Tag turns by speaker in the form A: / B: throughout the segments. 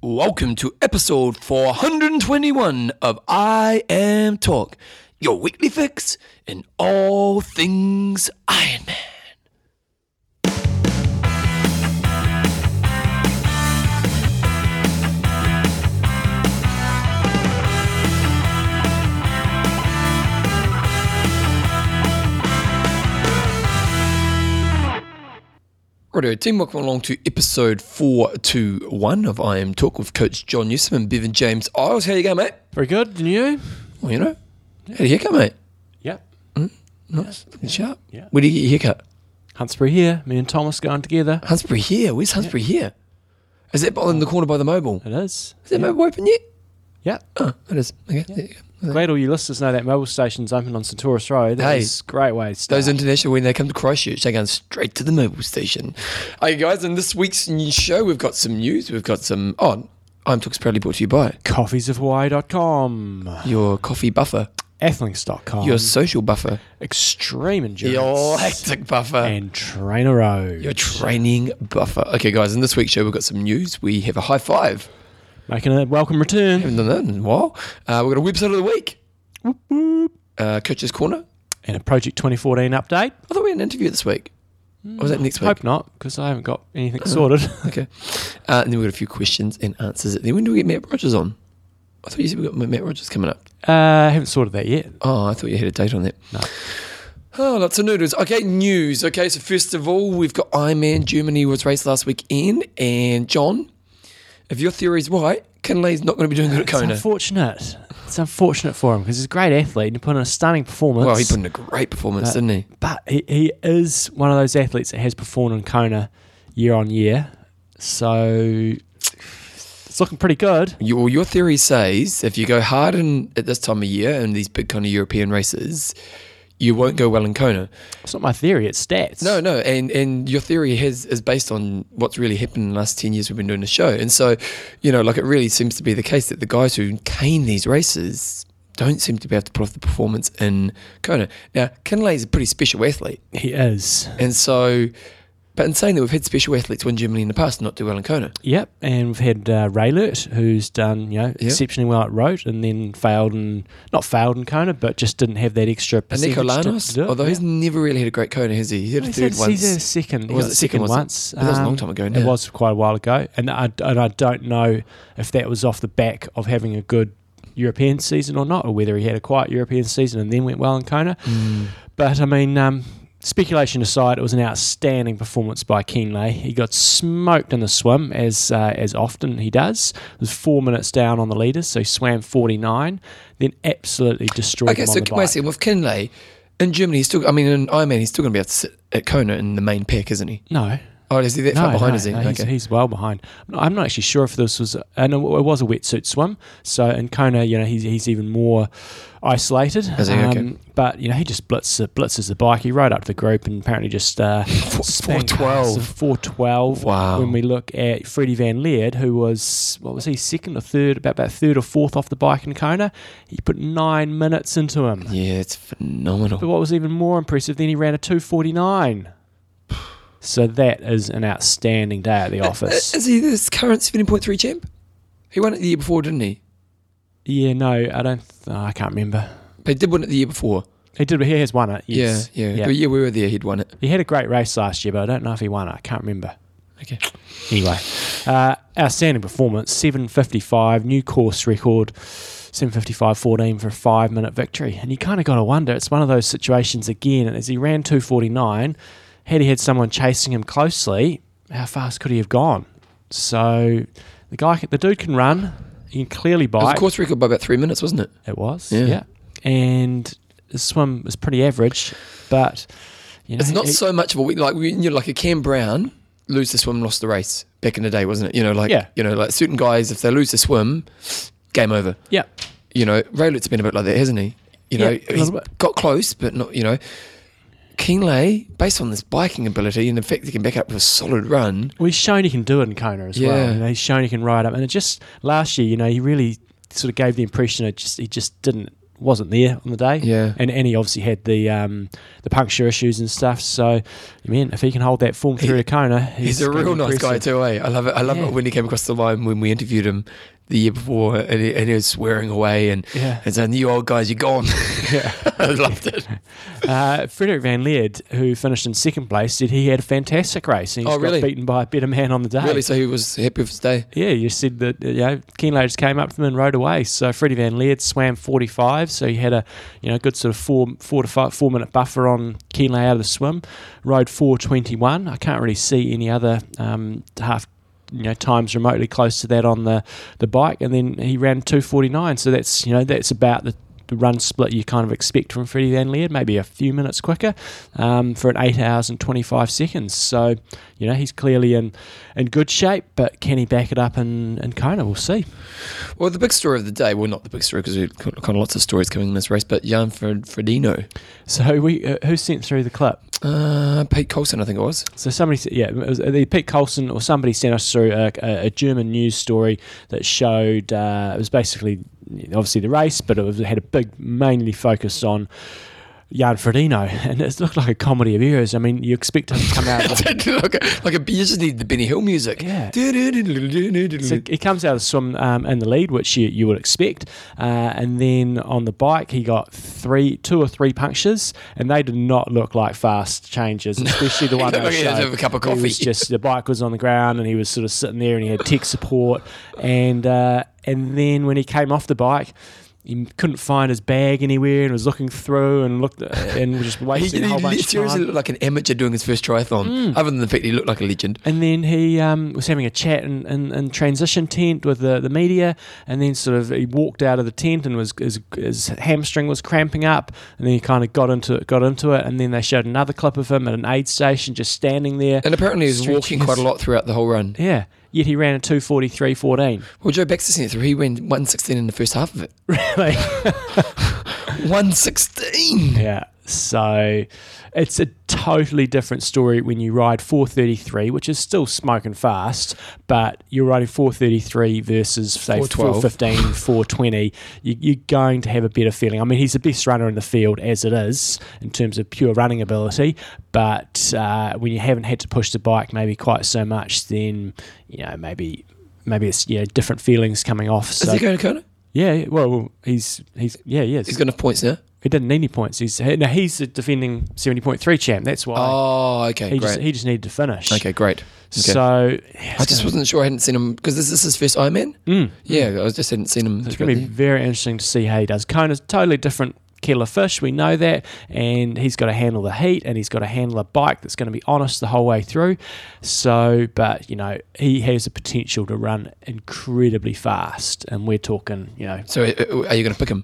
A: Welcome to episode 421 of I Am Talk, your weekly fix in all things Iron Man. Righto, team, welcome along to episode 421 of I Am Talk with Coach John Newsom and Bevan James Isles. How you going, mate?
B: Very good. And you?
A: Well, you know, had a haircut, mate.
B: Yep.
A: Mm, Nice, looking sharp.
B: Yeah.
A: Where do you get your haircut?
B: Huntsbury here. Me and Thomas going together.
A: Hunsbury here. Where's Hunsbury here? Is that in the corner by the mobile?
B: It is.
A: Is that mobile open yet?
B: Yep.
A: Oh, it is. Okay, there you go.
B: Glad all you listeners know that mobile station's open on Centaurus Road. That
A: Hey.
B: is a great way to start.
A: Those international, when they come to Christchurch, they're going straight to the mobile station. Hey, guys, in this week's new show, we've got some news. We've got some on. I'm Talks proudly brought to you by
B: Coffeesofhawaii.com.
A: your coffee buffer,
B: Athlinks.com.
A: your social buffer,
B: extreme endurance.
A: your hectic buffer,
B: and Trainer Road.
A: your training buffer. Okay, guys, in this week's show, we've got some news. We have a high five.
B: Making a welcome return.
A: Haven't done that in a while. Uh, we've got a website of the week,
B: Whoop, whoop.
A: uh, Coach's Corner.
B: And a Project 2014 update.
A: I thought we had an interview this week. Or was that next week? Uh-huh.
B: Hope not, because I haven't got anything sorted.
A: Okay. Uh, and then we've got a few questions and answers. Then when do we get Matt Rogers on? I thought you said we got Matt Rogers coming up.
B: Uh, I haven't sorted that yet.
A: Oh, I thought you had a date on that.
B: No.
A: Oh, lots of noodles. Okay, news. Okay, so first of all, we've got Ironman Germany was raced last weekend, and John, if your theory's right, Kinley's not going to be doing good at
B: It's
A: Kona.
B: unfortunate. It's unfortunate for him because he's a great athlete and he put in a stunning performance.
A: Well, he put in a great performance,
B: Uh,
A: didn't he?
B: but he, he is one of those athletes that has performed in Kona year on year. So it's looking pretty good.
A: Your, your theory says if you go hard in, at this time of year in these big kind of European races, you won't go well in Kona.
B: It's not my theory, it's stats.
A: No, no, and and your theory has is based on what's really happened in the last ten years we've been doing the show, and so, you know, like it really seems to be the case that the guys who cane these races don't seem to be able to pull off the performance in Kona. Now, Kinley's a pretty special athlete,
B: He is.
A: and so, but in saying that, we've had special athletes win Germany in the past and not do well in Kona.
B: Yep. And we've had uh, Raylert, who's done, you know, exceptionally well at Rote and then failed and not failed in Kona, but just didn't have that extra
A: And Nico
B: percentage to-
A: Lanos,
B: to do it.
A: although he's
B: Yeah.
A: never really had a great Kona, has he? He had a
B: He's
A: third
B: had-
A: once.
B: he's had a second. he
A: Was
B: got
A: it
B: a
A: second,
B: second,
A: was it?
B: once.
A: But that was a long
B: Um,
A: time ago
B: It
A: now.
B: was quite a while ago, and I, and I don't know if that was off the back of having a good European season or not, or whether he had a quiet European season and then went well in Kona. But I mean, um, speculation aside, it was an outstanding performance by Keenley. He got smoked in the swim, as uh, as often he does. It was four minutes down on the leaders, so he swam forty nine, then absolutely destroyed.
A: Okay,
B: him on
A: so
B: the
A: wait a
B: bike.
A: second, with Kinley in Germany, he's still. I mean, in Ironman, he's still going to be able to sit at Kona in the main pack, isn't he?
B: no.
A: Oh, is he that far behind? is he?
B: he's, he's well behind. I'm not, I'm not actually sure if this was, and it was a wetsuit swim. So in Kona, you know, he's, he's even more isolated. um,
A: Is he? Okay.
B: But you know, he just blitzes blitzes the bike. He rode up to the group and apparently just uh, spun
A: 412.
B: past the 412.
A: Wow.
B: When we look at Freddie Van Leerd, who was what was he second or third, about about third or fourth off the bike in Kona, he put nine minutes into him.
A: Yeah, it's phenomenal.
B: But what was even more impressive, then he ran a 249. So that is an outstanding day at the office.
A: Uh, Is he this current 17.3 champ? He won it the year before, didn't he?
B: yeah, no, I don't. th- uh, I can't remember.
A: But he did win it the year before.
B: He did. He has won it. Yes.
A: Yeah, yeah.
B: Yeah.
A: The year we were there, he'd won it.
B: He had a great race last year, but I don't know if he won it. I can't remember.
A: Okay.
B: Anyway, uh, outstanding performance. 755, new course record. 755.14 for a five minute victory. And you kind of got to wonder, it's one of those situations again. As he ran 249, had he had someone chasing him closely, how fast could he have gone? So the guy, c- the dude can run. He can clearly
A: It was
B: bike.
A: a course record by about three minutes, wasn't it?
B: It was,
A: Yeah.
B: yeah. And the swim was pretty average, but you know,
A: It's not
B: it-
A: so much of a week. Like, we- you know, like a Cam Brown, lose the swim, lost the race back in the day, wasn't it? You know, like,
B: Yeah.
A: you know, like certain guys, if they lose the swim, game over.
B: Yeah,
A: You know, Raylett's been a bit like that, hasn't he? You know,
B: Yeah, a
A: he's
B: little bit.
A: got close, but not, you know. Keenley, based on this biking ability and the fact that he can back up with a solid run,
B: well, he's shown he can do it in Kona as
A: Yeah.
B: well. You know, he's shown he can ride up, and it just last year, you know, he really sort of gave the impression it just he just didn't wasn't there on the day.
A: Yeah.
B: And and he obviously had the um, the puncture issues and stuff. So, man, if he can hold that form through to Kona,
A: He's,
B: he's,
A: a
B: gonna
A: real
B: be
A: nice guy
B: impressive.
A: too, eh? I love it. I love
B: Yeah.
A: it when he came across the line when we interviewed him the year before, and he, and he was swearing away and
B: Yeah.
A: and saying, "You old guys, you're gone."
B: Yeah.
A: I loved it.
B: Uh, Frederick Van Leerd, who finished in second place, said he had a fantastic race. And he
A: Oh,
B: just
A: really?
B: got beaten by a better man on the day.
A: Really, so he was happy with his day.
B: Yeah, you said that uh, you know Keenlow just came up to them and rode away. So Freddie Van Leerd swam 45, so he had a you know good sort of four four to five four minute buffer on Keenlow out of the swim. Rode 421. I can't really see any other um, half you know times remotely close to that on the the bike, and then he ran 249. So that's you know that's about the the run split you kind of expect from Freddie Van Leerd, maybe a few minutes quicker um, for an eight hours and 25 seconds. So, you know, he's clearly in, in good shape, but can he back it up in, in Kona? We'll see.
A: Well, the big story of the day, well, not the big story because we've got kind of lots of stories coming in this race, but Jan Fred- Fredino,
B: So, we uh, who sent through the clip?
A: uh, Pete Colson, I think it was.
B: So somebody, s- yeah, it was either Pete Colson or somebody sent us through a, a, a German news story that showed uh, it was basically obviously the race, but it, was, it had a big mainly focus on Jan Frodeno, and it looked like a comedy of errors. I mean, you expect him to come out. with-
A: like, a, like a, you just need the Benny Hill music.
B: Yeah. So
A: It's
B: he comes out of the swim um, in the lead, which you, you would expect, uh, and then on the bike he got three, two or three punctures, and they did not look like fast changes, especially the one.
A: He
B: I
A: looked like he had to
B: showed.
A: have a cup of
B: He was
A: coffee.
B: just the bike was on the ground, and he was sort of sitting there, and he had tech support, and uh, and then when he came off the bike. He couldn't find his bag anywhere, and was looking through and looked uh, and was just
A: he,
B: wasting
A: he
B: a whole bunch of time. Mm.
A: seriously looked like an amateur doing his first triathlon, other than the fact he looked like a legend.
B: And then he um, was having a chat in, in, in transition tent with the, the media, and then sort of he walked out of the tent and was his, his hamstring was cramping up, and then he kind of got into it, got into it, and then they showed another clip of him at an aid station just standing there.
A: And apparently he was
B: Stretching
A: walking quite a
B: his-
A: lot throughout the whole run.
B: Yeah, yet he ran a two forty three fourteen.
A: Well, Joe Baxter sent it through. He went 116 in the first half of it.
B: Really?
A: 116!
B: Yeah. So it's a totally different story when you ride 433, which is still smoking fast, but you're riding 433 versus, say,
A: 412.
B: 415, 420. You, you're going to have a better feeling. I mean, he's the best runner in the field as it is in terms of pure running ability, but uh, when you haven't had to push the bike maybe quite so much, then, you know, maybe. Maybe it's yeah different feelings coming off.
A: Is
B: So
A: he going to Kona?
B: yeah, well he's he's yeah he is.
A: He's got enough points now.
B: He didn't need any points. He's now he's the defending seventy point three champ. That's why
A: Oh, okay,
B: he
A: great.
B: just he just needed to finish.
A: okay, great. okay.
B: So
A: I just wasn't sure. I hadn't seen him because this is his first Ironman.
B: Mm.
A: Yeah, I was just hadn't seen him.
B: it's going to be very interesting to see how he does. Kona's totally different kettle of fish. We know that, and he's got to handle the heat, and he's got to handle a bike that's going to be honest the whole way through. So, but you know, he has the potential to run incredibly fast, and we're talking, you know,
A: so, uh, are you going to pick him?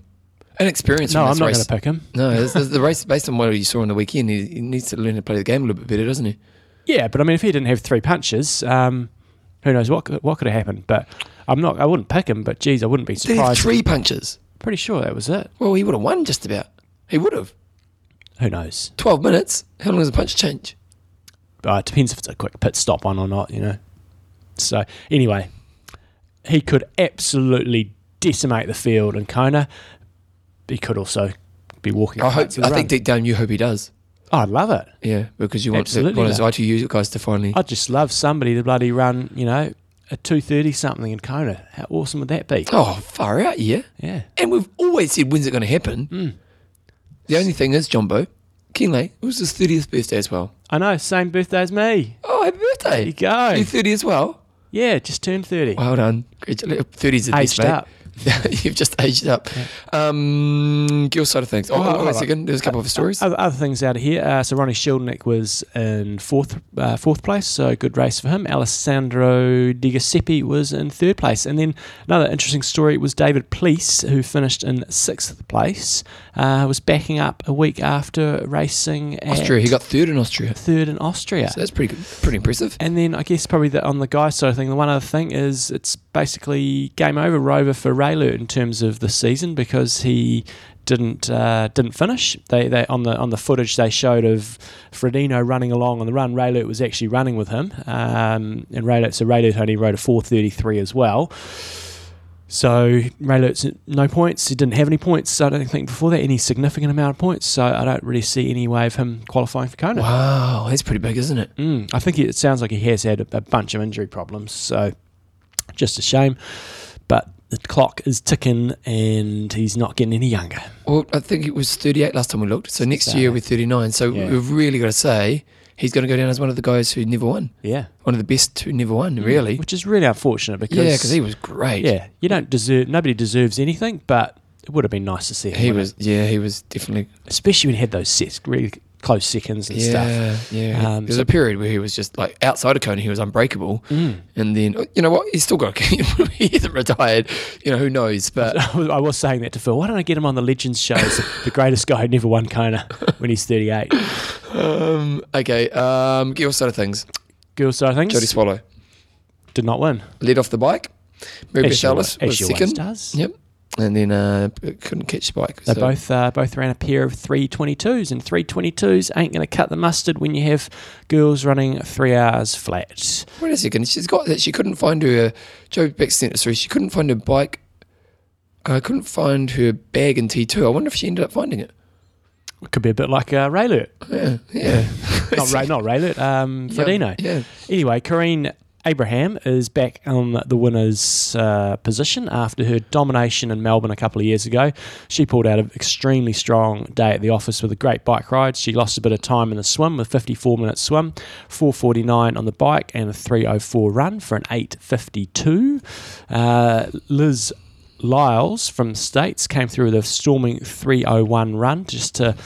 A: An experience
B: no,
A: from
B: I'm
A: this
B: not going
A: race.
B: to pick him.
A: No, this, this, the race based on what you saw on the weekend. He, he needs to learn to play the game a little bit better, doesn't he?
B: Yeah, but I mean, if he didn't have three punches, um, who knows what could, what could have happened? But I'm not. I wouldn't pick him. But geez, I wouldn't be
A: Did he have
B: surprised.
A: three punches?
B: Pretty sure that was it.
A: Well, he would have won just about. He would have.
B: Who knows?
A: Twelve minutes. How long does a punch change?
B: Uh, it depends if it's a quick pit stop one or not. You know. So anyway, he could absolutely decimate the field in Kona. He could also be walking.
A: I
B: up
A: hope.
B: to the
A: I
B: run.
A: think deep down you hope he does.
B: Oh, I'd love it.
A: Yeah, because you want to,
B: Absolutely
A: one of those
B: not.
A: ITU guys to finally.
B: I'd just love somebody to bloody run. You know, a two thirty something in Kona. How awesome would that be?
A: Oh, far out, yeah.
B: Yeah.
A: And we've always said, when's it going to happen?
B: Hmm.
A: The only thing is, Jumbo, Kinley, it was his 30th birthday as well.
B: I know, same birthday as me.
A: Oh, happy
B: There you
A: birthday.
B: go.
A: You're 30 as well.
B: Yeah, just turned 30.
A: Well done. Congratulations. 30's the
B: Aged
A: best, Oh, mate.
B: up.
A: You've just aged up. Um, girl side of things. Oh,
B: Oh,
A: hold on a
B: alright.
A: second. There's a couple of stories.
B: Other, other things out of here. Uh, so Ronnie Shieldnick was in fourth uh, fourth place, so good race for him. Alessandro Di Giuseppe was in third place, and then another interesting story was David Pleese, who finished in sixth place, uh, was backing up a week after racing at
A: Austria. He got third in Austria.
B: third in Austria.
A: So that's pretty good. Pretty impressive.
B: And then I guess probably the, on the guy side of thing, the one other thing is it's basically game over Rover for Raylu in terms of the season because he didn't uh, didn't finish. They, they on the on the footage they showed of Fredino running along on the run. Raylu was actually running with him, um, and Raylu so Raylu only rode a four thirty three as well. So Ray Lert's no points. He didn't have any points. I don't think before that any significant amount of points. So I don't really see any way of him qualifying for Kona.
A: Wow, that's pretty big, isn't it?
B: Mm, I think it sounds like he has had a, a bunch of injury problems, so just a shame. But the clock is ticking, and he's not getting any younger.
A: Well, I think it was 38 last time we looked. So next
B: So-
A: year we're 39. So
B: Yeah.
A: we've really got to say he's going to go down as one of the guys who never won,
B: Yeah,
A: one of the best who never won, really.
B: Mm. which is really unfortunate because
A: Mm. Yeah, because he was great.
B: yeah, you don't deserve. Nobody deserves anything, but it would have been nice to see him.
A: He
B: win it.
A: was, yeah, he was definitely,
B: especially when he had those sets, really close seconds and stuff.
A: yeah, yeah.
B: Um,
A: there was
B: so-
A: a period where he was just like outside of Kona, he was unbreakable,
B: Mm.
A: and then oh, you know what, he's still got, he isn't retired, you know, who knows? But
B: I was- I was saying that to Phil. Why don't I get him on the Legends show? as the greatest guy who never won Kona when he's 38.
A: um, okay, um, your side of things,
B: Girls, side of things
A: Jody Swallow
B: did not win.
A: led off the bike, Mary
B: As
A: Beth
B: she wa-
A: Ellis
B: as
A: was
B: she always
A: second,
B: does.
A: Yep. And then uh, couldn't catch the bike.
B: They
A: so-
B: both uh, both ran a pair of 322s, and 322s ain't going to cut the mustard when you have girls running three hours flat.
A: Wait a second. She's got that. She couldn't find her. Joe Beck sent us through. She couldn't find her bike. I couldn't find her bag in T2. I wonder if she ended up finding it.
B: It could be a bit like uh, Raylert.
A: Yeah. Yeah.
B: Not, Ray, not Raylert, um, Fredino.
A: Yeah.
B: Anyway, Corinne Abraham is back on the winner's uh, position after her domination in Melbourne a couple of years ago. She pulled out an extremely strong day at the office with a great bike ride. She lost a bit of time in the swim with 54 minute swim, 4:49 on the bike, and a 3:04 run for an 8:52. Uh, Liz. Lyles from States came through with a storming 301 run just to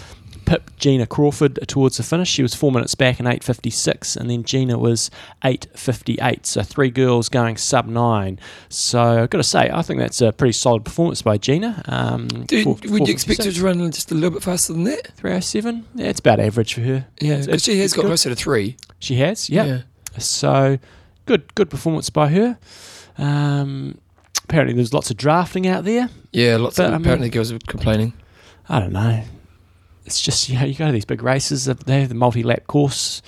B: Pip Gina Crawford towards the finish. She was four minutes back in 8.56, and then Gina was 8.58. So three girls going sub nine. So I've got to say, I think that's a pretty solid performance by Gina. Um,
A: Dude,
B: four-
A: would you
B: 4.56,
A: expect oh her to run just a little bit faster than that?
B: 307? Yeah, it's about average for her.
A: Yeah.
B: It's-
A: Because she has
B: it's
A: got
B: good.
A: closer to three.
B: She has, yeah. So good, good performance by her. Um, apparently, there's lots of drafting out there.
A: Yeah. Lots
B: But, I
A: of
B: mean-
A: apparently girls were complaining.
B: I don't know. It's just you know you go to these big races. They have the multi-lap course.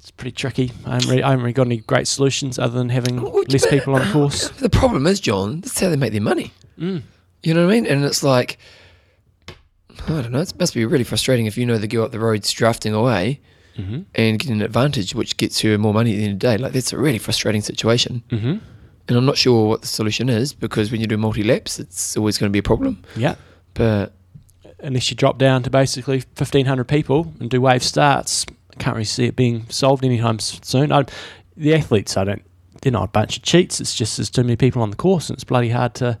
B: It's pretty tricky. I haven't really, I haven't really got any great solutions other than having
A: Well, it's
B: less
A: better-
B: people on the course.
A: The problem is, John. That's how they make their money.
B: Mm.
A: You know what I mean? And it's like, I don't know. It must be really frustrating if you know the girl up the road's drafting away.
B: hmm
A: and getting an advantage, which gets her more money at the end of the day. Like that's a really frustrating situation,
B: hmm
A: and I'm not sure what the solution is because when you do multi laps, it's always going to be a problem.
B: Yeah.
A: But
B: Unless you drop down to basically 1,500 people and do wave starts, I can't really see it being solved anytime s- soon. I, the athletes, I don't. They're not a bunch of cheats. It's just there's too many people on the course, and it's bloody hard to,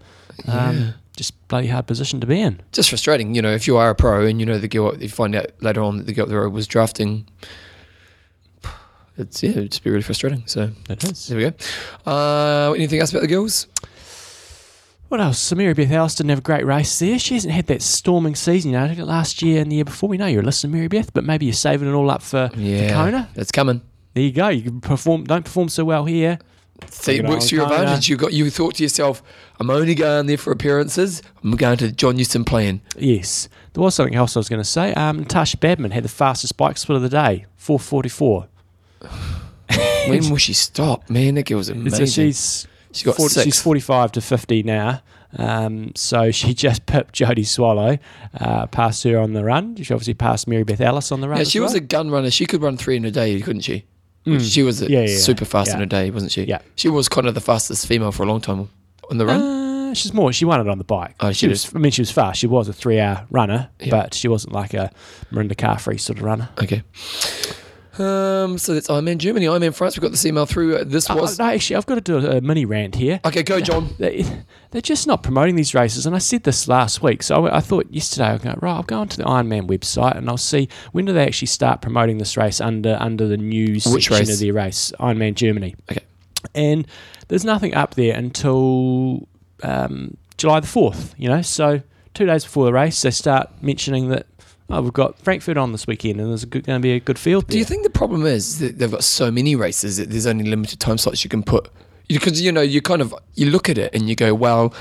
B: um,
A: Yeah.
B: just bloody hard position to be in.
A: just frustrating, you know, if you are a pro and you know the girl, you find out later on that the girl up the road was drafting. It's yeah, it'd just be really frustrating. So
B: It is.
A: there we go. Uh, anything else about the girls?
B: What else? oh, Samira Beth Ellis didn't have a great race there. She hasn't had that storming season, you know, like last year and the year before. We know you're a listener, Mary Beth, but maybe you're saving it all up for, for
A: Yeah,
B: Kona.
A: it's coming.
B: There you go. You can perform. Don't perform so well here.
A: See, it
B: Fucking
A: works to your
B: Kona.
A: advantage. You got you thought to yourself, I'm only going there for appearances. I'm going to the John Newton plan.
B: Yes. There was something else I was going to say. Um, Natasha Badman had the fastest bike split of the day, 444.
A: When will she stop? Man, that girl's amazing.
B: So she's,
A: She got
B: forty-
A: six.
B: she's 45 to 50 now. Um, so she just pipped Jody Swallow, uh, passed her on the run. She obviously passed Mary Beth Ellis on the run.
A: Yeah,
B: as
A: she was
B: well.
A: a gun runner. She could run three in a day, couldn't she?
B: Mm.
A: She was uh,
B: Yeah, yeah, yeah.
A: super fast in
B: Yeah.
A: a day, wasn't she?
B: Yeah.
A: She was kind of the fastest female for a long time on the run.
B: Uh, she's more. She won it on the bike.
A: Oh, she
B: she was. I mean, she was fast. She was a three-hour runner,
A: Yeah.
B: but she wasn't like a Miranda Carfree sort of runner.
A: okay. Um, so that's Ironman Germany, Ironman France. We got this email through. Uh, This
B: Uh,
A: was
B: no, actually, I've got to do a, a mini rant here.
A: okay. Go, John.
B: They, they're just not promoting these races, and I said this last week. So I, I thought yesterday, I go right. I'll go onto the Ironman website and I'll see when do they actually start promoting this race under under the news
A: Which
B: section
A: race?
B: of their race, Ironman Germany.
A: Okay.
B: and there's nothing up there until um, July the 4th, you know. So, two days before the race, they start mentioning that, oh, we've got Frankfurt on this weekend and there's going to be a good field.
A: Do you
B: there."
A: think the problem is that they've got so many races that there's only limited time slots you can put? Because you know you kind of you look at it and you go, well,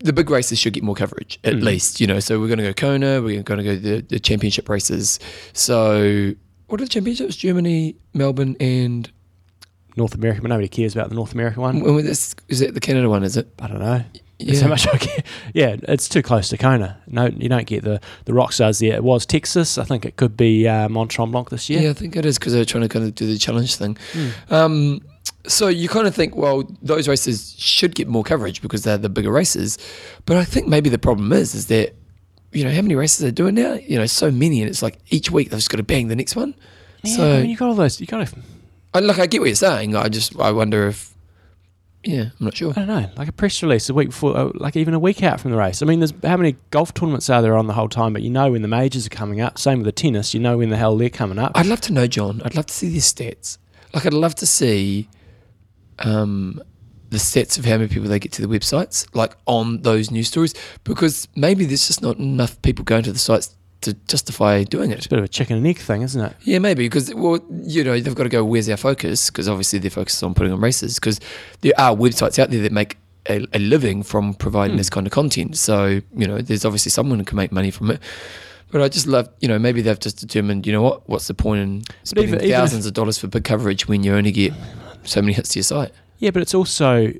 A: the big races should get more coverage at
B: Mm.
A: least. You know, so we're going to go Kona, we're going to go the, the championship races. So what are the championships? Germany, Melbourne, and um,
B: North America, but nobody cares about the North American one.
A: When was this, is it the Canada one? Is it?
B: I don't know.
A: Yeah.
B: So much I care. Yeah, it's too close to Kona. No, you don't get the the rock stars there. It was Texas. I think it could be uh, Mont Tremblant this
A: Yeah.
B: year.
A: I think it is because they're trying to kind of do the challenge thing.
B: Hmm.
A: Um, so you kind of think, well, those races should get more coverage because they're the bigger races. But I think maybe the problem is, is that you know how many races they're doing now. You know, so many, and it's like each week they've just got to bang the next one.
B: Yeah,
A: so
B: I mean, you got all those. You got. A,
A: I, like, I get what you're saying. I just, I wonder if, yeah, I'm not sure.
B: I don't know, like a press release a week before, uh, like even a week out from the race. I mean, there's how many golf tournaments are there on the whole time? But you know when the majors are coming up. Same with the tennis. You know when the hell they're coming up.
A: I'd love to know, John. I'd love to see their stats. Like, I'd love to see um, the stats of how many people they get to the websites, like on those news stories, because maybe there's just not enough people going to the sites to justify doing it.
B: It's a bit of a chicken and egg thing, isn't it?
A: Yeah, maybe because well, you know, they've got to go. Where's our focus? Because obviously their focus is on putting on races. Because there are websites out there that make a, a living from providing
B: Hmm.
A: this kind of content. So you know, there's obviously someone who can make money from it. But I just love, you know, maybe they've just determined, you know what, what's the point in spending
B: even if-
A: thousands of dollars for big coverage when you only get so many hits to your site?
B: Yeah, but it's also,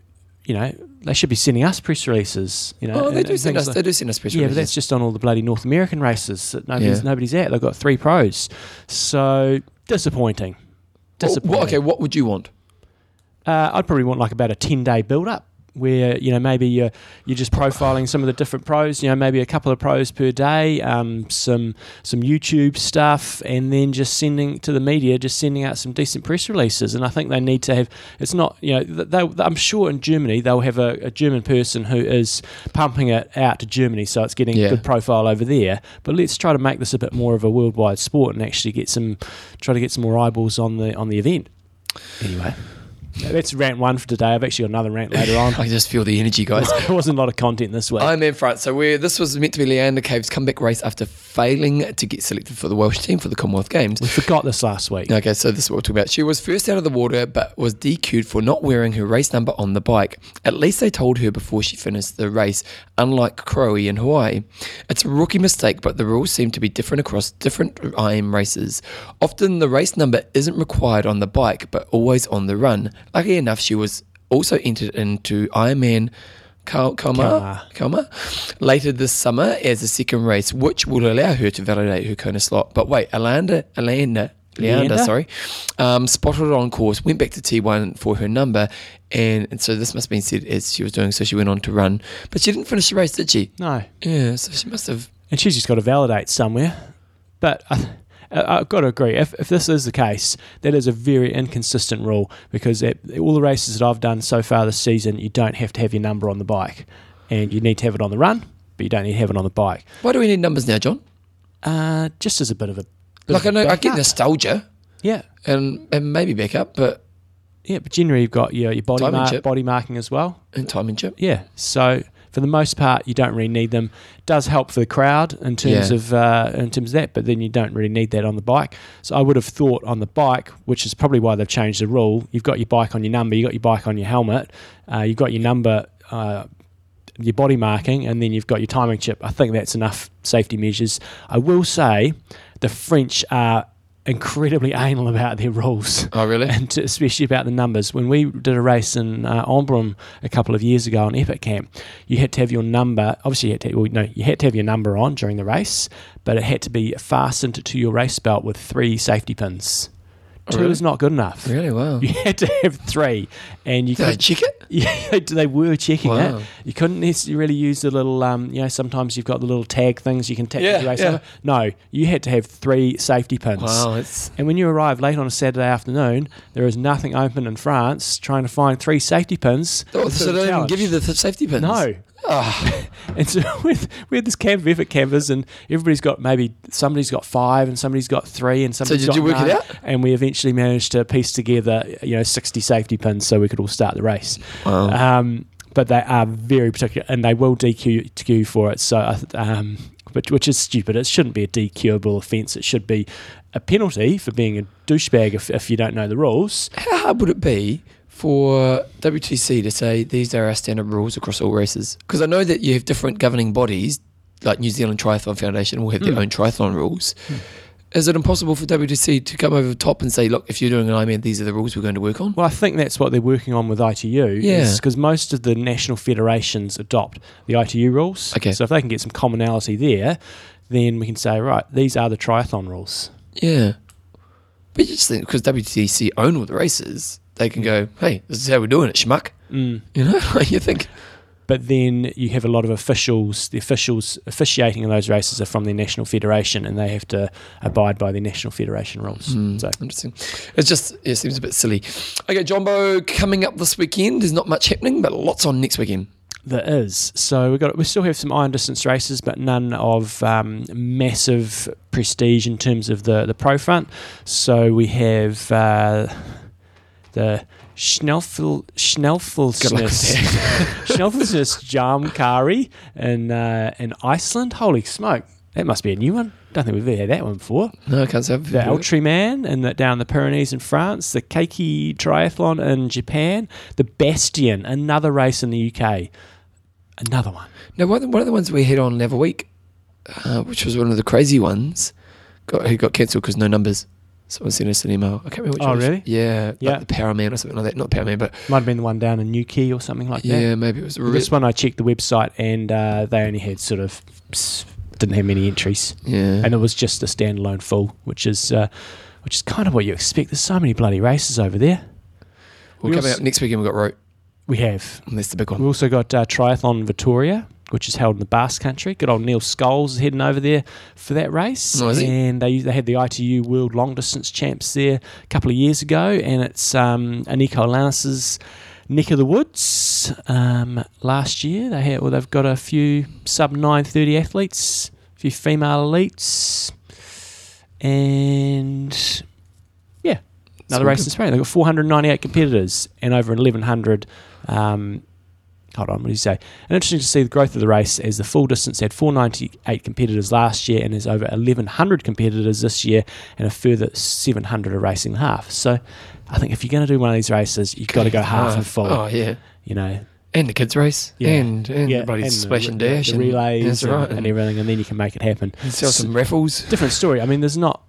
B: you know, they should be sending us press releases. You know,
A: oh,
B: and-
A: they do
B: and
A: send us,
B: things like-
A: they do send us press
B: yeah, but
A: releases.
B: that's just on all the bloody North American races that nobody's
A: Yeah.
B: nobody's at. They've got three pros, so disappointing.
A: Well,
B: Disappointing.
A: okay, what would you want?
B: Uh, I'd probably want like about a 10 day build up where, you know, maybe you're, you're just profiling some of the different pros, you know, maybe a couple of pros per day, um, some, some YouTube stuff, and then just sending to the media, just sending out some decent press releases. And I think they need to have, it's not, you know, th- they, I'm sure in Germany they'll have a, a German person who is pumping it out to Germany, so it's getting
A: Yeah.
B: good profile over there. But let's try to make this a bit more of a worldwide sport and actually get some, try to get some more eyeballs on the, on the event. Anyway, that's rant one for today. I've actually got another rant later on.
A: I just feel the energy, guys.
B: there wasn't a lot of content this week.
A: I'm in France. So we're, this was meant to be Leander Cave's comeback race after failing to get selected for the Welsh team for the Commonwealth Games.
B: we forgot this last week.
A: Okay, so this is what we'll talk about. She was first out of the water, but was DQ'd for not wearing her race number on the bike. At least they told her before she finished the race, unlike Crowe in Hawaii. It's a rookie mistake, but the rules seem to be different across different IM races. Often the race number isn't required on the bike, but always on the run. Lucky enough, she was also entered into Ironman. Kal- Kalmar, Kalmar, later this summer as a second race, which will allow her to validate her Kona slot. But wait, Alanda, Alanda, Leander,
B: Leander?
A: sorry, um, spotted on course, went back to T1 for her number, and, and so this must have been said as she was doing. So she went on to run, but she didn't finish the race, did she?
B: No.
A: Yeah, so she must have.
B: And she's just got to validate somewhere. But I, I, I've got to agree. If, if this is the case, that is a very inconsistent rule because at all the races that I've done so far this season, you don't have to have your number on the bike. And you need to have it on the run, but you don't need to have it on the bike.
A: Why do we need numbers now, John?
B: Uh, just as a bit of a. bit
A: Like I
B: of a
A: know I get
B: backup.
A: nostalgia
B: Yeah.
A: and and maybe backup, but
B: Yeah, but generally you've got your, your body,
A: Timing
B: mar-
A: chip.
B: body marking as well.
A: and time and chip.
B: Yeah. So for the most part, you don't really need them. Does help for the crowd in terms
A: Yeah.
B: of uh, in terms of that, but then you don't really need that on the bike. So I would have thought on the bike, which is probably why they've changed the rule. You've got your bike on your number. You've got your bike on your helmet. Uh, you've got your number. Uh, your body marking, and then you've got your timing chip. I think that's enough safety measures. I will say, the French are incredibly anal about their rules
A: Oh really?
B: and to, especially about the numbers. When we did a race in uh, Ombrun a couple of years ago on Epic Camp, you had to have your number. Obviously, you had to well, no, you had to have your number on during the race, but it had to be fastened to your race belt with three safety pins.
A: Oh,
B: Two
A: really?
B: is not good enough.
A: Really? Wow.
B: You had to have three, and you
A: Did I
B: could.
A: check it?
B: Yeah, they- they were checking
A: Wow.
B: it. You couldn't necessarily really use the little, um, you know, sometimes you've got the little tag things you can tag
A: Yeah,
B: the race
A: yeah.
B: number. No, you had to have three safety pins.
A: Wow, it's
B: And when you arrive late on a Saturday afternoon, there is nothing open in France. Trying to find three safety pins.
A: oh,
B: is a
A: so they don't even
B: challenge.
A: give you the th- safety pins.
B: no.
A: Ah,
B: And so with with this camp of effort campers, and everybody's got maybe somebody's got five, and somebody's got three, and somebody's
A: did you
B: got
A: work it
B: none.
A: out?
B: And we eventually managed to piece together, you know, sixty safety pins, so we could all start the race.
A: wow.
B: Um, but they are very particular, and they will DQ to you for it. So, I th- um, which which is stupid. It shouldn't be a DQable offence. It should be a penalty for being a douchebag if, if you don't know the rules.
A: How hard would it be for WTC to say these are our standard rules across all races? Because I know that you have different governing bodies, like New Zealand Triathlon Foundation will have their
B: Mm.
A: own triathlon rules. is it impossible for WTC to come over the top and say, look, if you're doing an Ironman, these are the rules we're going to work on?
B: Well, I think that's what they're working on with ITU.
A: Yeah.
B: Because most of the national federations adopt the ITU rules.
A: Okay.
B: So if they can get some commonality there, then we can say, right, these are the triathlon rules.
A: Yeah. But you just think because WTC own all the races, they can go, hey, this is how we're doing it, schmuck.
B: Mm.
A: You know, like you think,
B: But then you have a lot of officials. The officials officiating in those races are from their national federation, and they have to abide by their national federation rules.
A: Hmm,
B: So
A: interesting. It's just, yeah, it seems a bit silly. Okay, Jumbo coming up this weekend. There's not much happening, but lots on next weekend.
B: there is. So we got we still have some iron distance races, but none of um, massive prestige in terms of the the pro front. So we have uh, the Schnellfel
A: Good luck with
B: Schnellfelsness
A: that.
B: Schnellfelsness Jamkari in uh, in Iceland. Holy smoke! That must be a new one. Don't think we've ever had that one before.
A: no, I can't say. I've
B: the
A: heard of it.
B: Eltree Man and the, down the Pyrenees in France, the Keiki Triathlon in Japan, the Bastion, another race in the UK. Another one.
A: No, one of, the, one of the ones we had on the other week, uh, which was one of the crazy ones, got who got cancelled because no numbers. Someone sent us an email. I can't remember which
B: Oh,
A: one it was.
B: really?
A: Yeah.
B: Yeah.
A: Like the Power Man or something like that. Not Power Man, but
B: Might have been the one down in Newquay or something like
A: yeah,
B: that.
A: maybe it was. Re-
B: This one I checked the website and uh, they only had sort of pss, didn't have many entries,
A: yeah.
B: and it was just a standalone full, which is uh, which is kind of what you expect. There's so many bloody races over there.
A: Well,
B: we
A: coming
B: also-
A: up next weekend, we've got Rope.
B: We have
A: And that's the big
B: We've
A: one.
B: also got uh, Triathlon Victoria, which is held in the Basque Country. Good old Neil Scholes is heading over there for that race.
A: Oh, is he?
B: And they they had the ITU World Long Distance Champs there a couple of years ago, and it's um, Nico Lance's neck of the woods. Um, last year they had well they've got a few sub nine thirty athletes, a few female elites, and yeah, another
A: all
B: race
A: good.
B: in Spain. They've got 498 competitors and over 1,100. Um, hold on, what did you say? And interesting to see the growth of the race as the full distance had 498 competitors last year and there's over 1,100 competitors this year and a further 700 are racing half. So I think if you're going to do one of these races, you've got to go half and full.
A: Oh, yeah.
B: You know,
A: And the kids' race.
B: Yeah.
A: And, and yeah,
B: and the
A: splash
B: re-
A: and dash.
B: the relays,
A: That's
B: and,
A: right.
B: and
A: And,
B: everything, and then you can make it happen
A: and sell some raffles.
B: different story. I mean, there's not.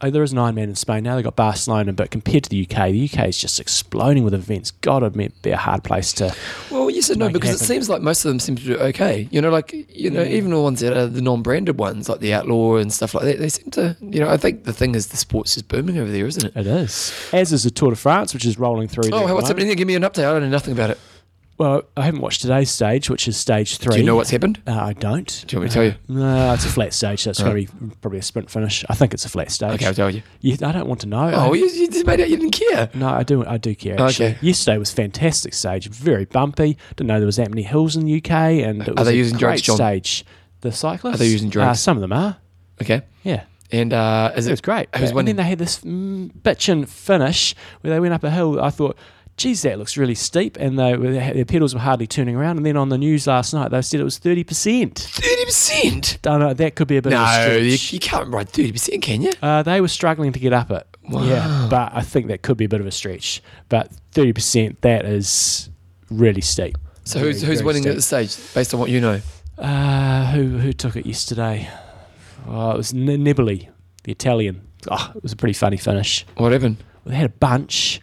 B: Oh, there is an Ironman in Spain now. They got Barcelona, but compared to the UK, the UK is just exploding with events. God, it'd be a hard place to.
A: Well, yes and no,
B: Make it
A: because it
B: happen.
A: seems like most of them seem to do okay. You know, like you know,
B: Mm.
A: even the ones that are the non-branded ones, like the outlaw and stuff like that, they seem to. You know, I think the thing is the sports is booming over there, isn't it?
B: It is. As is the Tour de France, which is rolling through. there
A: Oh,
B: at the
A: hey, what's
B: moment.
A: happening? there? Give me an update. I don't know nothing about it.
B: Well, I haven't watched today's stage, which is stage three.
A: Do you know what's happened?
B: Uh, I don't.
A: Do you want me to tell you?
B: No, it's a flat stage, so it's
A: Oh.
B: going to be probably a sprint finish. I think it's a flat stage.
A: Okay, I'll tell you.
B: You, I don't want to know.
A: Oh, you, you just made out you didn't care.
B: No, I do. I do care. Actually.
A: Okay.
B: Yesterday was fantastic stage. Very bumpy. Didn't know there was that many hills in the UK, and it
A: Are
B: was
A: they
B: a
A: using
B: great
A: drugs, John?
B: stage. The cyclists.
A: Are they using
B: Uh,
A: drugs?
B: some of them are.
A: Okay,
B: Yeah,
A: and uh, is
B: it was
A: it?
B: great.
A: Who's
B: and
A: winning?
B: then they had this mm, bitchin' finish where they went up a hill. I thought. Geez, that looks really steep, and they, their pedals were hardly turning around. And then on the news last night, they said it was thirty percent.
A: Thirty percent. No,
B: Don't know. That could be a bit. of a
A: you,
B: stretch.
A: you can't ride thirty percent, can you?
B: Uh, they were struggling to get up it. Yeah,
A: Wow.
B: but I think that could be a bit of a stretch. But thirty percent, that is really steep.
A: So
B: Very,
A: who's who's
B: very
A: winning at
B: steep.
A: the stage based on what you know?
B: Uh, who who took it yesterday? Oh, it was N- Nibali, the Italian. Oh, it was a pretty funny finish.
A: What happened?
B: Well, they had a bunch,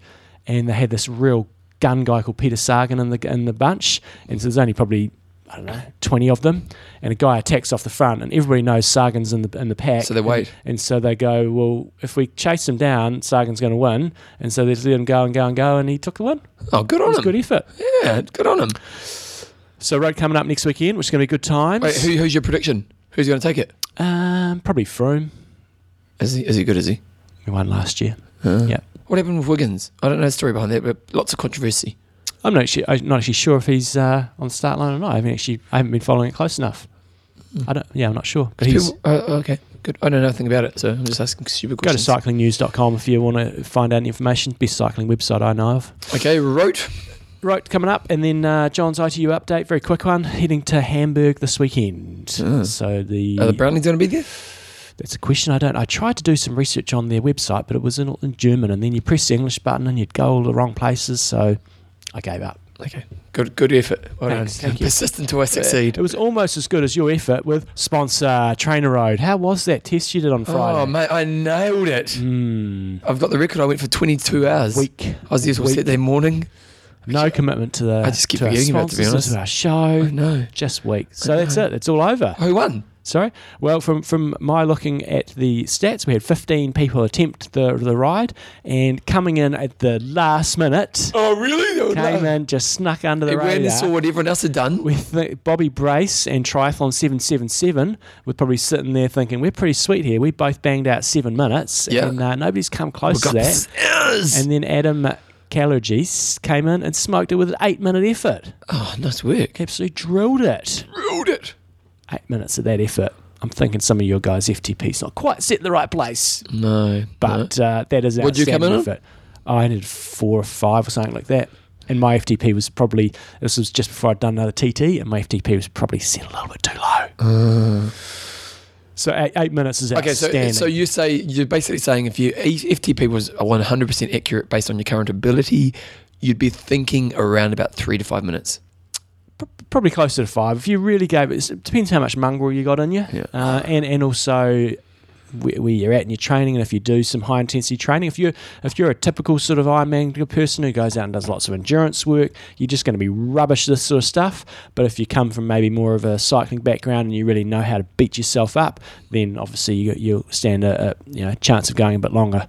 B: and they had this real gun guy called Peter Sagan in the in the bunch, and so there's only probably. I don't know, twenty of them, and a guy attacks off the front, and everybody knows Sagan's in the in the pack.
A: So they
B: and-
A: wait.
B: and so they go, well, if we chase him down, Sagan's going to win, and so they just let him go and go and go, and he took the win.
A: Oh, good
B: It
A: on
B: was
A: him.
B: a good effort.
A: Yeah, good on him.
B: So road coming up next weekend, which is going to be good times.
A: Wait, who, who's your prediction? Who's going to take it?
B: Um, probably Froome.
A: Is he is he good? Is he?
B: We won last year.
A: Uh,
B: Yeah.
A: What happened with Wiggins? I don't know the story behind that, but lots of controversy.
B: I'm not actually, I'm not actually sure if he's uh, on the start line or not. I haven't actually I haven't been following it close enough.
A: Hmm.
B: I don't. Yeah, I'm not sure. But he's
A: People- uh, okay, good. I know nothing about it, so I'm just asking stupid
B: go to
A: questions.
B: cyclingnews.com if you want to find out any information. Best cycling website I know of.
A: Okay, wrote.
B: Right, coming up, and then uh, John's ITU update, very quick one. Heading to Hamburg this weekend.
A: Ah.
B: So the,
A: Are the Brownies going to be there?
B: that's a question I don't. I tried to do some research on their website, but it was in, in German, and then you press the English button and you'd go all the wrong places. So I gave up.
A: Okay. Good good effort. Well done.
B: Thanks, thank you.
A: Persist until I succeed.
B: It was almost as good as your effort with sponsor Trainer Road. How was that test you did on Friday?
A: Oh mate, I nailed it.
B: Hmm.
A: I've got the record. I went for 22 hours.
B: Week.
A: I was there till
B: Week.
A: Saturday morning.
B: No commitment to the.
A: I just keep
B: to our
A: forgetting about it, to be
B: sponsors, To our show.
A: Oh, No.
B: Just week. So that's it. It's all over.
A: Who won?
B: Sorry. Well, from from my looking at the stats, we had 15 people attempt the the ride, and coming in at the last minute,
A: Oh really? That was nice.
B: came in just snuck under the
A: It went and saw
B: radar.
A: what everyone else had done.
B: With the Bobby Brace and Triathlon 777, we're probably sitting there thinking, we're pretty sweet here. We both banged out seven minutes,
A: Yeah. Oh,
B: and uh, nobody's come close
A: We've got
B: to that.
A: this hours.
B: And then Adam Calogis came in and smoked it with an eight minute effort.
A: oh, nice work.
B: Absolutely drilled it.
A: Ruled it.
B: Eight minutes of that effort. I'm thinking some of your guys' FTP's not quite set in the right place,
A: No. no.
B: but uh, that is
A: What'd you come
B: outstanding
A: in on?
B: effort. I did four or five or something like that. And my FTP was probably, this was just before I'd done another TT, and my FTP was probably set a little bit too low. So eight, eight minutes is
A: Uh. Okay,
B: outstanding.
A: so so you say you're basically saying if you if FTP was 100% accurate based on your current ability, you'd be thinking around about three to five minutes.
B: P- probably closer to five. If you really gave it, it depends how much mongrel you got in you,
A: Yeah.
B: uh, and and also where, where you're at in your training, and if you do some high intensity training, if you if you're a typical sort of Ironman person who goes out and does lots of endurance work, you're just going to be rubbish at this sort of stuff. But if you come from maybe more of a cycling background and you really know how to beat yourself up, then obviously you, you'll stand a, a you know chance of going a bit longer.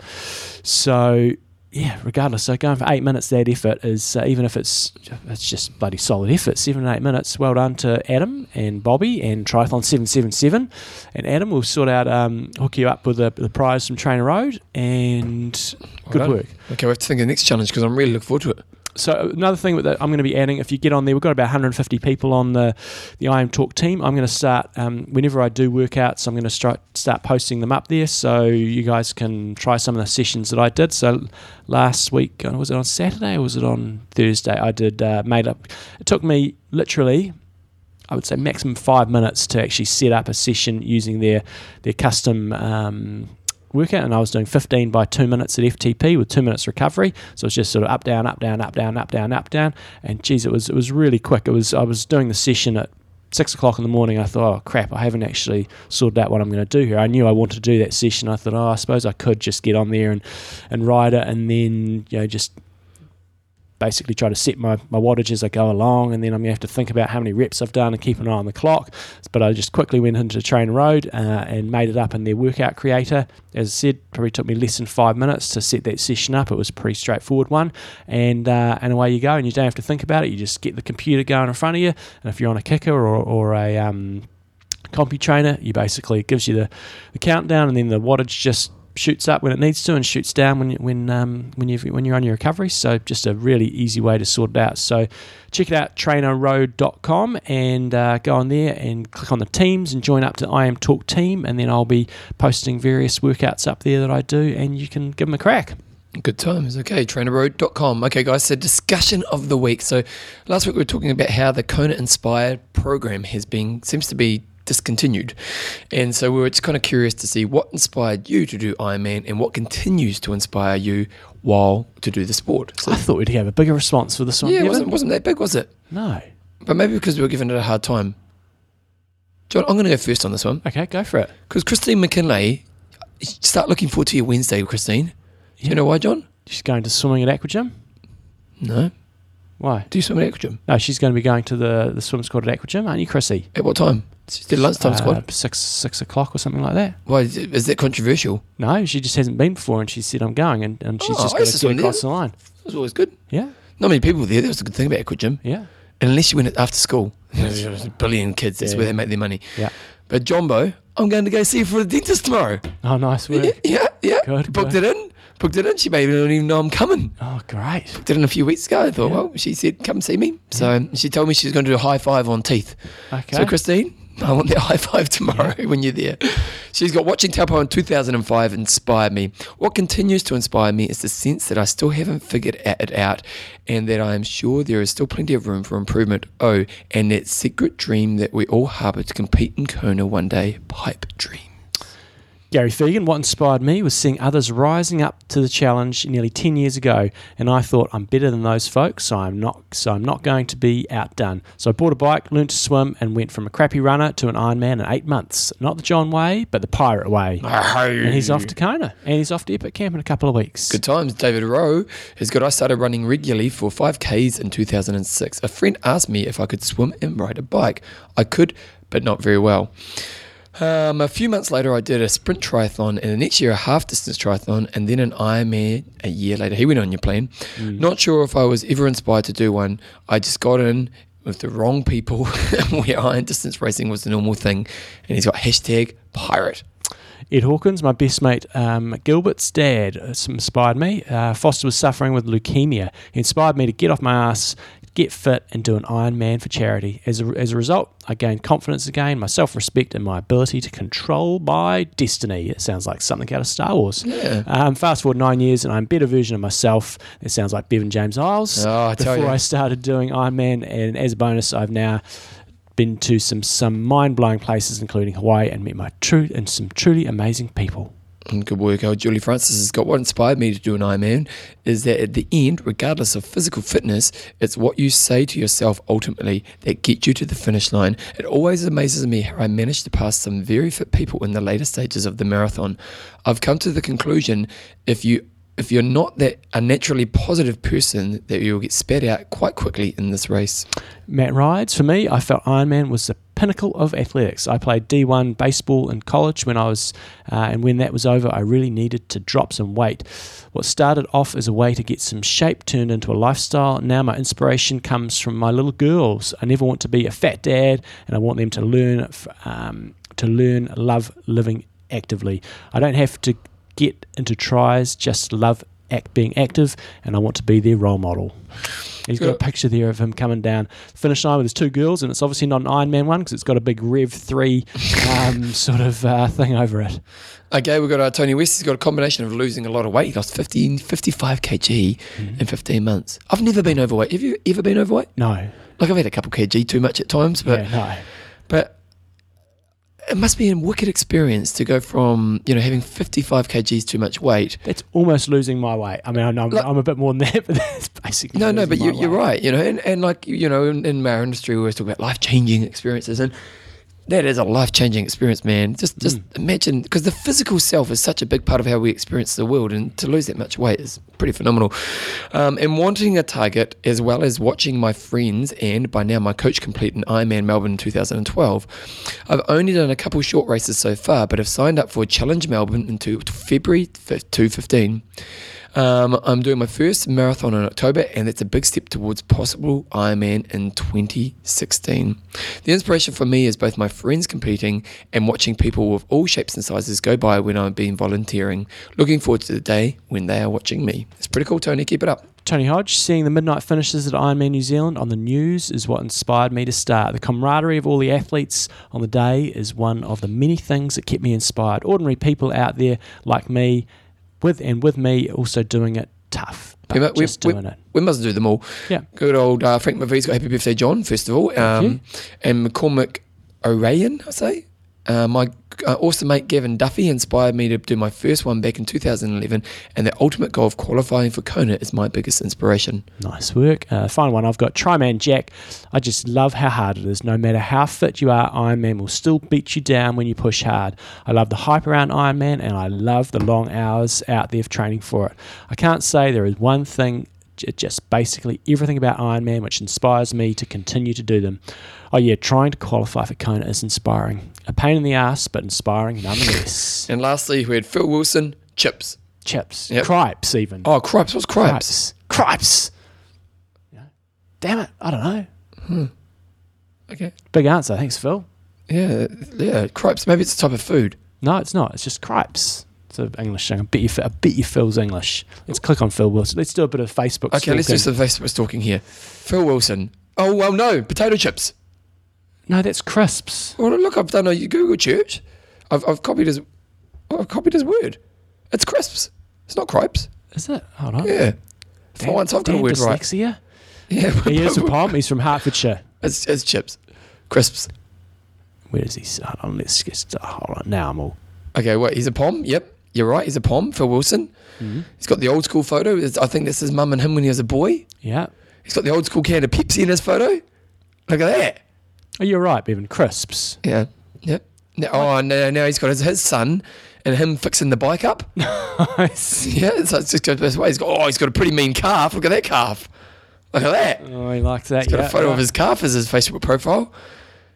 B: So. Yeah, regardless. So going for eight minutes, that effort is uh, even if it's it's just bloody solid effort. Seven and eight minutes. Well done to Adam and Bobby and Triathlon Seven Seven Seven. And Adam will sort out um, hook you up with the, the prize from Trainer Road and
A: Well
B: good
A: done.
B: work.
A: Okay, we have to think of the next challenge because I'm really looking forward to it.
B: So another thing that I'm going to be adding, if you get on there, we've got about 150 people on the the I Am Talk team. I'm going to start um, whenever I do workouts. I'm going to start start posting them up there, so you guys can try some of the sessions that I did. So last week, uh, was it on Saturday or was it on Thursday? I did uh, made up. It took me literally. I would say maximum five minutes to actually set up a session using their their custom um, workout, and I was doing 15 by two minutes at FTP with two minutes recovery. So it's just sort of up down, up down, up down, up down, up down. And geez, it was it was really quick. It was I was doing the session at six o'clock in the morning. I thought, oh crap, I haven't actually sorted out what I'm going to do here. I knew I wanted to do that session. I thought, oh, I suppose I could just get on there and and ride it, and then you know just basically try to set my, my wattage as I go along, and then I'm going to have to think about how many reps I've done and keep an eye on the clock. But I just quickly went into Train Road uh, and made it up in their workout creator. As I said, probably took me less than five minutes to set that session up. It was a pretty straightforward one, and uh, and away you go, and you don't have to think about it. You just get the computer going in front of you, and if you're on a kicker or, or a um, compu trainer, you basically it gives you the, the countdown, and then the wattage just shoots up when it needs to and shoots down when you- when um, when you when you're on your recovery. So just a really easy way to sort it out. So check it out trainerroad.com and uh, go on there and click on the teams and join up to the I am Talk team, and then I'll be posting various workouts up there that I do, and you can give them a crack.
A: Good times. Okay, trainerroad.com. Okay, guys, so discussion of the week. So last week we were talking about how the Kona Inspired program has been, seems to be discontinued. And so we were just kind of curious to see what inspired you to do Ironman and what continues to inspire you while to do the sport. So,
B: I thought we'd have a bigger response for this one.
A: yeah, it
B: Evan.
A: wasn't, wasn't that big, was it?
B: No.
A: But maybe because we were giving it a hard time. John, I'm going to go first on this one
B: Okay, go for it.
A: because Christine McKinley, start looking forward to your Wednesday, Christine. Do
B: Yeah.
A: you know why, John?
B: She's going to swimming at Aqua Gym.
A: No.
B: Why?
A: Do you swim at Aqua Gym?
B: No, she's going to be going to the the swim squad at Aqua Gym, aren't you, Chrissy?
A: At what time? She did lunchtime
B: Uh,
A: squad.
B: six six o'clock or something like that.
A: Why is, it- is that controversial?
B: No, she just hasn't been before, and she said I'm going, and, and she's
A: Oh,
B: just
A: I
B: got
A: used
B: to
A: to
B: get
A: swim
B: across the
A: there.
B: line.
A: It was always good.
B: Yeah,
A: Not many people there. That was a good thing about Aqua Gym.
B: yeah,
A: Unless you went at after school. There's a billion kids. That's
B: Yeah.
A: where they make their money.
B: yeah.
A: But Jumbo, I'm going to go see you for the dentist tomorrow.
B: Oh, nice work.
A: Yeah, yeah. yeah.
B: Good
A: Booked
B: work.
A: it in. Booked it in. She maybe don't even know I'm coming.
B: Oh, great.
A: Did it a few weeks ago. I thought,
B: Yeah.
A: well, she said, come see me. So she told me she's going to do a high five on teeth.
B: Okay.
A: So, Christine, I want that high five tomorrow when you're there. She's got watching Taupo in 2005 inspired me. What continues to inspire me is the sense that I still haven't figured a- it out and that I am sure there is still plenty of room for improvement. Oh, and that secret dream that we all harbour to compete in Kona one day, pipe dream.
B: Gary Fegan, what inspired me was seeing others rising up to the challenge nearly 10 years ago, and I thought I'm better than those folks, so I'm not so I'm not going to be outdone. So I bought a bike, learned to swim, and went from a crappy runner to an Ironman in 8 months. Not the John way, but the pirate way. And he's off to Kona, and he's off to Epic Camp in a couple of weeks.
A: Good times. David Rowe has got. I started running regularly for 5Ks in 2006. A friend asked me if I could swim and ride a bike. I could, but not very well. Um, a few months later, I did a sprint triathlon and the next year a half distance triathlon and then an Ironman a year later. He went on your plan.
B: Hmm.
A: Not sure if I was ever inspired to do one. I just got in with the wrong people where iron distance racing was the normal thing. And he's got hashtag pirate.
B: Ed Hawkins, my best mate um, Gilbert's dad, uh, inspired me. Uh, Foster was suffering with leukemia. He inspired me to get off my ass, get fit, and do an Ironman for charity. As a, as a result, I gained confidence again, my self respect, and my ability to control my destiny. It sounds like something out of Star Wars.
A: Yeah.
B: Um, fast forward nine years, and I'm a better version of myself. It sounds like Bevan James Isles.
A: Oh, I tell
B: before
A: you.
B: I started doing Ironman, and as a bonus, I've now been to some some mind blowing places, including Hawaii, and met my true and some truly amazing people.
A: And Good work, old Julie Francis has got. What inspired me to do an Ironman is that at the end, regardless of physical fitness, it's what you say to yourself ultimately that gets you to the finish line. It always amazes me how I managed to pass some very fit people in the later stages of the marathon. I've come to the conclusion if you if you're not that a naturally positive person, that you'll get spat out quite quickly in this race.
B: Matt Rides, for me, I felt Ironman was the pinnacle of athletics. I played D1 baseball in college when I was, uh, and when that was over, I really needed to drop some weight. What started off as a way to get some shape turned into a lifestyle. Now my inspiration comes from my little girls. I never want to be a fat dad, and I want them to learn f- um, to learn love living actively. I don't have to get into tries, just love act being active, and I want to be their role model. He's got a
A: Yeah.
B: picture there of him coming down finish line with his two girls, and it's obviously not an Iron Man one because it's got a big Rev Three um, sort of uh, thing over it.
A: Okay, we've got our Tony West. He's got a combination of losing a lot of weight. He lost 15, 55 kg in 15 months. I've never been overweight. Have you ever been overweight?
B: No,
A: Like, I've had a couple kg too much at times, but,
B: yeah, no.
A: but it must be a wicked experience to go from, you know, having 55 kgs too much weight.
B: That's almost losing my weight. I mean, I know I'm,
A: Look-
B: I'm a bit more than that, but that's basically
A: No, no,
B: losing
A: but
B: my
A: you, you're
B: weight.
A: right, you know, and, and like, you know, in, in our industry, we always talk about life changing experiences. And that is a life changing experience, man.
B: Hmm.
A: Just just imagine, because the physical self is such a big part of how we experience the world, and to lose that much weight is pretty phenomenal. Um, and wanting a target, as well as watching my friends and by now my coach complete an Ironman Melbourne in 2012. I've only done a couple short races so far, but have signed up for Challenge Melbourne in two, February f- 2015. Um, I'm doing my first marathon in October, and that's a big step towards possible Ironman in 2016. The inspiration for me is both my friends competing and watching people of all shapes and sizes go by when I've been volunteering. Looking forward to the day when they are watching me. It's pretty cool, Tony. Keep it up.
B: Tony Hodge, seeing the midnight finishes at Ironman New Zealand on the news is what inspired me to start. The camaraderie of all the athletes on the day is one of the many things that kept me inspired. Ordinary people out there like me, with and with me, also doing it tough, but
A: We mu- we-
B: just
A: we-
B: doing it.
A: We must do them all.
B: Yeah.
A: Good old uh, Frank McVie's got Happy Birthday, John, first of all. Um, and McCormick O'Rayan, I say. Uh, my uh, awesome mate Gavin Duffy inspired me to do my first one back in 2011, and the ultimate goal of qualifying for Kona is my biggest inspiration.
B: Nice work. Uh, final one I've got Tryman Jack. I just love how hard it is. No matter how fit you are, Iron Man will still beat you down when you push hard. I love the hype around Iron Man and I love the long hours out there of training for it. I can't say there is one thing, j- just basically everything about Iron Man which inspires me to continue to do them. Oh, yeah, trying to qualify for Kona is inspiring. A pain in the ass, but inspiring nonetheless.
A: And lastly, we had Phil Wilson, Chips.
B: Chips,
A: Yep.
B: cripes, even.
A: Oh, Cripes, what's Cripes?
B: cripes. Cripes. You know, Damn it. I don't know.
A: Okay.
B: Big answer. Thanks, Phil.
A: Yeah, yeah, Cripes. Maybe it's a type of food.
B: No, it's not. It's just cripes. It's an English thing. I bet you, I bet you Phil's English. Let's click on Phil Wilson. Let's do a bit of Facebook.
A: Okay, let's do
B: stalking.
A: some Facebook talking here. Phil Wilson. Oh, well, no, potato chips.
B: No, that's crisps.
A: Well, look, I've done a Google search. I've, I've copied his, I've copied his word. It's crisps. It's not cripes.
B: Is it? Hold on.
A: Yeah. For
B: Damn-
A: once, I've got a
B: damn
A: word right.
B: dyslexia.
A: Yeah.
B: He is a palm. He's from Hertfordshire.
A: it's, it's chips. Crisps.
B: Where is he? uh, Hold on. Let's get. Hold on. Now I'm all
A: Okay, wait, he's a pom. Yep, you're right. He's a pom. Phil Wilson.
B: Mm-hmm.
A: He's got the old school photo. It's- I think that's his mum and him when he was a boy.
B: Yeah.
A: He's got the old school can of Pepsi in his photo. Look at that.
B: Oh, you're right, Bevan. Crisps.
A: Yeah. Yep. Now, oh, no, now he's got his, his son and him fixing the bike up.
B: oh,
A: Yeah, so it's just goes both ways. He's got, oh, he's got a pretty mean calf. Look at that calf. Look at that.
B: Oh, he likes that.
A: He's got
B: yeah,
A: a photo of
B: right.
A: his calf as his Facebook profile.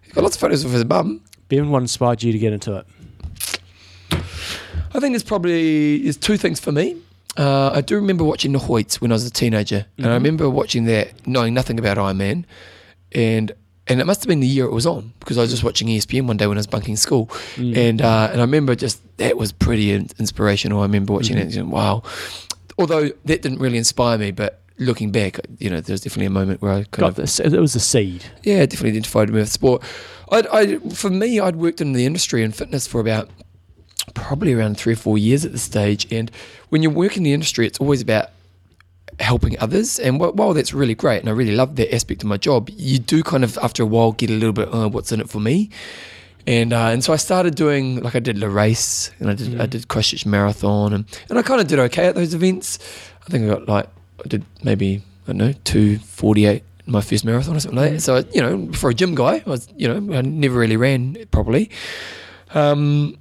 A: He's got lots of photos of his mum.
B: Bevan, what inspired you to get into it?
A: I think there's probably there's two things for me. Uh, I do remember watching The Hoyts when I was a teenager, and I remember watching that, knowing nothing about Iron Man, and and it must have been the year it was on because I was just watching E ESPN one day when I was bunking school, and uh, and I remember just that was pretty in- inspirational. I remember watching it, and wow. Although that didn't really inspire me, but looking back, you know, there was definitely a moment where I kind
B: Got
A: of
B: this. It was a seed.
A: yeah, definitely identified with sport. I'd, I, for me, I'd worked in the industry and fitness for about probably around three or four years at this stage. And when you work in the industry, it's always about helping others. And wh- while that's really great, and I really love that aspect of my job, you do kind of after a while get a little bit, oh, what's in it for me? And uh, and so I started doing like I did La Race and I did I did Christchurch Marathon and, and I kind of did okay at those events. I think I got like I did maybe I don't know two forty eight in my first marathon or something like that. So you know for a gym guy, I was you know I never really ran properly. Um,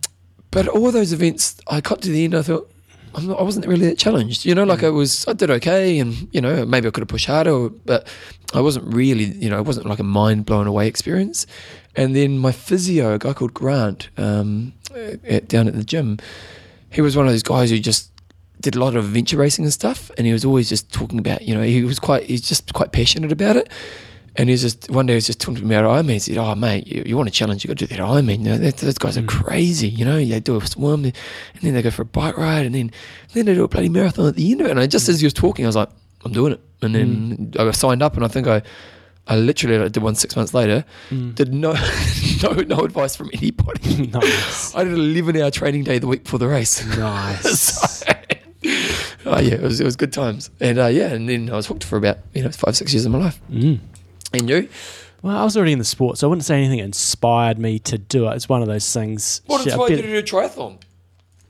A: but all those events, I got to the end. I thought I'm not, I wasn't really that challenged. You know, like I was, I did okay, and you know maybe I could have pushed harder, but I wasn't really, you know, it wasn't like a mind blown away experience. And then my physio, a guy called Grant, um, at, down at the gym, he was one of those guys who just did a lot of adventure racing and stuff, and he was always just talking about, you know, he was quite, he's just quite passionate about it. And he's just one day he was just talking to me about Ironman. He said, "Oh mate, you, you want a challenge? You got to do that Ironman. You know, that, those guys are crazy. You know, they do a swim, and then they go for a bike ride, and then then they do a bloody marathon at the end of it." And I just as he was talking, I was like, "I'm doing it." And then I signed up, and I think I, I literally like, did one six months later. Did no, no, no advice from anybody.
B: nice.
A: I did an 11 hour training day the week before the race.
B: Nice.
A: oh yeah, it was it was good times, and uh, yeah, and then I was hooked for about you know five six years of my life.
B: Mm.
A: And you?
B: Well, I was already in the sport, so I wouldn't say anything inspired me to do it. It's one of those things.
A: What
B: shit, I
A: inspired you
B: bet-
A: to do a triathlon?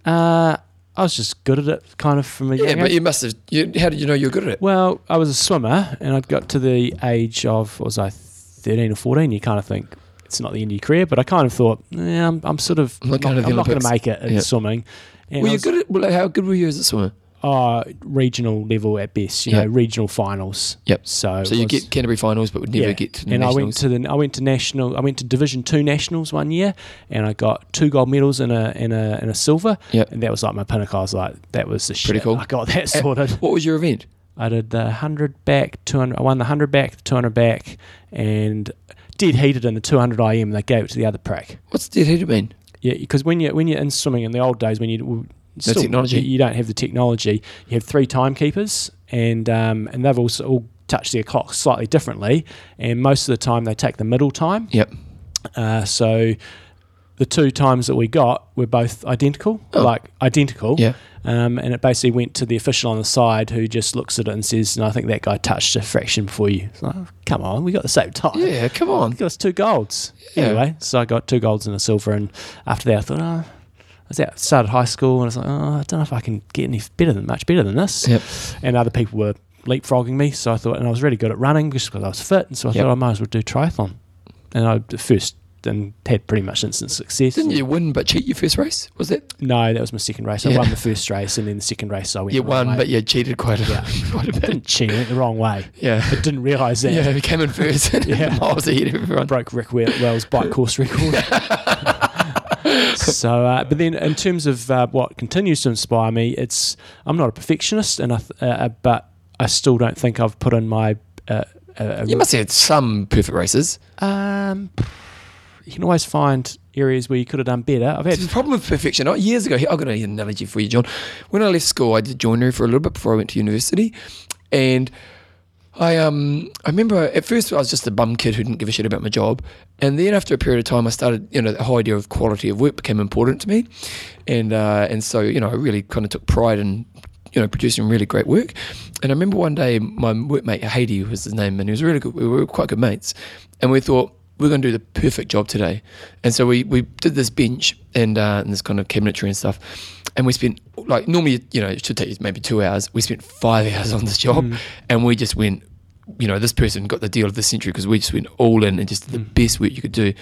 B: Uh, I was just good at it, kind of from a
A: Yeah,
B: young
A: but
B: age.
A: you must have. You, how did you know you were good at it?
B: Well, I was a swimmer, and I'd got to the age of what was I thirteen or fourteen? You kind of think it's not the end of your career, but I kind of thought, yeah, I'm, I'm sort of
A: I'm not going to the
B: I'm not going to
A: Olympics."
B: make it in
A: Yeah.
B: swimming. And
A: were
B: I
A: you
B: was,
A: good at? Well, like, how good were you as a swimmer?
B: uh, regional level at best, you
A: Yeah.
B: know, regional finals.
A: Yep.
B: So,
A: So you
B: was-
A: get Canterbury finals, but would never get to the
B: and I went
A: nationals.
B: to the I went to national I went to Division Two nationals one year, and I got two gold medals and a and a and a silver.
A: Yep.
B: and that was like my pinnacle. I was like, that was the
A: Pretty
B: shit.
A: cool.
B: I got that
A: Uh,
B: sorted.
A: What was your event?
B: I did the hundred back, two hundred. I won the hundred back, the two hundred back, and dead heated in the two hundred IM. They gave it to the other prick.
A: What's dead heater mean?
B: Yeah, because when you when you're in swimming in the old days, when you well, still,
A: technology.
B: you, you don't have the technology. You have three timekeepers, and um, and they've also all touched their clocks slightly differently. And most of the time, they take the middle time.
A: Yep.
B: Uh, so the two times that we got were both identical,
A: Oh.
B: like identical.
A: Yeah.
B: Um, and it basically went to the official on the side who just looks at it and says, "No, I think that guy touched a fraction before you." It's like, "Oh, Come on, we got the same time.
A: Yeah. Come on.
B: Got Oh, us two golds.
A: Yeah.
B: Anyway, so I got two golds and a silver. And after that, I thought, oh, I was out, started high school, and I was like, oh, I don't know if I can get any better than much better than this.
A: Yep.
B: And other people were leapfrogging me, so I thought, and I was really good at running just because I was fit, and so I
A: Yep.
B: thought I might as well do triathlon. And I the first and had pretty much instant success.
A: Didn't you win but cheat your first race? Was that?
B: No, that was my second race. I
A: Yeah.
B: won the first race, and then the second race I went.
A: You
B: the wrong
A: won, but
B: way.
A: you cheated quite a,
B: Yeah.
A: quite a bit.
B: didn't cheat. I went the wrong way.
A: Yeah.
B: I didn't realise that.
A: Yeah, he came in first.
B: Yeah.
A: miles ahead of everyone.
B: broke Rick Wel- Wells' bike course record. so, uh, but then in terms of uh, what continues to inspire me, it's I'm not a perfectionist, and I th- uh, uh, but I still don't think I've put in my. Uh, uh,
A: You must have had some perfect races.
B: um, you can always find areas where you could have done better. I've had
A: The problem with perfection, oh, years ago, I've got an analogy for you, John. When I left school, I did joinery for a little bit before I went to university. And I um I remember at first I was just a bum kid who didn't give a shit about my job, and then after a period of time I started you know the whole idea of quality of work became important to me, and uh, and so you know I really kind of took pride in you know producing really great work, and I remember one day my workmate Haiti was his name and he was really good we were quite good mates, and we thought we're going to do the perfect job today. And so we, we did this bench and, uh, and this kind of cabinetry and stuff. And we spent, like, normally, you know, it should take you maybe two hours. We spent five hours on this job
B: Mm.
A: and we just went, you know, this person got the deal of the century because we just went all in and just did the
B: Mm.
A: best work you could do.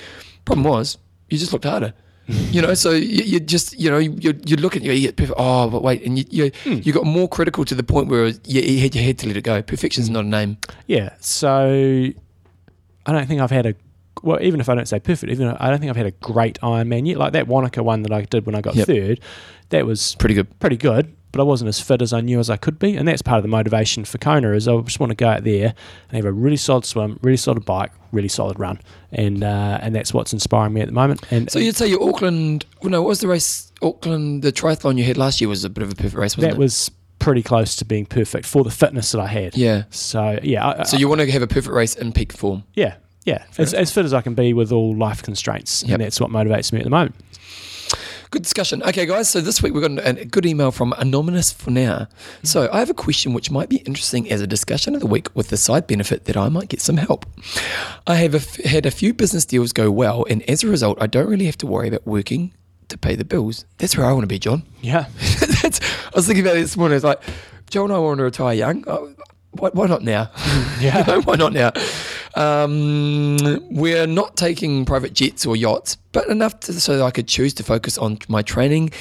A: Problem was, you just looked harder. You know, so you, you just, you know, you, you look at you, you get perfect. Oh, but wait, and you you,
B: Hmm.
A: you got more critical to the point where you, you had your head to let it go.
B: Hmm.
A: Perfection's not a name.
B: Yeah. So I don't think I've had a well, even if I don't say perfect, even though I don't think I've had a great Ironman yet. Like that Wanaka one that I did when I got
A: Yep.
B: third, that was
A: Pretty good.
B: pretty good, but I wasn't as fit as I knew as I could be, and that's part of the motivation for Kona is I just want to go out there and have a really solid swim, really solid bike, really solid run, and uh, and that's what's inspiring me at the moment. And
A: So you'd say your Auckland, well, no, what was the race? Auckland, the triathlon you had last year was a bit of a perfect race, wasn't
B: that
A: it?
B: was pretty close to being perfect for the fitness that I had.
A: yeah.
B: So yeah, I,
A: So you want to have a perfect race in peak form.
B: yeah, yeah, as, as fit as I can be with all life constraints,
A: Yep.
B: and that's what motivates me at the moment.
A: Good discussion. Okay, guys. So this week we got an- a good email from Anonymous for now.
B: Mm-hmm.
A: So I have a question which might be interesting as a discussion of the week with the side benefit that I might get some help. I have a f- had a few business deals go well, and as a result, I don't really have to worry about working to pay the bills. That's where I want to be, John.
B: Yeah,
A: That's, I was thinking about it this morning. It's like, Joe and I want to retire young. Oh, Why, why not now?
B: yeah.
A: No, why not now? Um, we're not taking private jets or yachts, but enough to, so that I could choose to focus on my training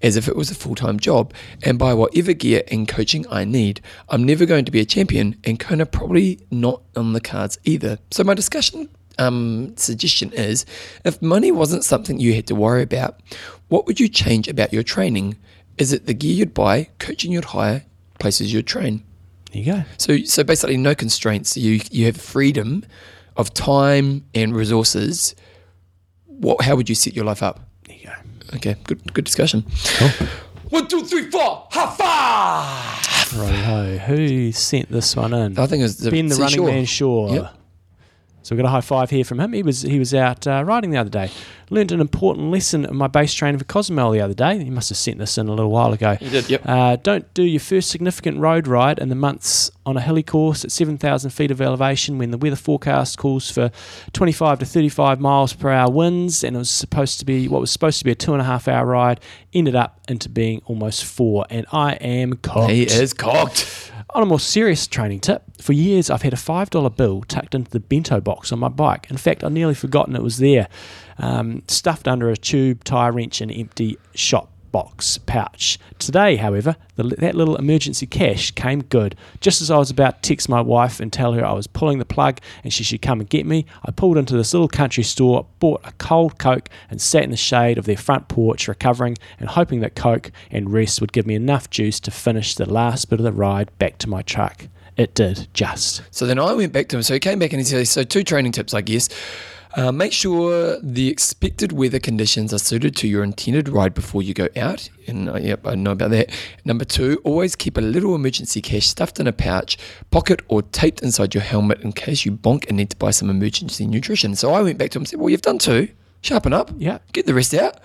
A: as if it was a full time job and buy whatever gear and coaching I need. I'm never going to be a champion, and Kona probably not on the cards either. So, my discussion um, suggestion is if money wasn't something you had to worry about, what would you change about your training? Is it the gear you'd buy, coaching you'd hire, places you'd train?
B: There you go.
A: So so basically no constraints. You you have freedom of time and resources. What how would you set your life up?
B: There you go.
A: Okay, good good discussion. One, two, three, four, ha five.
B: Righty-ho. Who sent this one in?
A: I think it was
B: Ben, the
A: see,
B: running
A: sure.
B: man, Shaw.
A: Yep.
B: So we got a high five here from him. He was he was out uh, riding the other day. Learned an important lesson at my base training for Cozumel the other day. He must have sent this in a little while ago.
A: You did, yep.
B: Uh, don't do your first significant road ride in the months on a hilly course at 7,000 feet of elevation when the weather forecast calls for 25 to 35 miles per hour winds, and it was supposed to be what was supposed to be a two and a half hour ride ended up into being almost four. And I am cocked.
A: He is cocked.
B: On a more serious training tip, for years I've had a $5 bill tucked into the bento box on my bike. In fact, I'd nearly forgotten it was there, um, stuffed under a tube, tyre wrench, and empty shop box pouch. Today, however, the, that little emergency cash came good. Just as I was about to text my wife and tell her I was pulling the plug and she should come and get me, I pulled into this little country store, bought a cold Coke, and sat in the shade of their front porch recovering and hoping that Coke and rest would give me enough juice to finish the last bit of the ride back to my truck. It did, just.
A: So then I went back to him. So he came back and he said, "So two training tips, I guess. Uh, make sure the expected weather conditions are suited to your intended ride before you go out. And uh, yep, I know about that. Number two, always keep a little emergency cash stuffed in a pouch, pocket, or taped inside your helmet in case you bonk and need to buy some emergency nutrition. So I went back to him and said, "Well, you've done two. Sharpen up.
B: Yeah.
A: Get the rest out."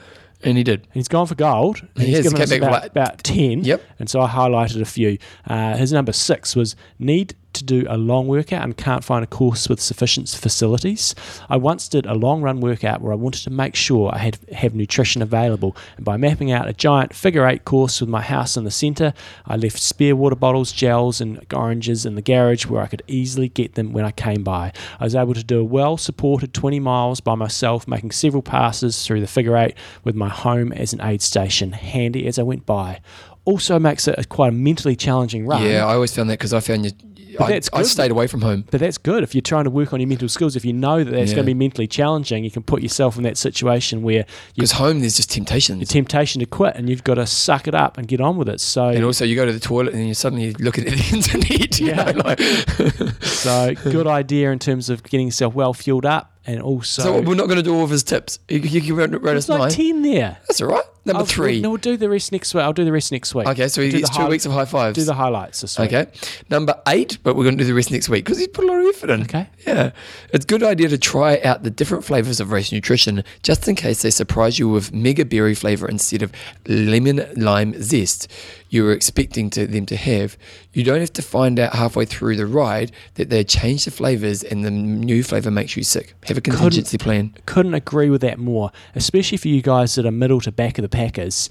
A: And he did.
B: And he's gone for gold. And
A: He
B: he's
A: has
B: given
A: came
B: us
A: back with
B: about,
A: like-
B: about 10.
A: Yep.
B: And so I highlighted a few. Uh, his number six was need to do a long workout and can't find a course with sufficient facilities. I once did a long run workout where I wanted to make sure I had have nutrition available. And by mapping out a giant figure eight course with my house in the centre, I left spare water bottles, gels, and oranges in the garage where I could easily get them when I came by. I was able to do a well supported 20 miles by myself, making several passes through the figure eight with my home as an aid station, handy as I went by. Also makes it a quite a mentally challenging run.
A: Yeah, I always found that because I found you.
B: But
A: I,
B: that's
A: I
B: good.
A: stayed away from home.
B: But that's good if you're trying to work on your mental skills. If you know that that's
A: Yeah.
B: going to be mentally challenging, you can put yourself in that situation where you,
A: Because home, there's just
B: the
A: temptations.
B: temptation to quit and you've got to suck it up and get on with it.
A: And
B: So,
A: also, you go to the toilet and you suddenly look at the internet. You
B: Yeah.
A: know, like-
B: so good idea in terms of getting yourself well fueled up and also
A: so, we're not going to do all of his tips. You, you, you wrote, wrote us
B: there's like
A: nine.
B: ten there.
A: That's all right. Number
B: I'll-
A: three.
B: No, we'll do the rest next week. I'll do the rest next week.
A: Okay, so he
B: Do
A: gets
B: the
A: two
B: high-
A: weeks of high fives.
B: Do the highlights this week.
A: Okay. Number eight, but we're going to do the rest next week because he's put a lot of effort in.
B: Okay.
A: Yeah. It's a good idea to try out the different flavors of race nutrition just in case they surprise you with mega berry flavor instead of lemon lime zest you were expecting to them to have. You don't have to find out halfway through the ride that they changed the flavors and the new flavor makes you sick. Have a contingency plan.
B: Couldn't agree with that more, especially for you guys that are middle to back of the packers.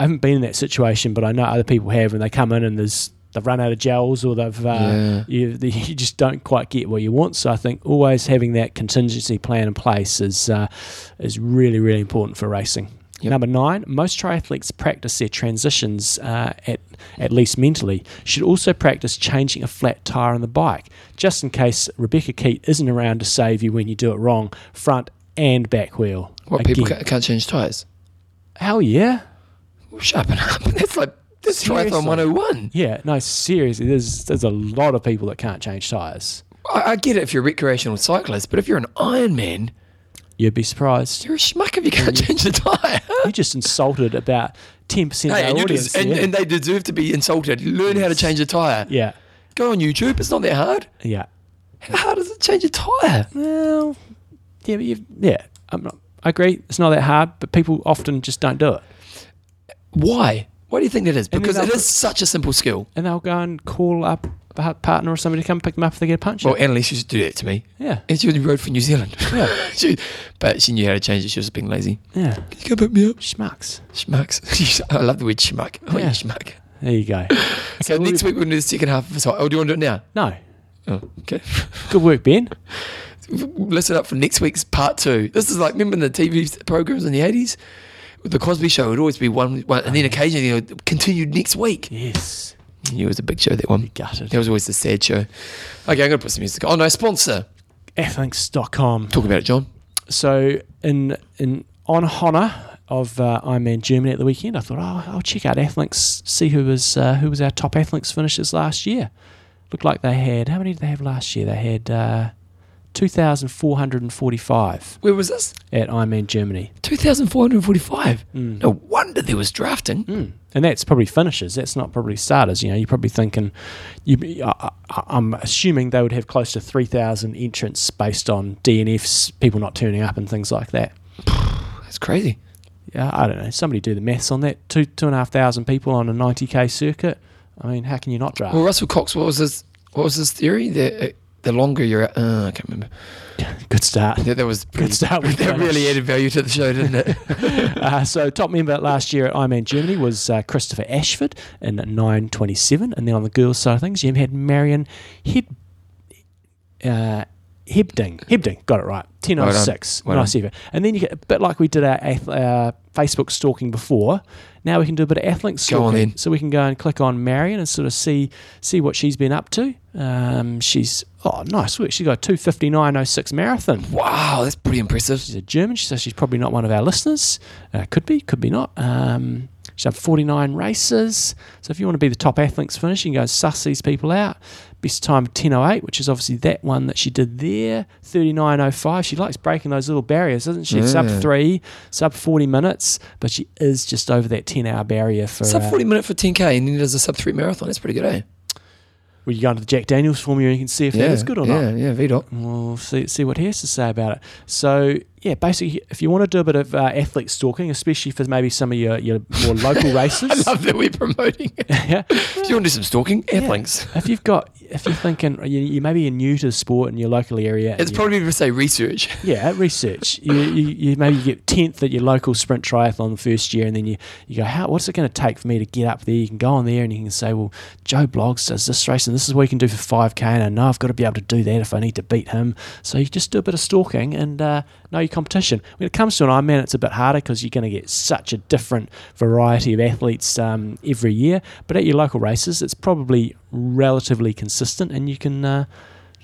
B: I haven't been in that situation, but I know other people have, and they come in and there's they've run out of gels or they've
A: Yeah.
B: uh, you the- you just don't quite get what you want. So I think always having that contingency plan in place is uh, is really really important for racing.
A: Yep.
B: Number nine, most triathletes practice their transitions uh, at at least mentally. Should also practice changing a flat tire on the bike, just in case Rebecca Keat isn't around to save you when you do it wrong, front and back wheel.
A: What people
B: Again.
A: ca- can't change tires?
B: Hell yeah.
A: Sharpen up. That's like this triathlon
B: Seriously.
A: 101.
B: Yeah, no, seriously, there's there's a lot of people that can't change tires.
A: I, I get it if you're a recreational cyclist, but if you're an Ironman,
B: You'd be surprised.
A: you're a schmuck if you can't change the tire.
B: You just insulted about ten percent
A: Hey,
B: of
A: and,
B: our
A: you
B: audience.
A: des- and,
B: there.
A: and they deserve to be insulted. Learn how to change a tire.
B: yeah,
A: Go on YouTube. It's not that hard.
B: yeah.
A: How hard is it to change a tire?
B: Well, yeah, but you yeah. I'm not. I agree. It's not that hard, but people often just don't do it,
A: Why? Why do you think that is?
B: And then
A: Because it
B: they'll-
A: is such a simple skill.
B: and they'll go and call up a partner or somebody to come pick them up if they get a punch.
A: Well, Annalise used to do that to me.
B: yeah,
A: And she rode for New Zealand.
B: Yeah.
A: she, but she knew how to change it. She was being lazy.
B: yeah.
A: Can you go pick me up?
B: Schmucks.
A: Schmucks. I love the word schmuck. Oh, yeah,
B: Yeah.
A: schmuck.
B: There you go.
A: So
B: what
A: next week we're going to do the second half of the cycle. Oh, do you want to do it now?
B: No,
A: Oh, okay.
B: good work, Ben.
A: listen up for next week's part two. This is like remember in the TV programs in the eighties, the Cosby Show would always be one, one and then occasionally it would continued next week.
B: Yes,
A: Yeah, it was a big show that one.
B: gutted.
A: That was always the sad show. Okay, I'm gonna put some music. on. Oh no, sponsor.
B: Athlinks.com.
A: Talk about it, John.
B: so in in on honour of uh, Ironman Germany at the weekend, I thought, oh, I'll check out Athlinks, see who was uh, who was our top Athlinks finishers last year. Looked like they had how many did they have last year? They had uh, two thousand four hundred and forty-five
A: Where was this?
B: at Ironman Germany,
A: Two thousand four hundred forty-five.
B: Mm.
A: No wonder there was drafting.
B: mm. and that's probably finishers. That's not probably starters. You know, you're probably thinking, you be- I, I, I'm assuming they would have close to three thousand entrants based on DNFs, people not turning up, and things like that.
A: That's crazy.
B: yeah, I don't know. Somebody do the maths on that. Two two and a half thousand people on a ninety k circuit. I mean, how can you not draft?
A: Well, Russell Cox, what was his what was his theory? The uh, the longer you're, at, uh, I can't remember.
B: Good start.
A: That, that was pretty,
B: start with
A: that
B: that.
A: really added value to the show, didn't it?
B: Uh, so, top member last year at Ironman Germany was uh, Christopher Ashford in nine twenty seven, and then on the girls' side of things, you had Marion Heb uh, Hebding. Hebding got it right. Ten oh six.
A: Well done.
B: Nice effort. And then you get a bit like we did our, ath- our Facebook stalking before. Now we can do a bit of Athlink stalking.
A: Go on then.
B: So we can go and click on Marion and sort of see see what she's been up to. Um, she's oh nice work. She got two fifty nine oh six marathon.
A: wow, that's pretty impressive.
B: She's a German, so she's probably not one of our listeners. Uh, could be, could be not. Um, she's done 49 races. So if you want to be the top athletes finish, you can go and suss these people out. Best time 10.08, which is obviously that one that she did there. 39.05. She likes breaking those little barriers, doesn't she? Sub
A: Yeah.
B: three, sub 40 minutes, but she is just over that 10 hour barrier for.
A: Sub
B: uh,
A: 40 minute for 10K and then there's a sub 3 marathon. That's pretty good, eh?
B: Well, uh, you go into the Jack Daniels formula and you can see if that is good or not.
A: yeah, Yeah, VDOT.
B: We'll see, see what he has to say about it. So, yeah, basically, if you want to do a bit of uh, athlete stalking, especially for maybe some of your, your more local
A: I
B: races,
A: love that we're promoting it.
B: yeah,
A: Do you want to do some stalking? Airplanes.
B: if you've got, if you're thinking, you, you maybe you're new to the sport in your local area, and
A: It's
B: you-
A: probably to say research.
B: yeah, research. You, you, you maybe you get tenth at your local sprint triathlon the first year, and then you, you go, how? What's it going to take for me to get up there? You can go on there and you can say, well, Joe Blogs does this race, and this is what you can do for five k, and I know I've got to be able to do that if I need to beat him. So you just do a bit of stalking and uh, know your competition. When it comes to an Ironman, it's a bit harder because you're going to get such a different variety of athletes um, every year. But at your local races, it's probably relatively consistent, and you can. Uh,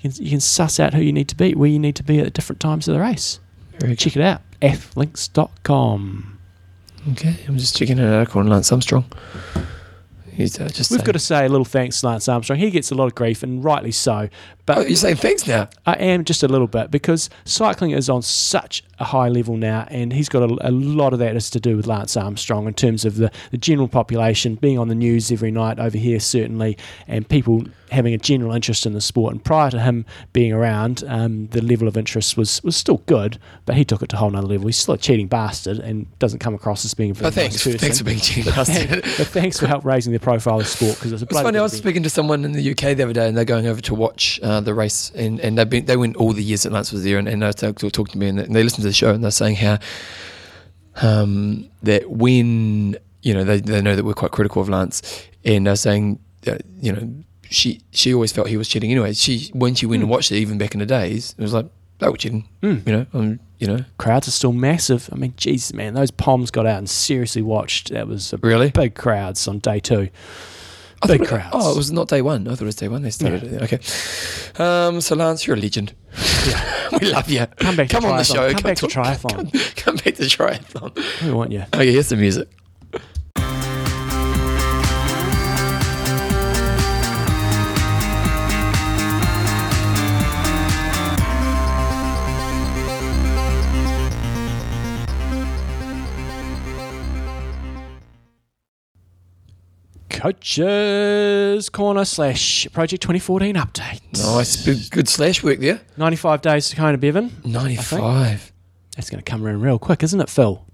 B: you can, you can suss out who you need to be, where you need to be at different times of the race. Check it out, athlinks.com.
A: Okay, I'm just checking an article on Lance Armstrong. He's uh, just
B: We've
A: saying-
B: got to say a little thanks to Lance Armstrong. He gets a lot of grief, and rightly so. But
A: Oh, you're saying thanks now.
B: I am just a little bit because cycling is on such a high level now, and he's got a, a lot of that is to do with Lance Armstrong in terms of the, the general population being on the news every night over here, certainly, and people having a general interest in the sport. And prior to him being around, um, the level of interest was, was still good, but he took it to a whole nother level. He's still a cheating bastard and doesn't come across as being a very
A: Oh, thanks.
B: nice person.
A: Thanks for being cheating bastard.
B: But thanks for help raising the profile of sport because it's a
A: It's
B: bloody
A: funny. I
B: good
A: was
B: event.
A: speaking to someone in the UK the other day, and they're going over to watch uh, the race, and, and they've been they went all the years that Lance was there, and, and they talked talked to me, and they, and they listened to the show, and they're saying how um, that when you know they they know that we're quite critical of Lance, and they're saying that, you know she she always felt he was cheating anyway. She when she
B: Hmm.
A: went and watched it, even back in the days, it was like they were cheating,
B: Mm.
A: you know, um, you know,
B: crowds are still massive. I mean, jeez, man, those Poms got out and seriously watched. That was a
A: really.
B: big crowds on day two.
A: I
B: Big
A: thought it-
B: crowds.
A: oh, it was not day one. I thought it was day one. They started it. Okay. Um, so, Lance, you're a legend. we love you.
B: Come back,
A: Come
B: to
A: on the
B: triathlon.
A: show.
B: Come,
A: Come
B: back to
A: talk-
B: triathlon.
A: Come back to triathlon.
B: We want you.
A: Okay, here's the music.
B: Coaches Corner slash Project 2014 update.
A: Nice. Big, good slash work there.
B: 95 days to Kona Bevan.
A: 95.
B: That's going to come around real quick, isn't it, Phil?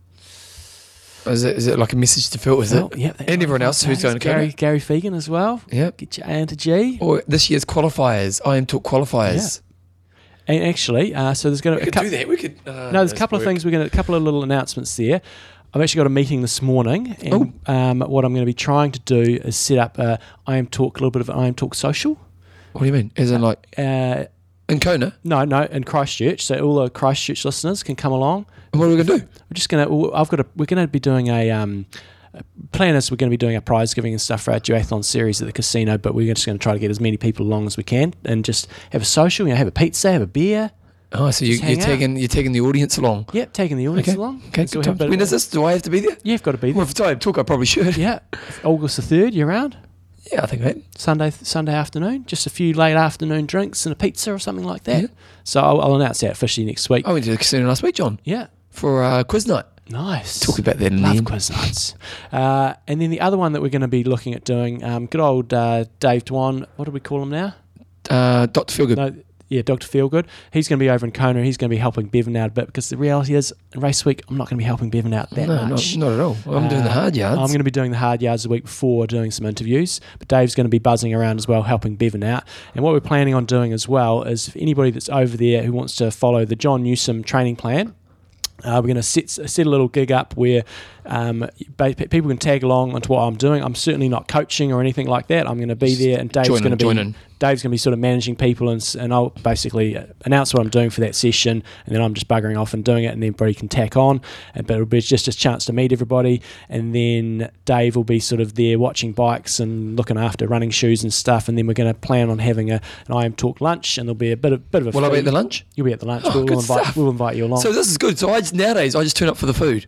A: Is it, is it like a message to Phil? Is
B: Phil,
A: it?
B: yeah, that
A: And everyone
B: 95
A: else who's
B: days.
A: going to
B: Gary,
A: Kona?
B: Gary Fegan as well.
A: Yep.
B: Get your A into G.
A: Or this year's qualifiers. I am talk qualifiers.
B: And actually, uh, so there's going
A: We
B: to
A: could do that. We could. Uh,
B: No, there's a couple of things we're going to, a couple of little announcements there. I've actually got a meeting this morning, and
A: Oh.
B: um, what I'm going to be trying to do is set up a I am talk a little bit of an I am talk social.
A: What do you mean? As in, like,
B: Uh,
A: in Kona?
B: no, no, in Christchurch, so all the Christchurch listeners can come along.
A: And what are we going to do?
B: We're just going to, I've got a, we're going to be doing a. Um, Plan is we're going to be doing our prize giving and stuff for our duathlon series at the casino, but we're just going to try to get as many people along as we can and just have a social, you know, have a pizza, have a beer.
A: Oh, so you,
B: Just hang
A: you're
B: out.
A: taking you're taking the audience along.
B: Yep, taking the audience
A: Okay.
B: along.
A: Okay,
B: And so
A: good
B: we have
A: times.
B: a
A: I
B: bit
A: mean,
B: of-
A: is this? Do I have to be there?
B: yeah, you've got to be there.
A: Well, if I talk, I probably should.
B: Yeah, August the third. You're around
A: Yeah, I think that.
B: Sunday Sunday afternoon. Just a few late afternoon drinks and a pizza or something like that.
A: Yeah.
B: So I'll, I'll announce that officially next week.
A: I went to the casino last week, John,
B: Yeah,
A: for uh, quiz night.
B: nice.
A: Talk about that in the
B: Love
A: end.
B: quiz nights. Uh, and then the other one that we're going to be looking at doing, um, good old uh, Dave Dwan. What do we call him now?
A: Uh, Dr. Feelgood.
B: No, yeah, Doctor Feelgood. He's going to be over in Kona. He's going to be helping Bevan out a bit because the reality is, in race week, I'm not going to be helping Bevan out that
A: no, not,
B: much.
A: not at all. I'm doing the
B: Uh,
A: hard yards.
B: I'm going to be doing the hard yards the week before, doing some interviews. But Dave's going to be buzzing around as well, helping Bevan out. And what we're planning on doing as well is if anybody that's over there who wants to follow the John Newsom training plan, uh, we're going to set, set a little gig up where um, ba- pe- people can tag along onto what I'm doing. I'm certainly not coaching or anything like that. I'm going to be there, and Dave's
A: join in,
B: going to be
A: join in.
B: Dave's going to be sort of managing people, and, s- and I'll basically uh, announce what I'm doing for that session, and then I'm just buggering off and doing it, and then everybody can tack on. And, but it'll be just a chance to meet everybody, and then Dave will be sort of there watching bikes and looking after running shoes and stuff. And then we're going to plan on having a, an IM Talk lunch, and there'll be a bit of bit of a.
A: Will I be
B: free-
A: at the lunch?
B: You'll be at the lunch.
A: Oh,
B: we'll,
A: good
B: invite,
A: stuff.
B: we'll invite you along.
A: So this is good. So I just, nowadays I just turn up for the food.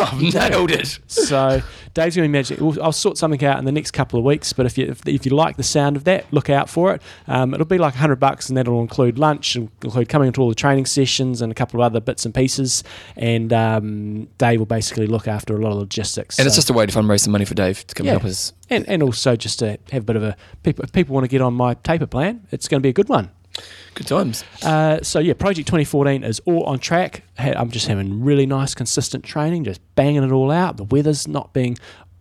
A: I've nailed it.
B: So Dave's going to be magic. we'll- I'll sort something out in the next couple of weeks. But if you if, if you like the sound of that, look out for it. Um, it'll be like hundred bucks, and that'll include lunch, and include coming to all the training sessions, and a couple of other bits and pieces. And um, Dave will basically look after a lot of logistics.
A: And it's
B: So-
A: just a way to fundraise some money for Dave to come
B: Yeah.
A: help us.
B: and, and also just to have a bit of a people if people want to get on my taper plan, it's going to be a good one.
A: Good times.
B: Uh, so yeah, Project 2014 is all on track. Ha- I'm just having really nice, consistent training, just banging it all out. The weather's not being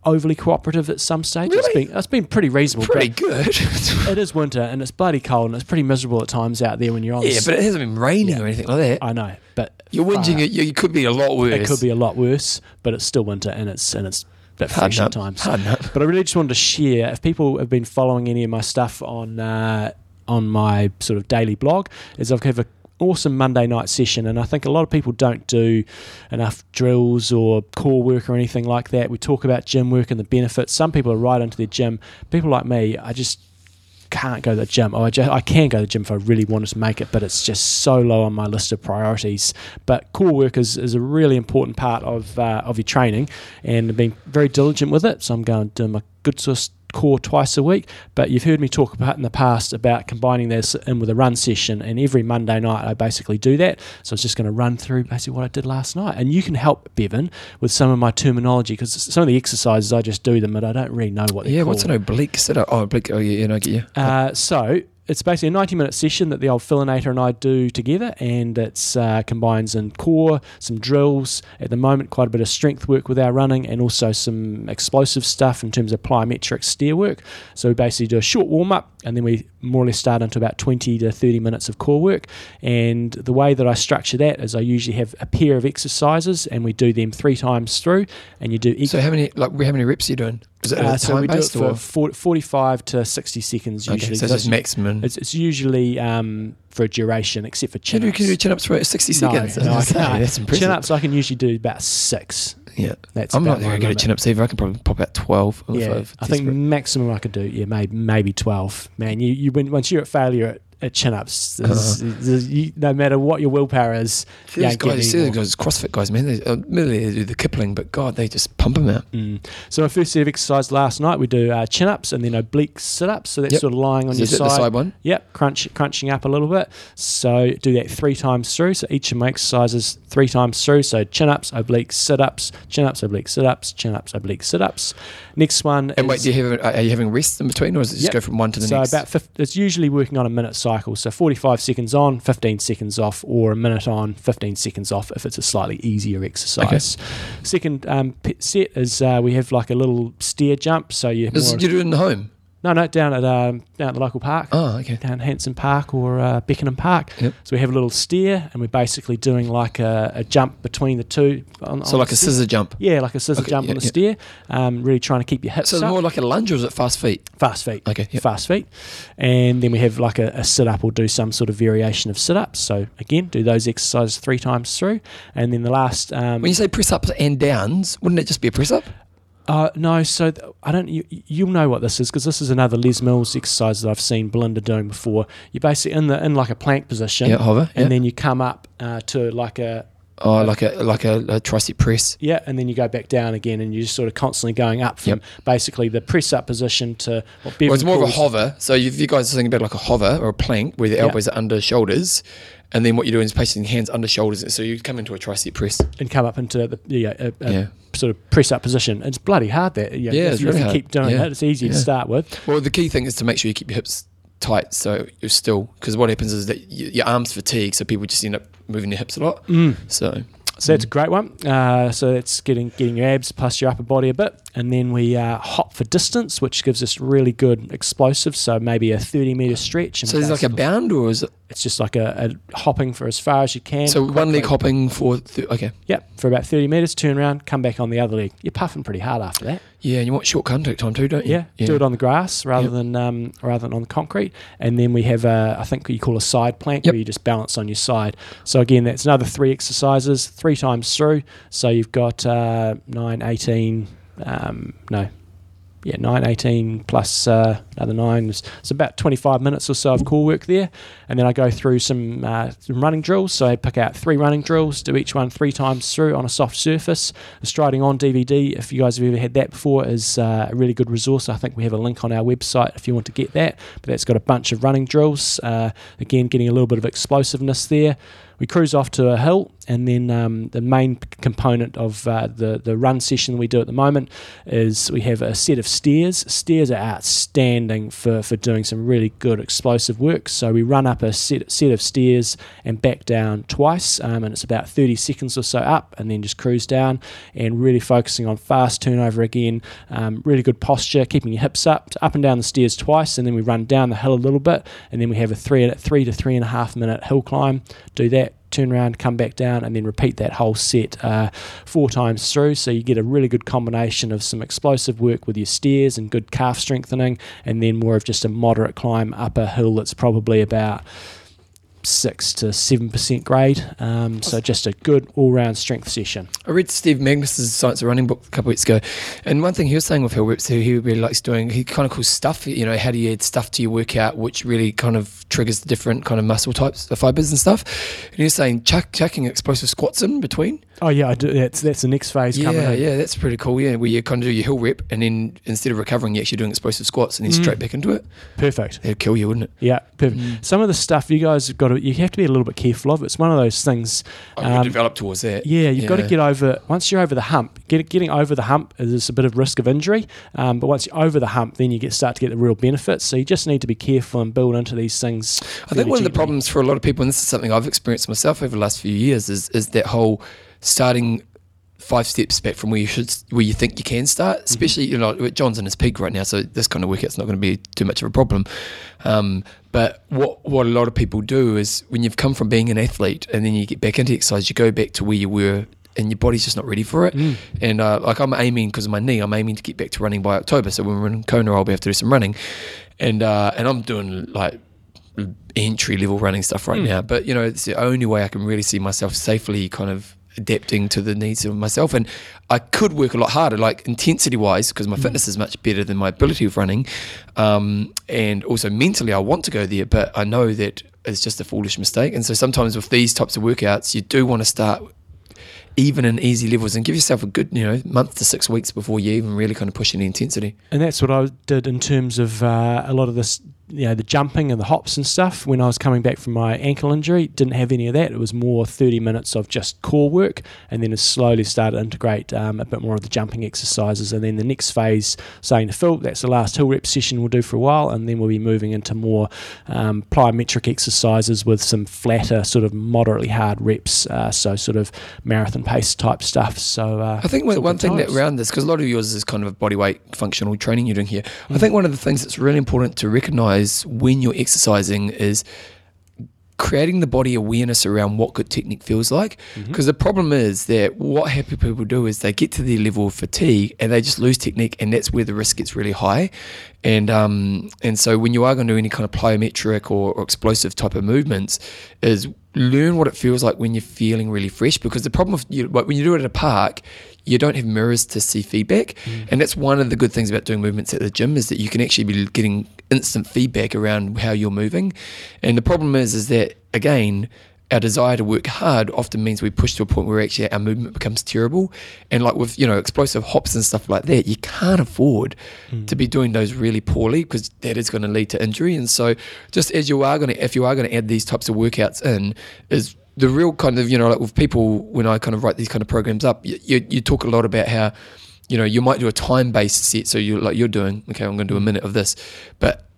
B: overly cooperative at some stage. It's
A: Really?
B: been it's been pretty reasonable.
A: Pretty good.
B: but It is winter and it's bloody cold and it's pretty miserable at times out there when you're on.
A: yeah,
B: the
A: but it hasn't been raining
B: Yeah.
A: or anything like that.
B: I know, but
A: You're whinging.
B: far-
A: It, you, you could be a lot worse.
B: It could be a lot worse, but it's still winter and it's and it's a bit
A: Hard
B: fresh
A: nut.
B: at times.
A: Hard nut.
B: But I really just wanted to share if people have been following any of my stuff on uh, on my sort of daily blog, is I've have an awesome Monday night session, and I think a lot of people don't do enough drills or core work or anything like that. We talk about gym work and the benefits. Some people are right into their gym. People like me, I just can't go to the gym. Oh, I, just, I can go to the gym if I really wanted to make it, but it's just so low on my list of priorities. But core work is, is a really important part of uh, of your training, and I've been very diligent with it. So I'm going to do my good source. core twice a week. But you've heard me talk about in the past about combining this in with a run session, and every Monday night I basically do that. So I was just going to run through basically what I did last night, and you can help Bevan with some of my terminology because some of the exercises I just do them, but I don't really know what they're
A: Yeah, what's an
B: called.
A: oblique setup? Oh, oblique. Oh, yeah, yeah, no, I get you.
B: Uh, so it's basically a 90 minute session that the old fillinator and I do together, and it's uh, combines in core, some drills at the moment, quite a bit of strength work with our running, and also some explosive stuff in terms of plyometric steer work. So we basically do a short warm up, and then we more or less start into about 20 to 30 minutes of core work. And the way that I structure that is I usually have a pair of exercises, and we do them three times through, and you do each.
A: so how many like how many reps are you doing? Is it
B: uh,
A: time
B: so we do it
A: based
B: for
A: or
B: 40, 45 to 60 seconds
A: okay,
B: usually.
A: so
B: So
A: it's just maximum?
B: it's, it's usually um, for a duration, except for
A: Can
B: chin
A: you,
B: ups.
A: can you do chin ups for sixty
B: No,
A: seconds?
B: no, I
A: Okay,
B: can't.
A: that's impressive.
B: Chin ups, I can usually do about six.
A: Yeah,
B: That's
A: I'm
B: about
A: not very
B: my
A: good at
B: limit.
A: chin ups either. I can probably pop out twelve. if
B: Yeah,
A: I've
B: I think
A: desperate.
B: maximum I could do, yeah, maybe maybe twelve. Man, you you when, once you're at failure at, at chin ups,
A: Uh-huh.
B: no matter what your willpower is,
A: See
B: you
A: those
B: ain't getting
A: guys, see
B: any
A: those
B: more.
A: guys, CrossFit guys, man. They, admittedly, they do the Kipling, but God, they just pump them out.
B: Mm. So my first set of exercise last night, we do uh, chin ups and then oblique sit ups. So that's
A: Yep.
B: sort of lying on
A: Is
B: your
A: it the side one?
B: Yep, crunch, crunching up a little bit. So do that three times through. So each of my exercises three times through. So chin ups, oblique sit ups, chin ups, oblique sit ups, chin ups, oblique sit ups. Next one
A: And wait,
B: is
A: do you have, are you having rests in between, or is it just
B: Yep.
A: go from one to the
B: so
A: next?
B: about 50, it's usually working on a minute cycle. So forty five seconds on, fifteen seconds off, or a minute on, fifteen seconds off if it's a slightly easier exercise. Second um, p- set is uh, we have like a little stair jump. So you
A: Is
B: more-
A: it, you do it in the home?
B: no no down at um, down at the local park
A: Oh, okay.
B: down Hanson Park or uh, Beckenham Park.
A: Yep.
B: So we have a little stair, and we're basically doing like a, a jump between the two. On,
A: So
B: on
A: like
B: the
A: a
B: stair.
A: scissor jump.
B: Yeah, like a scissor
A: Okay,
B: jump
A: yeah,
B: on the
A: yeah.
B: stair. Um, really trying to keep your hips
A: So it's
B: up.
A: more like a lunge, or is it fast feet?
B: fast feet.
A: Okay, yeah.
B: Fast feet. And then we have like a, a sit up or do some sort of variation of sit ups. So again, do those exercises three times through. And then the last. Um,
A: When you say press ups and downs, wouldn't it just be a press up?
B: Uh, no, so th- I don't. You, you'll know what this is because this is another Les Mills exercise that I've seen Belinda doing before. You're basically in the in like a plank position,
A: Yeah, hover.
B: and
A: yeah.
B: then you come up uh, to like a
A: oh, like a like a, a tricep press.
B: yeah, and then you go back down again, and you're just sort of constantly going up from basically the press up position to what
A: Well,
B: Bevan
A: it's more of a
B: calls-
A: hover. So if you guys are thinking about like a hover or a plank where the elbows are under shoulders, and then what you're doing is placing your hands under shoulders. So you come into a tricep press.
B: and come up into the yeah, a, a
A: Yeah.
B: sort of press up position. It's bloody hard there. Yeah,
A: Yeah,
B: if
A: it's
B: you,
A: really
B: if you
A: hard.
B: keep doing
A: Yeah.
B: that, it's easy to
A: Yeah.
B: start with.
A: Well, the key thing is to make sure you keep your hips tight. So you're still because what happens is that y- your arms fatigue, so people just end up moving their hips a lot.
B: Mm.
A: So
B: So that's a great one. Uh, so that's getting getting your abs plus your upper body a bit, and then we uh, hop for distance, which gives us really good explosive. So maybe a thirty meter stretch. And
A: so there's like a
B: basically
A: bound, or is it,
B: it's just like a, a hopping for as far as you can.
A: so one
B: quickly.
A: leg hopping for th- okay,
B: Yep, for about thirty meters, turn around, come back on the other leg. You're puffing pretty hard after that.
A: yeah, and you want short contact time too, don't you?
B: Yeah, do it on the grass rather
A: Yep.
B: than um, rather than on the concrete. And then we have a, I think you call a side plank
A: Yep.
B: where you just balance on your side. So again, that's another three exercises, three times through. So you've got uh, nine, eighteen, um, no. Yeah, nine, eighteen plus uh, another nine. is- It's about 25 minutes or so of core work there. And then I go through some, uh, some running drills. So I pick out three running drills, do each one three times through on a soft surface. The Striding On DVD, if you guys have ever had that before, is uh, a really good resource. I think we have a link on our website if you want to get that. But that's got a bunch of running drills. Uh, again, getting a little bit of explosiveness there. We cruise off to a hill, and then um, the main p- component of uh, the the run session we do at the moment is we have a set of stairs. Stairs are outstanding for, for doing some really good explosive work. So we run up a set, set of stairs and back down twice, um, and it's about 30 seconds or so up, and then just cruise down and really focusing on fast turnover again. Um, really good posture, keeping your hips up, up and down the stairs twice, and then we run down the hill a little bit, and then we have a three three to three and a half minute hill climb. Do that. Turn around, come back down, and then repeat that whole set uh, four times through. So you get a really good combination of some explosive work with your stairs and good calf strengthening, and then more of just a moderate climb up a hill that's probably about six to seven percent grade. Um, so just a good all round strength session.
A: I read Steve Magnus's Science of Running book a couple weeks ago, and one thing he was saying with hill reps, he really likes doing. He kind of calls stuff. You know, how do you add stuff to your workout, which really kind of triggers the different kind of muscle types, the fibers and stuff. And he was saying chuck, chucking explosive squats in between.
B: Oh yeah, I do. That's that's the next phase
A: yeah,
B: coming. in.
A: yeah, that's pretty cool. Yeah, where you kind of do your hill rep, and then instead of recovering, you're actually doing explosive squats, and then
B: Mm.
A: straight back into it.
B: Perfect.
A: It'd kill you, wouldn't it?
B: Yeah, perfect. Some of the stuff you guys have got to, you have to be a little bit careful of. It's one of those things.
A: I would
B: Um,
A: develop towards that.
B: Yeah, you've got to
A: Yeah.
B: get over. Once you're over the hump, get, getting over the hump is a bit of risk of injury. Um, but once you're over the hump, then you get start to get the real benefits. So you just need to be careful and build into these things.
A: I think
B: fairly
A: one of the
B: gently.
A: problems for a lot of people, and this is something I've experienced myself over the last few years, is is that whole starting five steps back from where you should, where you think you can start. Especially, you know, John's in his peak right now, so this kind of workout's not going to be too much of a problem. Um, but what what a lot of people do is when you've come from being an athlete and then you get back into exercise, you go back to where you were. And your body's just not ready for it. And uh, like I'm aiming because of my knee, I'm aiming to get back to running by October. So when we're in Kona, I'll be able to do some running. And uh, and I'm doing like entry level running stuff right now. But you know, it's the only way I can really see myself safely kind of adapting to the needs of myself. And I could work a lot harder, like intensity wise, because my fitness is much better than my ability of running. Um, and also mentally, I want to go there, but I know that it's just a foolish mistake. And so sometimes with these types of workouts, you do want to start. Even in easy levels, and give yourself a good, you know, month to six weeks before you even really kind of push any intensity.
B: and that's what I did in terms of uh, a lot of this, you know, the jumping and the hops and stuff. When I was coming back from my ankle injury, didn't have any of that. It was more 30 minutes of just core work, and then I slowly started to integrate um, a bit more of the jumping exercises. And then the next phase, saying to Phil, that's the last hill rep session we'll do for a while, and then we'll be moving into more um, plyometric exercises with some flatter, sort of moderately hard reps, uh, so sort of marathon pace type stuff. So uh,
A: I think
B: it's
A: one,
B: all
A: one
B: good
A: thing that
B: times.
A: around this, because a lot of yours is kind of body weight functional training you're doing here. I think one of the things that's really important to recognize when you're exercising is creating the body awareness around what good technique feels like.
B: Mm-hmm.
A: Because the problem is that what happy people do is they get to their level of fatigue and they just lose technique, and that's where the risk gets really high. And um, and so when you are going to do any kind of plyometric or, or explosive type of movements, is learn what it feels like when you're feeling really fresh. Because the problem with you, like when you do it at a park, you don't have mirrors to see feedback, and that's one of the good things about doing movements at the gym is that you can actually be getting instant feedback around how you're moving. And the problem is, is that again, our desire to work hard often means we push to a point where actually our movement becomes terrible. And like with you know explosive hops and stuff like that, you can't afford to be doing those really poorly because that is going to lead to injury. And so, just as you are going to, if you are going to add these types of workouts in, is the real kind of you know like with people when I kind of write these kind of programs up, you you, you talk a lot about how you know you might do a time based set so you like you're doing okay i'm going to do a minute of this but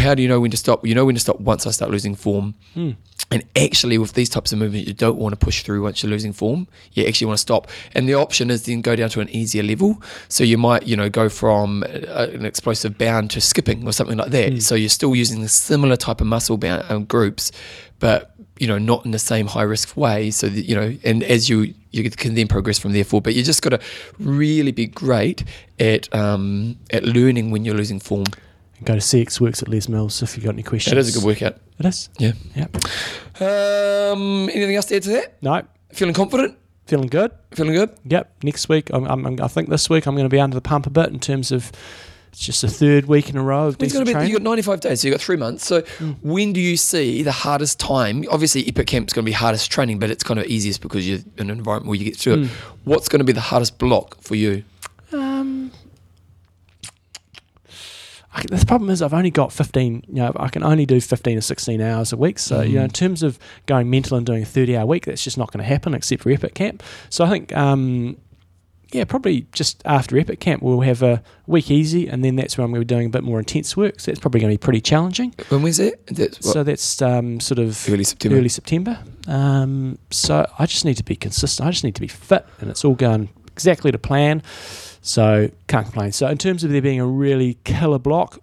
A: how do you know when to stop you know when to stop once i start losing form and actually with these types of movements you don't want to push through once you're losing form you actually want to stop and the option is then go down to an easier level so you might you know go from uh an explosive bound to skipping or something like that so you're still using the similar type of muscle bound um, groups but you know not in the same high risk way so that you know and as you you can then progress from there forward but you just got to really be great at um at learning when you're losing form
B: Go to CX Works at Les Mills if you've got any questions.
A: that is a good workout
B: It is.
A: yeah
B: Yep.
A: um anything else to add to that
B: No,
A: feeling confident
B: feeling good.
A: feeling good
B: Yep. Next week, I'm, I'm, I think this week I'm going to be under the pump a bit in terms of it's just the third week in a row of Hmm.
A: It's going to
B: decent
A: be,
B: training.
A: you've got 95 days, so you've got three months. So when do you see the hardest time? Obviously, Epic Camp's going to be hardest training, but it's kind of easiest because you're in an environment where you get
B: Hmm.
A: through it. What's going to be the hardest block for you?
B: Um, I, can- the problem is I've only got 15, you know, I can only do 15 or 16 hours a week. So, you know, in terms of going mental and doing a 30 hour week, that's just not going to happen except for Epic Camp. So I think, um, yeah, probably just after Epic Camp, we'll have a week easy and then that's when I'm going to be doing a bit more intense work. So that's probably going to be pretty challenging.
A: When was it? That's what,
B: So that's um, sort of
A: early September.
B: early September. Um, so I just need to be consistent. I just need to be fit, and it's all going exactly to plan. So can't complain. So in terms of there being a really killer block,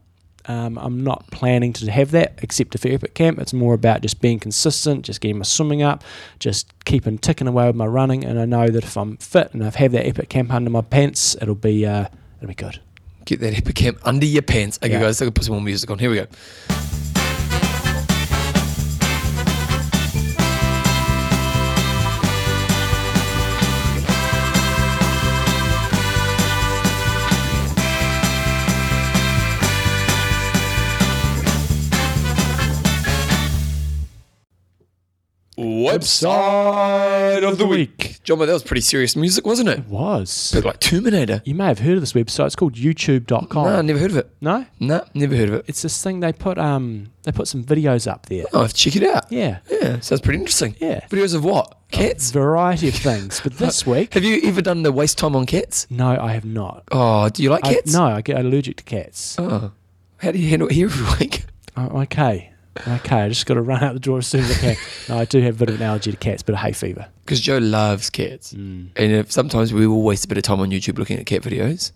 B: um, I'm not planning to have that except for Epic Camp. It's more about just being consistent, just getting my swimming up, just keeping ticking away with my running. And I know that if I'm fit and I've had that Epic Camp under my pants, it'll be uh, it'll be good.
A: Get that Epic Camp under your pants. Okay,
B: Yeah.
A: guys, I can put some more music on. Here we go. Website of the week. John, that was pretty serious music, wasn't it?
B: It was.
A: Bit like Terminator.
B: You may have heard of this website. It's called YouTube.com.
A: Nah, never heard of it.
B: no,
A: Nah, never heard of it.
B: it's this thing they put um they put some videos up there.
A: Oh, I'll have to check it out.
B: Yeah,
A: Yeah, sounds pretty interesting.
B: Yeah.
A: Videos of what? Cats?
B: variety of things. But this week,
A: Have you ever done the waste time on cats?
B: no, I have not.
A: Oh, do you like
B: I,
A: cats?
B: no, I get allergic to cats.
A: Oh. How do you handle it here every week?
B: Oh, okay. Okay, I just got to run out the door as soon as I can. No, I do have a bit of an allergy to cats, but a hay fever.
A: Because Joe loves cats. And if sometimes we will waste a bit of time on YouTube looking at cat videos.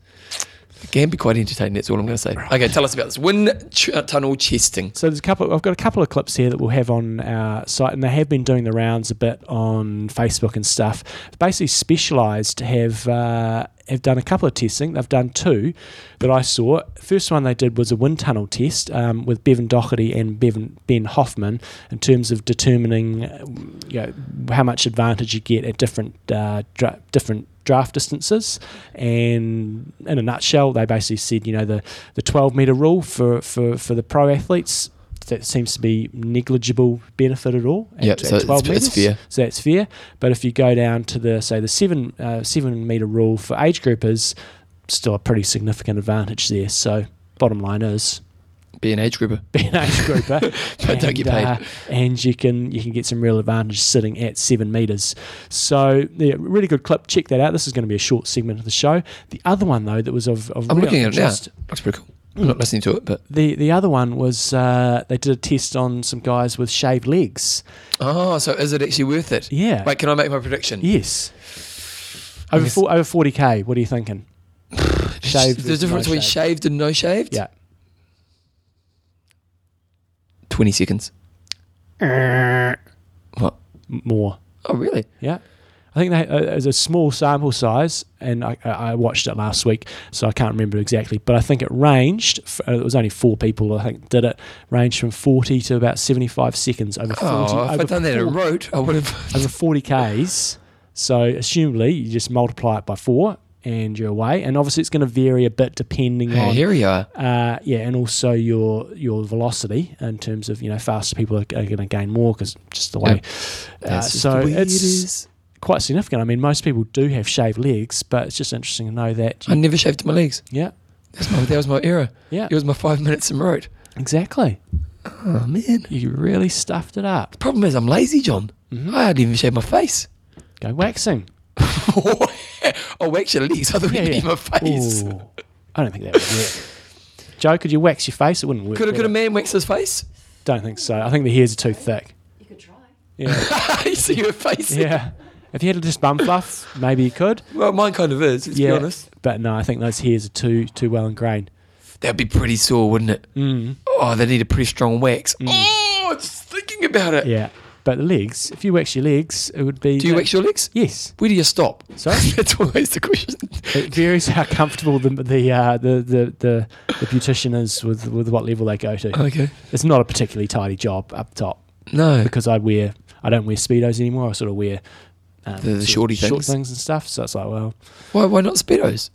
A: It can be quite entertaining, that's all I'm going to say. Okay, tell us about this. Wind ch- uh, tunnel chesting.
B: So there's a couple. I've got a couple of clips here that we'll have on our site, and they have been doing the rounds a bit on Facebook and stuff. Basically, Specialised have uh, have done a couple of testing. They've done two that I saw. First one they did was a wind tunnel test um, with Bevan Doherty and Bevan, Ben Hoffman in terms of determining uh, you know, how much advantage you get at different uh, dra- different draft distances. And in a nutshell, they basically said, you know, the, the 12 metre rule for, for, for the pro athletes, that seems to be negligible benefit at all. at-
A: Yep,
B: at
A: so it's- it's
B: metres.
A: fair.
B: So that's fair. But if you go down to the, say, the seven, uh, seven metre rule for age groupers, still a pretty significant advantage there. So bottom line is
A: Be an age grouper.
B: be an age grouper.
A: But don't get paid.
B: uh, and you can you can get some real advantage sitting at seven meters. So yeah, really good clip. Check that out. This is going to be a short segment of the show. The other one though that was of, of
A: I'm
B: real
A: looking at it now.
B: interest-
A: Looks pretty cool. I'm not listening to it, but.
B: The the other one was uh, they did a test on some guys with shaved legs.
A: Oh, so is it actually worth it?
B: Yeah.
A: Wait, can I make my prediction?
B: Yes. Over
A: Yes.
B: four, over forty k. What are you thinking? Shaved.
A: There's a
B: with no
A: difference between
B: shave.
A: shaved and no shaved?
B: Yeah.
A: 20 seconds. What?
B: M- More.
A: Oh, really?
B: Yeah. I think they, uh, it's a small sample size, and I, I I watched it last week, so I can't remember exactly. But I think it ranged. f- uh, It was only four people I think did it. Ranged from forty to about seventy-five seconds over forty.
A: Oh, if
B: over
A: I'd done that
B: four-
A: in rote, I would have.
B: over 40 Ks. So, assumably, you just multiply it by four and you're away. And obviously, it's going to vary a bit depending
A: Hey,
B: on.
A: here we are.
B: Uh, yeah, and also your your velocity in terms of you know faster people are, are going to gain more because just the way. Uh,
A: That's just
B: so
A: the way it
B: it's
A: is.
B: quite significant. I mean, most people do have shaved legs, but it's just interesting to know that.
A: I never shaved my legs.
B: yeah,
A: That's my, that was my error.
B: yeah,
A: It was my five minutes in rote.
B: exactly.
A: Oh, man.
B: You really stuffed it up.
A: Problem is, I'm lazy, John.
B: Mm-hmm.
A: I hardly even shave my face.
B: Go waxing.
A: oh, actually, legs. I thought you meant my face.
B: Ooh. I don't think that would work. Joe, could you wax your face? It wouldn't work.
A: Could a,
B: would
A: could
B: it?
A: a man wax his face?
B: Don't think so. I think the hairs are too thick.
C: You could try.
B: Yeah.
A: you see your face?
B: yeah. If you had just bum fluff, maybe you could.
A: Well, mine kind of is, let's
B: yeah.
A: be honest.
B: But no, I think those hairs are too too well ingrained.
A: That'd be pretty sore, wouldn't it?
B: Mm.
A: Oh, they need a pretty strong wax. Oh, just thinking about it.
B: Yeah. But the legs, if you wax your legs, it would be.
A: Do you wax your legs?
B: Yes.
A: Where do you stop?
B: Sorry?
A: That's always the question.
B: It varies how comfortable the the uh, the, the, the the beautician is with with what level they go to.
A: Okay.
B: It's not a particularly tidy job up top
A: No.
B: because I wear I don't wear speedos anymore. I sort of wear um,
A: The- the
B: sort
A: shorty
B: of short
A: things.
B: things and stuff. So it's like, well,
A: Why, why not Speedos?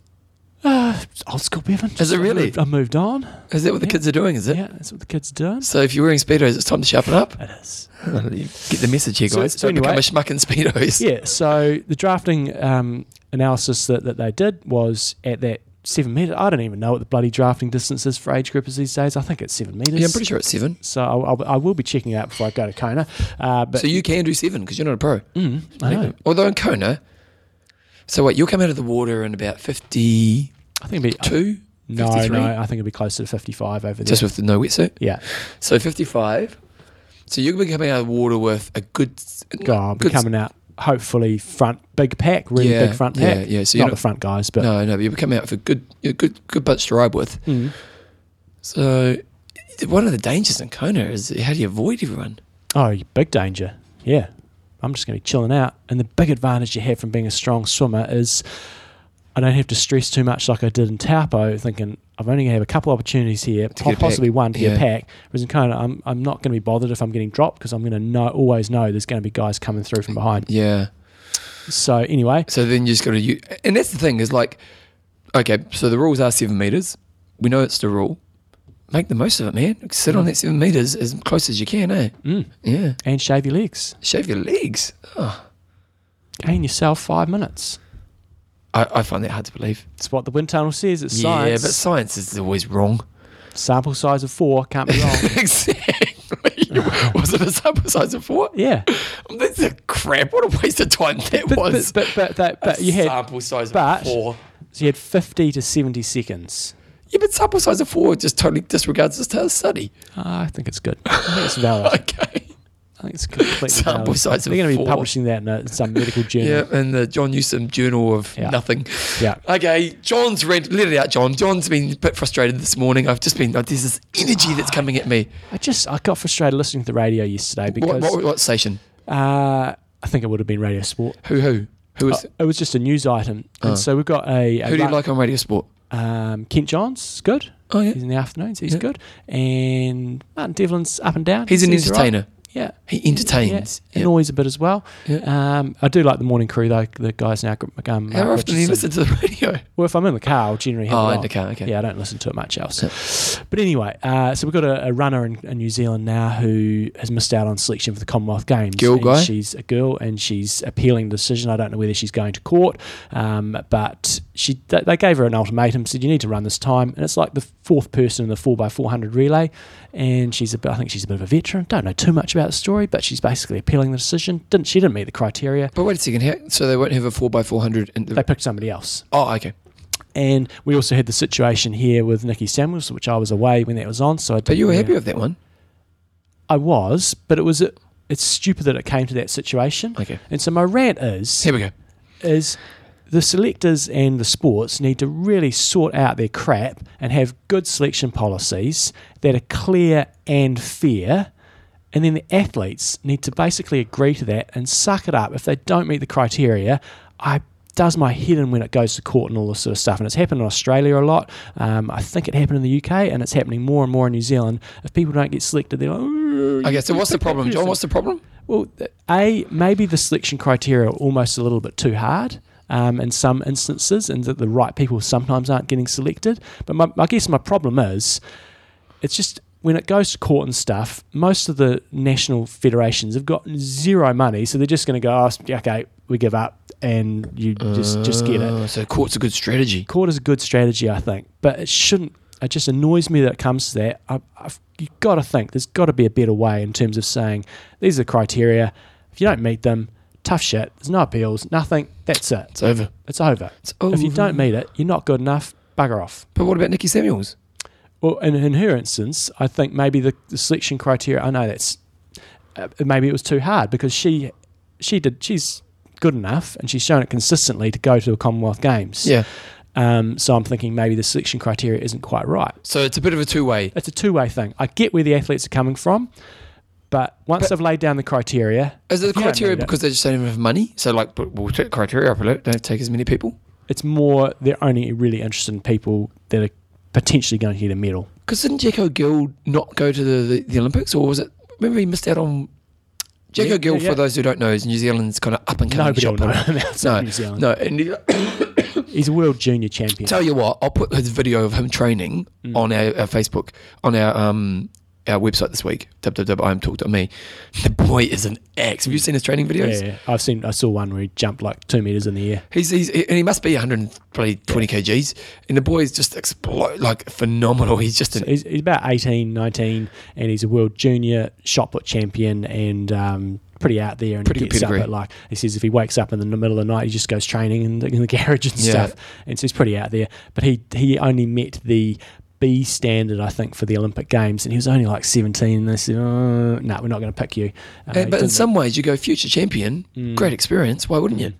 B: uh, it's old school Bevan.
A: Is it really?
B: I moved, I moved on.
A: Is that what the
B: Yeah.
A: kids are doing, is it?
B: Yeah, that's what the kids do.
A: So if you're wearing Speedos, it's time to sharpen up.
B: It is.
A: You Get the message here,
B: So-
A: guys.
B: so
A: Don't become a
B: anyway-
A: schmuck in Speedos.
B: Yeah. So the drafting um, analysis that, that they did was at that seven meter. I don't even know what the bloody drafting distance is for age groupers these days. I think it's seven meters.
A: Yeah, I'm pretty sure it's seven.
B: So I'll, I'll, I will be checking out before I go to Kona. Uh, but
A: so you can do seven because you're not a pro.
B: Mm, I, know.
A: Although in Kona, so wait, you'll come out of the water in about 52,
B: I think it'd be uh, no,
A: 53?
B: no. I think it'd be closer to fifty-five over there.
A: just with no wetsuit.
B: yeah.
A: So 55. So you're going to be coming out of the water with a good.
B: God, I'll be
A: good-
B: coming out. Hopefully, front big pack, really
A: Yeah,
B: big front
A: yeah,
B: pack.
A: yeah, so you
B: not
A: don't-
B: the front guys, but
A: No, no, but you're coming out with a good, a good, good bunch to ride with.
B: Mm.
A: So one of the dangers in Kona is how do you avoid everyone?
B: Oh, big danger. Yeah. I'm just going to be chilling out. And the big advantage you have from being a strong swimmer is I don't have to stress too much like I did in Taupo, thinking I'm only going to have a couple opportunities here,
A: To get a
B: possibly
A: pack.
B: one to get a
A: Yeah.
B: pack. Whereas in Kona, I'm, I'm not going to be bothered if I'm getting dropped because I'm going to know always know there's going to be guys coming through from behind.
A: Yeah.
B: So anyway,
A: So then you just got to use, and that's the thing is like, okay, so the rules are seven meters. We know it's the rule. make the most of it, man. Sit on that seven meters as close as you can, eh?
B: Mm.
A: Yeah.
B: And shave your legs.
A: Shave your legs. Oh,
B: Gain yourself five minutes.
A: I, I find that hard to believe.
B: It's what the wind tunnel says. It's science.
A: Yeah, but science is always wrong.
B: Sample size of four can't be wrong.
A: Oh. exactly. Was it a sample size of four?
B: yeah.
A: That's a crap. What a waste of time that
B: But,
A: was.
B: but, but, but, that, but
A: A
B: you had
A: sample size
B: but-
A: of four.
B: so you had 50 to 70 seconds.
A: Yeah, but sample size of four just totally disregards this t- study.
B: Ah, I think it's good. I think it's valid.
A: Okay.
B: I think it's completely
A: Sample
B: valid.
A: size of
B: They're going to be
A: four.
B: publishing that in, a, in some medical
A: Yeah,
B: journal.
A: and the John Newsom Journal of
B: Yeah.
A: Nothing.
B: Yeah.
A: Okay, John's read. Let it out, John. John's been a bit frustrated this morning. I've just been. Like, there's this energy that's coming at me.
B: I just I got frustrated listening to the radio yesterday
A: What,
B: because
A: what, what station?
B: Uh, I think it would have been Radio Sport.
A: Who? Who? Who is?
B: Uh, it was just a news item,
A: Oh.
B: and so we've got a, a
A: who do you
B: run-
A: like on Radio Sport?
B: Um, Kent Johns, is good.
A: Oh yeah,
B: He's in the afternoons. He's
A: Yeah.
B: good. And Martin Devlin's up and down.
A: he's an
B: all right.
A: entertainer.
B: Yeah.
A: He entertains.
B: Yeah.
A: Yeah.
B: Annoys a bit as well.
A: Yeah.
B: Um, I do like the morning crew though. The guys now. Um, Mark
A: How often do you
B: Richardson.
A: listen to the radio?
B: Well, if I'm in the car, I'll generally have
A: Oh,
B: it
A: in
B: on.
A: the car. Okay.
B: Yeah, I don't listen to it much else. But anyway, uh, so we've got a, a runner in, in New Zealand now who has missed out on selection for the Commonwealth Games.
A: Girl
B: And
A: guy?
B: She's a girl and she's appealing the decision. I don't know whether she's going to court, um, but she th- they gave her an ultimatum, said you need to run this time, and it's like the fourth person in the four x four hundred relay, and she's a bit- I think she's a bit of a veteran. Don't know too much about the story, but she's basically appealing the decision. Didn't she didn't meet the criteria?
A: But wait a second. How, so they won't have a four x four hundred. in
B: They
A: the
B: picked somebody else.
A: Oh, okay.
B: And we also had the situation here with Nikki Samuels, which I was away when that was on. So I
A: But
B: didn't
A: you were
B: really-
A: happy with that one.
B: I was, but it was it's stupid that it came to that situation.
A: Okay.
B: And so my rant is
A: Here we go.
B: is the selectors and the sports need to really sort out their crap and have good selection policies that are clear and fair. And then the athletes need to basically agree to that and suck it up. If they don't meet the criteria, I does my head in when it goes to court and all this sort of stuff. And it's happened in Australia a lot. Um, I think it happened in the UK and it's happening more and more in New Zealand. If people don't get selected, they're like, "Ooh,
A: Okay.
B: you
A: So what's the
B: picked that
A: problem, John?
B: person."
A: What's the problem?
B: Well, th- a maybe the selection criteria are almost a little bit too hard um, in some instances, and that the right people sometimes aren't getting selected. But my, I guess my problem is, it's just when it goes to court and stuff, most of the national federations have got zero money, so they're just going to go, oh, okay, we give up, and you just just get it.
A: Uh, so court's a good strategy.
B: Court is a good strategy, I think, but it shouldn't. It just annoys me that it comes to that. I, I've, you've got to think there's got to be a better way in terms of saying these are the criteria. If you don't meet them, tough shit. There's no appeals, nothing. That's it.
A: It's over.
B: It's over.
A: It's over.
B: If you don't meet it, you're not good enough. Bugger off.
A: But what about Nikki Samuels?
B: Well, in, in her instance, I think maybe the, the selection criteria. I know that's uh, maybe it was too hard because she she did she's good enough and she's shown it consistently to go to the Commonwealth Games.
A: Yeah.
B: Um, so I'm thinking maybe the selection criteria isn't quite right.
A: So it's a bit of a two way.
B: It's a two way thing. I get where the athletes are coming from, but once
A: But-
B: they've laid down the criteria,
A: Is it the
B: If you don't
A: criteria
B: need it.
A: because they just don't even have money? So like, but we'll take criteria up a lot. Don't take as many people.
B: it's more they're only really interested in people that are potentially going to get a medal.
A: Because didn't Jacko Gill not go to the, the, the Olympics, or was it? Remember he missed out on. Jacko
B: Yeah,
A: Gill,
B: yeah, yeah.
A: for those who don't know, is New Zealand's kind of up and coming.
B: Nobody will
A: shot
B: know
A: putter.
B: that's
A: No,
B: New Zealand.
A: no. And he-
B: He's a world junior champion.
A: tell you what, I'll put his video of him training
B: Mm.
A: on our, our Facebook, on our um our website this week. www.imtalk.me. The boy is an ex. Have you seen his training
B: yeah,
A: videos?
B: yeah. I've seen. I saw one where he jumped like two meters in the air.
A: He's, he's he, and he must be 120 kgs, and the boy is just explode like phenomenal. He's just an
B: He's, he's about 18, 19, and he's a world junior shot put champion and um, pretty out there. And
A: Pretty
B: he
A: good
B: gets up
A: pedigree.
B: at like he says if he wakes up in the middle of the night, he just goes training in the, in the garage and
A: Yeah.
B: stuff. And so he's pretty out there. But he he only met the B standard, I think, for the Olympic Games, and he was only like 17. And they said, oh, "No, we're not going to pick you." Uh,
A: And,
B: he
A: Eh,
B: Mm.
A: but in
B: didn't-
A: some ways, you go future champion, great experience. Why wouldn't
B: Mm.
A: you?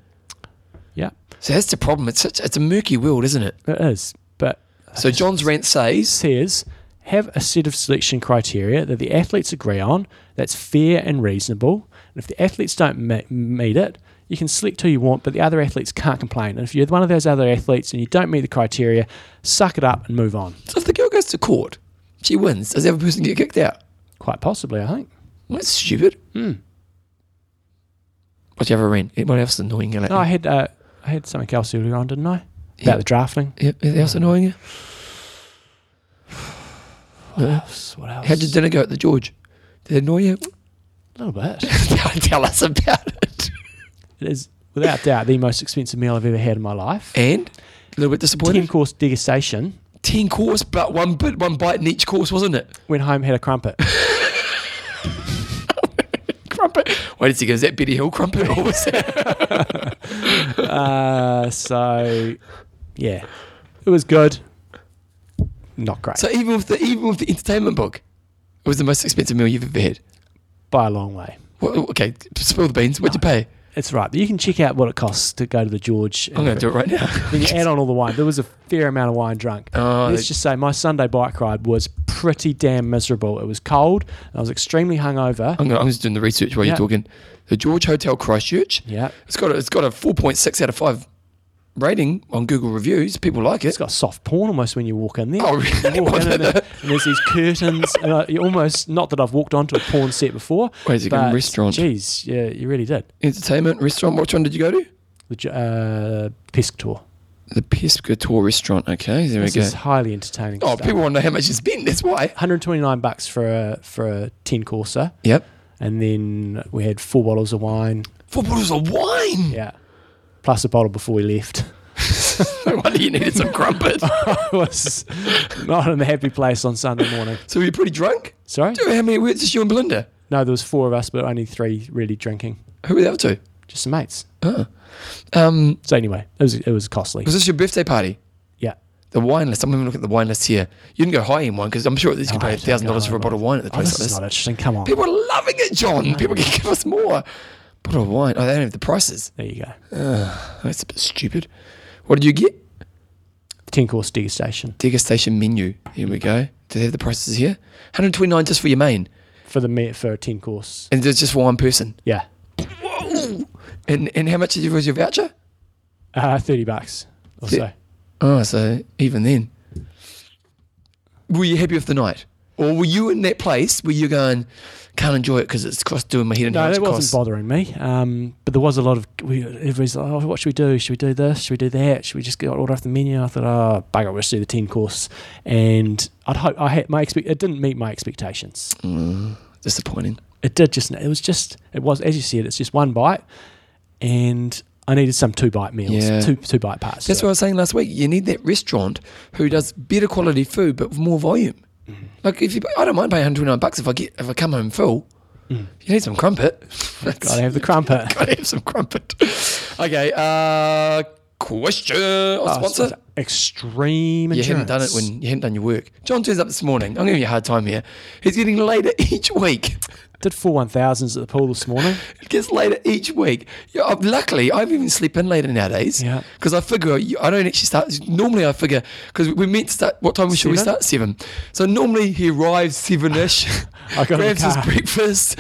B: yeah,
A: So that's the problem. It's such, it's a murky world, isn't it?
B: it is. But
A: So John's rant says,
B: says have a set of selection criteria that the athletes agree on that's fair and reasonable. And if the athletes don't ma- meet it, you can select who you want, but the other athletes can't complain. And if you're one of those other athletes and you don't meet the criteria, suck it up and move on.
A: so if the girl goes to court, she wins. Does the other person get kicked out?
B: Quite possibly, I think. Hmm.
A: Well, that's stupid. What do you have a rant? Anyone else annoying you? Like,
B: No, I had uh, I had something else earlier on, didn't I? About
A: Yeah.
B: the drafting.
A: yeah, anything else annoying you?
B: What
A: Yeah.
B: else? What else?
A: How did dinner go at the George? Did it annoy you?
B: a little bit.
A: Tell us about it.
B: It is without doubt the most expensive meal I've ever had in my life.
A: And a little bit disappointed.
B: Ten
A: Ten,
B: course degustation.
A: course, but one bit, one bite in each course, wasn't it?
B: Went home, had a crumpet.
A: Crumpet. Wait a second, is that Betty Hill crumpet or was that?
B: uh, so, yeah, it was good. Not great
A: so even with the even with the entertainment book, it was the most expensive meal you've ever had.
B: by a long way.
A: What, okay, spill the beans. What'd you pay?
B: It's right. But you can check out what it costs to go to the George.
A: I'm going to do it right now.
B: Then you add on all the wine. There was a fair amount of wine drunk.
A: Oh,
B: Let's
A: that-
B: just say my Sunday bike ride was pretty damn miserable. It was cold. I was extremely hungover.
A: I'm, gonna, I'm just doing the research while
B: Yeah.
A: you're talking. The George Hotel Christchurch.
B: Yeah.
A: It's got a, it's got a 4.6 out of five rating on Google reviews. People like it.
B: It's got soft porn almost when you walk in there.
A: Oh, really?
B: You walk
A: Was
B: in
A: it
B: and, there- and there's these curtains, and I, you almost not that I've walked onto a porn set before.
A: Wait a second,
B: but
A: restaurant.
B: Geez, yeah, you really did.
A: Entertainment restaurant. Which one did you go to?
B: The J- uh, Pescator.
A: The Pescator restaurant. Okay, there
B: This
A: we go.
B: is highly entertaining.
A: Oh,
B: stuff.
A: people want to know how much you spent. That's why.
B: 129 bucks for a for a 10 courser,
A: Yep.
B: and then we had four bottles of wine.
A: Four bottles of wine.
B: Yeah, plus a bottle before we left.
A: no wonder you needed some crumpets.
B: I was not in the happy place on Sunday morning.
A: so were you pretty drunk?
B: Sorry?
A: Do you know how many words just you and Belinda?
B: No, there was four of us, but only three really drinking.
A: Who were the other two?
B: Just some mates.
A: Oh. Um,
B: So anyway, it was it was costly.
A: was this your birthday party?
B: Yeah.
A: The wine list. I'm having a look at the wine list here. You didn't go high end one because I'm sure at least you
B: Oh,
A: pay
B: I
A: a
B: don't
A: thousand dollars
B: know.
A: for a bottle of wine at the
B: Oh,
A: place
B: this
A: like
B: is
A: this.
B: not interesting. Come on.
A: People are loving it, John. People can give us more. Bottle of wine. Oh, they don't have the prices. Oh,
B: There you go.
A: That's a bit stupid. What did you get?
B: 10 course degustation
A: Degustation menu. Here we go. Do they have the prices here? 129 just for your main,
B: for the me- for a 10 course.
A: and it's just for one person.
B: Yeah.
A: Whoa! And and how much did you- was your voucher?
B: Uh, 30 bucks or
A: Thi-
B: so.
A: Oh, so even then, were you happy with the night, or were you in that place where you're going, can't enjoy it because it's cost doing my head and how
B: No,
A: much
B: that
A: it
B: wasn't
A: costs?
B: bothering me. Um, but there was a lot of we, everybody's like, oh, what should we do? Should we do this? Should we do that? Should we just go order off the menu? I thought, oh, bugger, we'll just do the ten course. And I'd hope I had my expect. It didn't meet my expectations.
A: Mm, disappointing.
B: It did just. It was just. It was as you said. It's just one bite, and I needed some two bite meals,
A: Yeah.
B: two two bite parts.
A: That's what I was saying last week. You need that restaurant who does better quality food but with more volume.
B: Mm-hmm.
A: Like if you, I don't mind paying 129 bucks if I get if I come home full.
B: Mm.
A: You need some crumpet.
B: Gotta have the crumpet.
A: Gotta have some crumpet. Okay. Uh, question. Our
B: Oh,
A: sponsor.
B: sponsor. Extreme
A: You
B: endurance.
A: hadn't done it when you hadn't done your work. John turns up this morning. I'm giving you a hard time here. He's getting later each week.
B: did four one thousands at the pool this morning.
A: It gets later each week. Yeah, I've- luckily, I've even slept in later nowadays.
B: Yeah.
A: Because I figure you- I don't actually start. Normally, I figure because we meant to start. What time should we
B: Seven?
A: start? Seven. So normally he arrives seven ish.
B: I got in the
A: grabs his
B: car.
A: breakfast.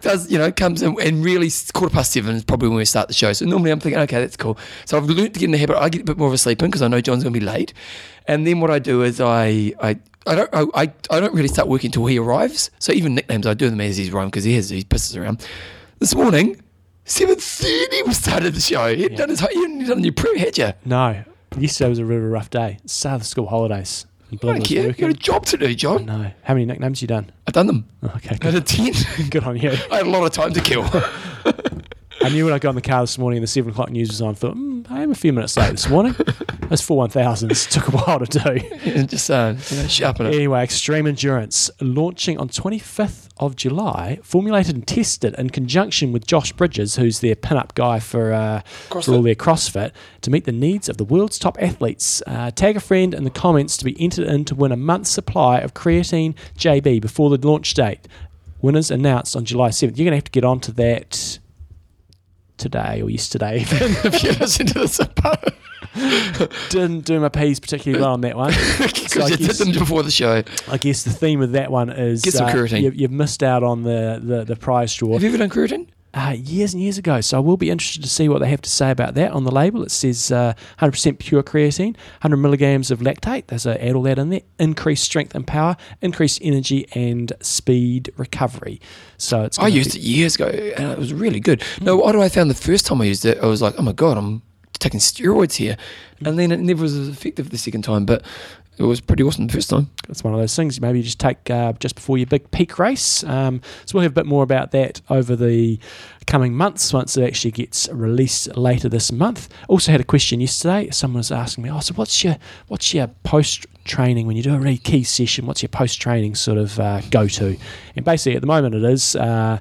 A: Does you know comes in and really s- quarter past seven is probably when we start the show. So normally I'm thinking, okay, that's cool. So I've learnt to get in the habit. I get a bit more of a sleep in because I know John's going to be late. And then what I do is I I. I don't. I, I, I don't really start working until he arrives. So even nicknames, I do them as he's arriving because he has he pisses around. This morning, seven thirty, we started the show. He hadn't done his. You hadn't done your prep, had you?
B: No, yesterday was a really rough day. It's start of the school holidays.
A: I don't
B: And Belinda's
A: care. You got a
B: working.
A: job to do, John.
B: No. How many nicknames you done? Oh,
A: I've done them.
B: Okay,
A: I had
B: good,
A: a ten.
B: good on you.
A: I had a lot of time to kill.
B: I knew when I got in the car this morning and the seven o'clock news was on. I thought mm, I am a few minutes late this morning. That's four one thousands. Took a while to do.
A: and just uh, you know, sharpen it.
B: Anyway, Extreme Endurance launching on twenty fifth of July. Formulated and tested in conjunction with Josh Bridges, who's their pin-up guy for uh, for all their CrossFit, to meet the needs of the world's top athletes. Uh, tag a friend in the comments to be entered in to win a month's supply of creatine JB before the launch date. Winners announced on July seventh. You're going to have to get onto that today or yesterday. even.
A: if you listen to this,
B: didn't do my P's particularly well on that one.
A: because
B: I
A: you did
B: guess-
A: them before the show.
B: I guess the theme of that one is
A: Get some creatine.
B: You, you've missed out on the, the, the prize draw
A: Have you ever done creatine?
B: uh, years and years ago. So I will be interested to see what they have to say about that. On the label, it says uh, 100% pure creatine, 100 milligrams of lactate. There's a add all that in there. Increased strength and power, increased energy and speed recovery. So it's.
A: I
B: gonna
A: used
B: be-
A: it years ago, and it was really good. No, what I found the first time I used it, I was like, "Oh my god, I'm taking steroids here," and then it never was as effective the second time. But it was pretty awesome the first time.
B: It's one of those things. Maybe you just take uh, just before your big peak race. Um, so we'll have a bit more about that over the coming months once it actually gets released later this month. Also had a question yesterday. Someone was asking me, "Oh, so what's your what's your post training when you do a really key session? What's your post training sort of uh, go to?" And basically, at the moment, it is. Uh,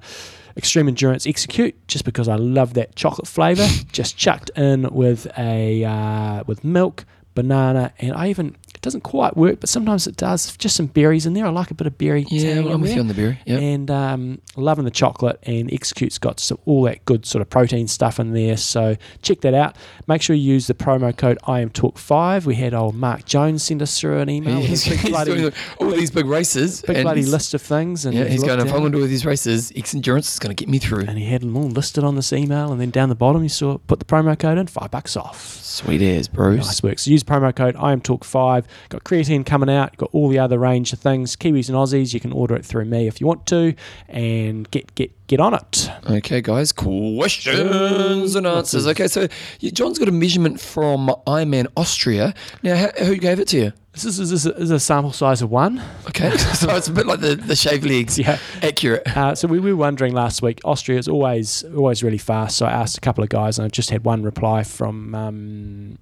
B: Extreme Endurance Execute, just because I love that chocolate flavour, just chucked in with a uh, with milk, banana, and I even it doesn't quite work, but sometimes it does. Just some berries in there. I like a bit of berry.
A: Yeah,
B: tang
A: well,
B: in
A: I'm with
B: there.
A: you on the beer. Yeah.
B: And um, loving the chocolate, and Execute's got some, all that good sort of protein stuff in there. So check that out. Make sure you use the promo code I am Talk Five. We had old Mark Jones send us through an email with
A: He's,
B: a big
A: he's
B: bloody,
A: doing all these big races.
B: big
A: and
B: bloody
A: he's-
B: list of things. And
A: Yeah, he's
B: looked
A: going, if
B: down-
A: I'm going to do all these races, X Endurance is going to get me through.
B: and he had them all listed on this email, and then down the bottom you saw put the promo code in five bucks off.
A: Sweet as, Bruce.
B: Nice work. So use promo code I am Talk Five. Got creatine coming out. Got all the other range of things. Kiwis and Aussies. You can order it through me if you want to, and get get get on it.
A: Okay, guys, questions and answers. Okay, so you, John's got a measurement from Ironman Austria. Now, how, who gave it to you?
B: This is, this is, this is a sample size of one.
A: Okay, so it's a bit like the, the shave legs.
B: Yeah.
A: Accurate.
B: Uh, so we were wondering last week. Austria is always always really fast. So I asked a couple of guys, and I just had one reply from um,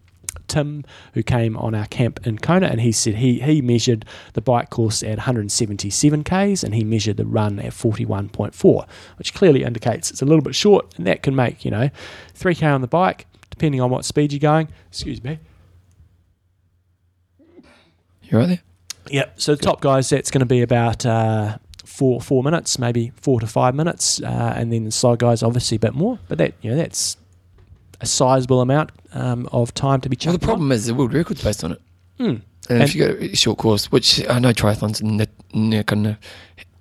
B: Tim, who came on our camp in Kona, and he said he he measured the bike course at 177 k's, and he measured the run at 41.4, which clearly indicates it's a little bit short, and that can make you know 3k on the bike, depending on what speed you're going. Excuse me.
A: You right there?
B: Yep. So the top guys, that's going to be about uh, four four minutes, maybe four to five minutes, uh, and then the slow guys, obviously, a bit more. But that you know that's a sizable amount um, of time to be chucked.
A: Well, the
B: on.
A: problem is the world record's based on it.
B: Mm.
A: And,
B: And-
A: if you go a short course, which I know triathlons are no- no- kind of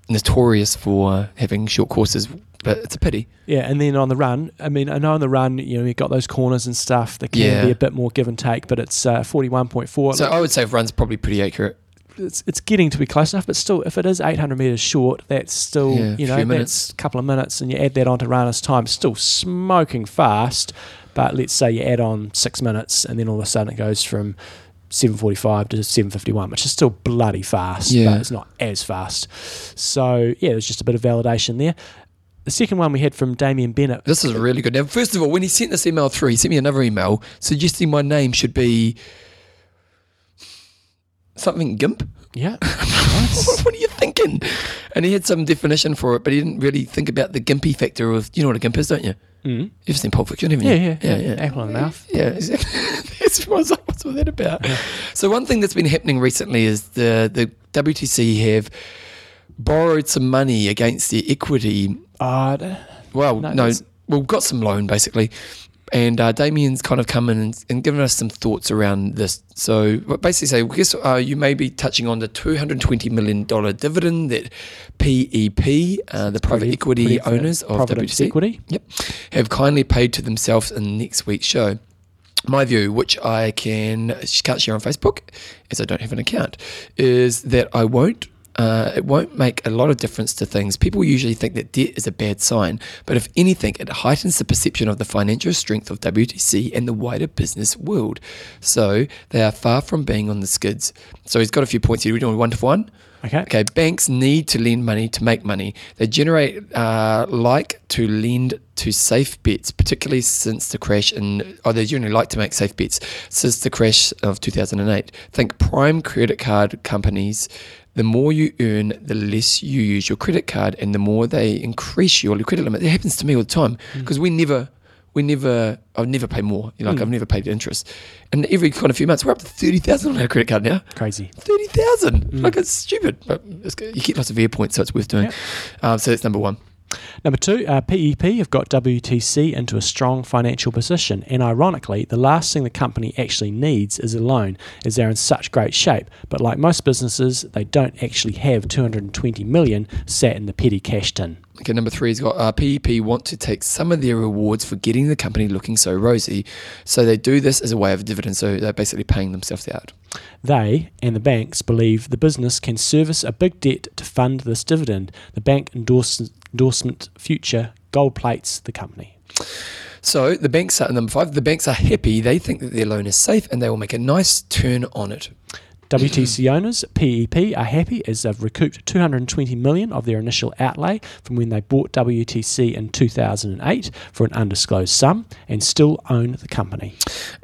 A: notorious for uh, having short courses, but it's a pity.
B: Yeah, and then on the run, I mean, I know on the run, you know, you got those corners and stuff that can
A: Yeah.
B: be a bit more give and take, but it's uh, forty-one point four.
A: So I would say run's probably pretty accurate.
B: it's it's getting to be close enough, but still, if it is 800 meters short, that's still
A: Yeah,
B: you
A: few
B: know that's
A: minutes.
B: a couple of minutes, and you add that onto runner's time, still smoking fast. But let's say you add on six minutes, and then all of a sudden it goes from 7:45 to 7:51, which is still bloody fast,
A: Yeah.
B: but it's not as fast. So yeah, there's just a bit of validation there. The second one we had from Damien Bennett.
A: This is really good. Now, first of all, when he sent this email through, he sent me another email suggesting my name should be something GIMP.
B: Yeah, nice.
A: What, what are you thinking? And he had some definition for it, but he didn't really think about the gimpy factor of you know what a gimp is, don't you?
B: Mm.
A: You've seen Pulp Fiction, haven't
B: yeah,
A: you?
B: yeah, yeah,
A: yeah, yeah.
B: Apple in the mouth.
A: Yeah, exactly. That's what I was like, what's all that about? So one thing that's been happening recently is the the WTC have borrowed some money against their equity
B: Uh,
A: well,
B: No,
A: no,
B: that's-
A: well, we've got some loan basically, and uh, Damien's kind of come in and, and given us some thoughts around this. So what basically, say, well, guess uh, you may be touching on the two hundred twenty million dollar dividend that PEP, uh, the private
B: pretty-
A: equity
B: pretty for
A: owners of
B: Providence
A: WTC,
B: Equity.
A: Yep. Have kindly paid to themselves in next week's show. My view, which I can can't share on Facebook, as I don't have an account, is that I won't. Uh, it won't make a lot of difference to things. People usually think that debt is a bad sign, but if anything, it heightens the perception of the financial strength of WTC and the wider business world. So they are far from being on the skids. So he's got a few points here. We're doing one to one.
B: Okay.
A: Okay, banks need to lend money to make money. They generate uh, like to lend to safe bets, particularly since the crash in. Oh, they generally like to make safe bets since the crash of 2008. Think prime credit card companies. The more you earn, the less you use your credit card, and the more they increase your credit limit. That happens to me all the time because we never. We never, I've never paid more. You know, like
B: Mm.
A: I've never paid interest, and every kind of few months we're up to thirty thousand on our credit card now
B: Crazy.
A: thirty thousand.
B: Mm.
A: Like it's stupid, but it's, good. you get lots of air points, so it's worth doing.
B: Yep.
A: Um, so that's number one.
B: Number two, uh, PEP have got WTC into a strong financial position, and ironically, the last thing the company actually needs is a loan, as they're in such great shape. But like most businesses, they don't actually have 220 million sat in the petty cash tin.
A: Okay, number three has got uh, PEP want to take some of their rewards for getting the company looking so rosy, so they do this as a way of dividend. So they're basically paying themselves out.
B: They and the banks believe the business can service a big debt to fund this dividend. The bank endorse- endorsement future gold plates the company.
A: So the banks are number five. The banks are happy. They think that their loan is safe, and they will make a nice turn on it.
B: WTC owners, PEP, are happy as they've recouped 220 million of their initial outlay from when they bought WTC in 2008 for an undisclosed sum and still own the company.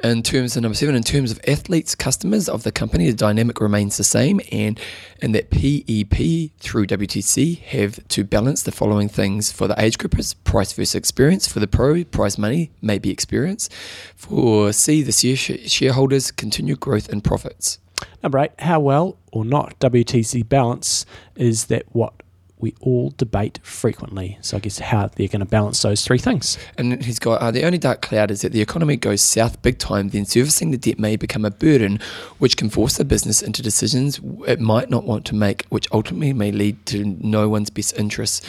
A: In terms of number seven, in terms of athletes, customers of the company, the dynamic remains the same, and and that PEP through WTC have to balance the following things for the age group: is price versus experience for the pro, prize money maybe experience. For C, the share- shareholders continue growth and profits.
B: Number eight, how well or not WTC balance is that what we all debate frequently. So I guess how they're going to balance those three things.
A: And he's got uh, the only dark cloud is that the economy goes south big time, then servicing the debt may become a burden, which can force the business into decisions it might not want to make, which ultimately may lead to no one's best interests.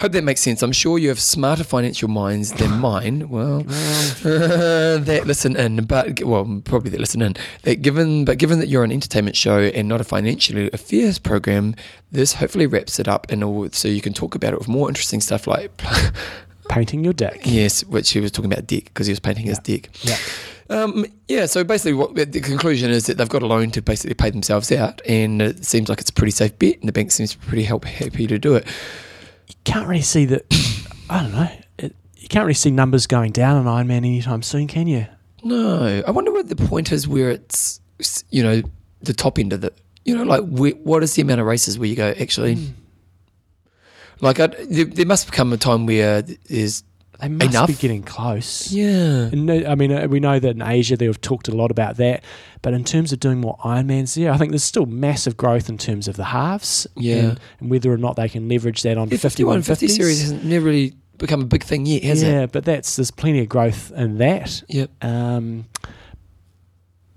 A: Hope that makes sense. I'm sure you have smarter financial minds than mine. Well, uh, that listen in, but well, probably that listen in. That given, but given that you're an entertainment show and not a financial affairs program, this hopefully wraps it up, and all, so you can talk about it with more interesting stuff like.
B: Painting your deck.
A: Yes, which he was talking about dick because he was painting his dick.
B: Yeah.
A: Um, yeah, so basically, what the conclusion is that they've got a loan to basically pay themselves out, and it seems like it's a pretty safe bet, and the bank seems pretty help, happy to do it.
B: You can't really see that. I don't know. It, you can't really see numbers going down on Iron Man anytime soon, can you?
A: No, I wonder what the point is where it's, you know, the top end of the, you know, like where, what is the amount of races where you go, actually,
B: Hmm.
A: like, i there, there must come a time where there's,
B: They must
A: Enough.
B: be getting close.
A: yeah.
B: And no, I mean, uh, we know that in Asia they've talked a lot about that, but in terms of doing more Ironmans there, I think there's still massive growth in terms of the halves,
A: Yeah.
B: and, and whether or not they can leverage that on
A: The
B: 51
A: 5150 series hasn't never really become a big thing yet, has it?
B: yeah, but that's there's plenty of growth in that.
A: Yep.
B: Um,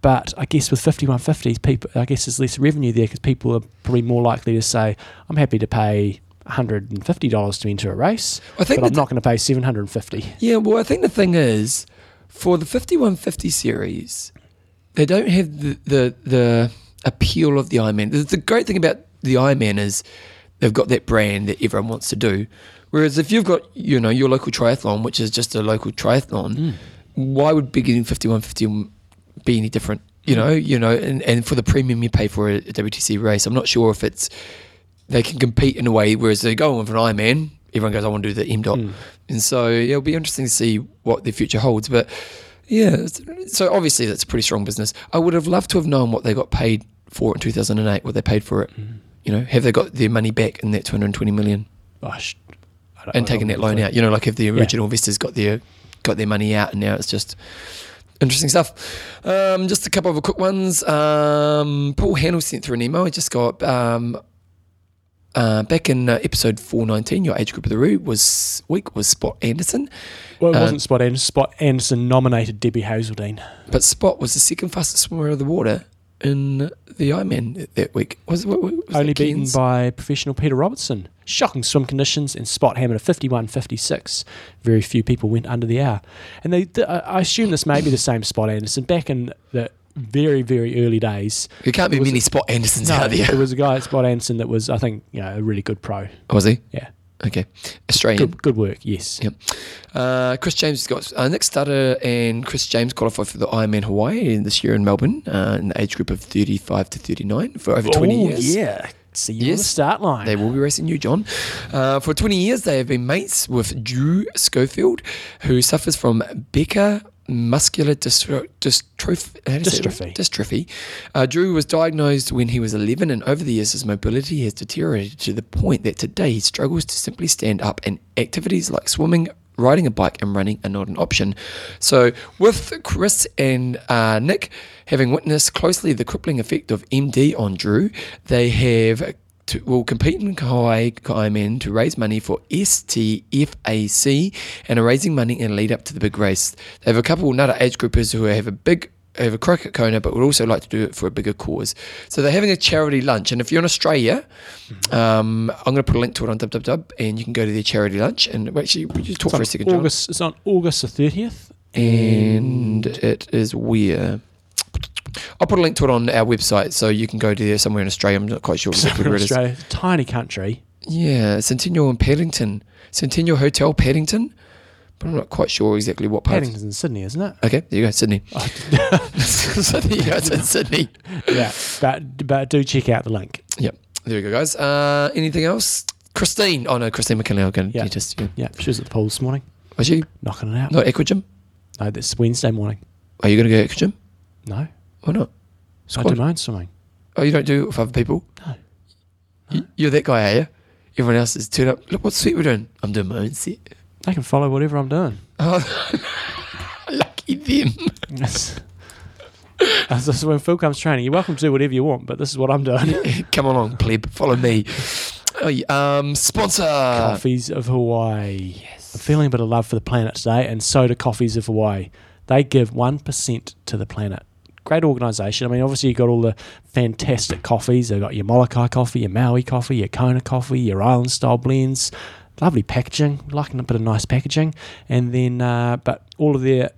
B: but I guess with 5150s, people, I guess there's less revenue there because people are probably more likely to say, "I'm happy to pay." $150 to enter a race,
A: I think
B: but I'm
A: that-
B: not going to pay 750.
A: Yeah, well, I think the thing is, for the 5150 series, they don't have the the, the appeal of the Ironman. The, the great thing about the Ironman is they've got that brand that everyone wants to do. Whereas if you've got you know your local triathlon, which is just a local triathlon, why would beginning 5150 be any different? You know, you know, and, and for the premium you pay for a, a WTC race, I'm not sure if it's they can compete in a way. Whereas they go on for an Ironman, everyone goes, I want to do the M
B: Mm,
A: dot, and so yeah, it'll be interesting to see what the future holds. But yeah, it's- so obviously that's a pretty strong business. I would have loved to have known what they got paid for in 2008, what they paid for it.
B: mm.
A: You know, have they got their money back in that 220 million
B: Gosh, Oh, I don't-
A: and
B: I
A: taken that
B: don't
A: loan
B: know.
A: out? You know, like if the original investors got their got their money out, and now it's just interesting stuff. Um, just a couple of quick ones. Um, Paul Hannell sent through an email. I just got um, uh, back in uh, episode 419. Your age group of the Roo was week was Spot Anderson.
B: Well, it
A: Uh,
B: wasn't Spot Anderson. Spot Anderson nominated Debbie Hazeldine.
A: But Spot was the second fastest swimmer of the water in the Ironman that week. Was, was, was that
B: only beaten
A: Cairns?
B: by professional Peter Robertson. Shocking swim conditions and Spot hammered a 51.56. Very few people went under the hour. And they, th- I I assume this may be the same Spot Anderson. Back in the very, very early days,
A: There can't be
B: was
A: many Spot Andersons out
B: there
A: there.
B: was a guy at Spot Anderson that was, I think, you know, a really good pro.
A: Was he?
B: Yeah.
A: Okay. Australian.
B: Good, good work, yes.
A: Yep. Uh, Chris James has got uh, Nick Stutter and Chris James qualified for the Ironman Hawaii in this year in Melbourne uh, in the age group of 35 to 39 for over 20
B: oh,
A: years.
B: yeah. See you on the
A: Yes.
B: start line.
A: They will be racing you, John. Uh, for 20 years, they have been mates with Drew Schofield, who suffers from Becker muscular dystro- dystrophy. how do you say it?
B: Dystrophy.
A: Dystrophy. Uh, Drew was diagnosed when he was 11, and over the years, his mobility has deteriorated to the point that today he struggles to simply stand up, and activities like swimming, riding a bike, and running are not an option. So, with Chris and uh, Nick having witnessed closely the crippling effect of MD on Drew, they have to, will compete in Hawaii Ironman to raise money for STFAC and are raising money in lead up to the big race. They have a couple of other age groupers who have a big have a crack at Kona, but would also like to do it for a bigger cause. So they're having a charity lunch, and if you're in Australia,
B: Mm-hmm.
A: um, I'm going to put a link to it on www, and you can go to their charity lunch. And well, actually, would you talk for a second, John?
B: August, it's on August the 30th.
A: and it is where. I'll put a link to it on our website, so you can go to there somewhere in Australia. I'm not quite sure exactly
B: Somewhere
A: where
B: in
A: it is.
B: Australia, tiny country.
A: Yeah, Centennial and Paddington. Centennial Hotel, Paddington. but I'm not quite sure exactly what part.
B: Paddington's in Sydney, isn't it?
A: Okay, there you go, Sydney. so there you go, it's in Sydney.
B: yeah, but but do check out the link.
A: Yep, there you go, guys. Uh, anything else? Christine. Oh no, Christine McKinley. I'm going
B: Yeah.
A: to just. Yeah.
B: Yeah, she was at the pool this morning,
A: Was you
B: knocking it out. No,
A: not Equigym?
B: this Wednesday morning.
A: Are you going to go Equigym?
B: No,
A: Why not?
B: I
A: Squad.
B: do my own swimming.
A: Oh, you don't do it with other people?
B: No.
A: Y- You're that guy, are you? Everyone else is turned up. Look what set we're doing. I'm doing my own set.
B: They can follow whatever I'm doing.
A: Lucky them.
B: That's, that's just when Phil comes training. You're welcome to do whatever you want, but this is what I'm doing.
A: Come along, pleb. Follow me. Oh, yeah, um, sponsor.
B: Coffees of Hawaii. I'm feeling a bit of love for the planet today, and so do Coffees of Hawaii. They give 1% to the planet. Great organisation. I mean, obviously, you've got all the fantastic coffees. They've got your Molokai coffee, your Maui coffee, your Kona coffee, your island style blends. Lovely packaging, liking a bit of nice packaging. And then, uh, but all of their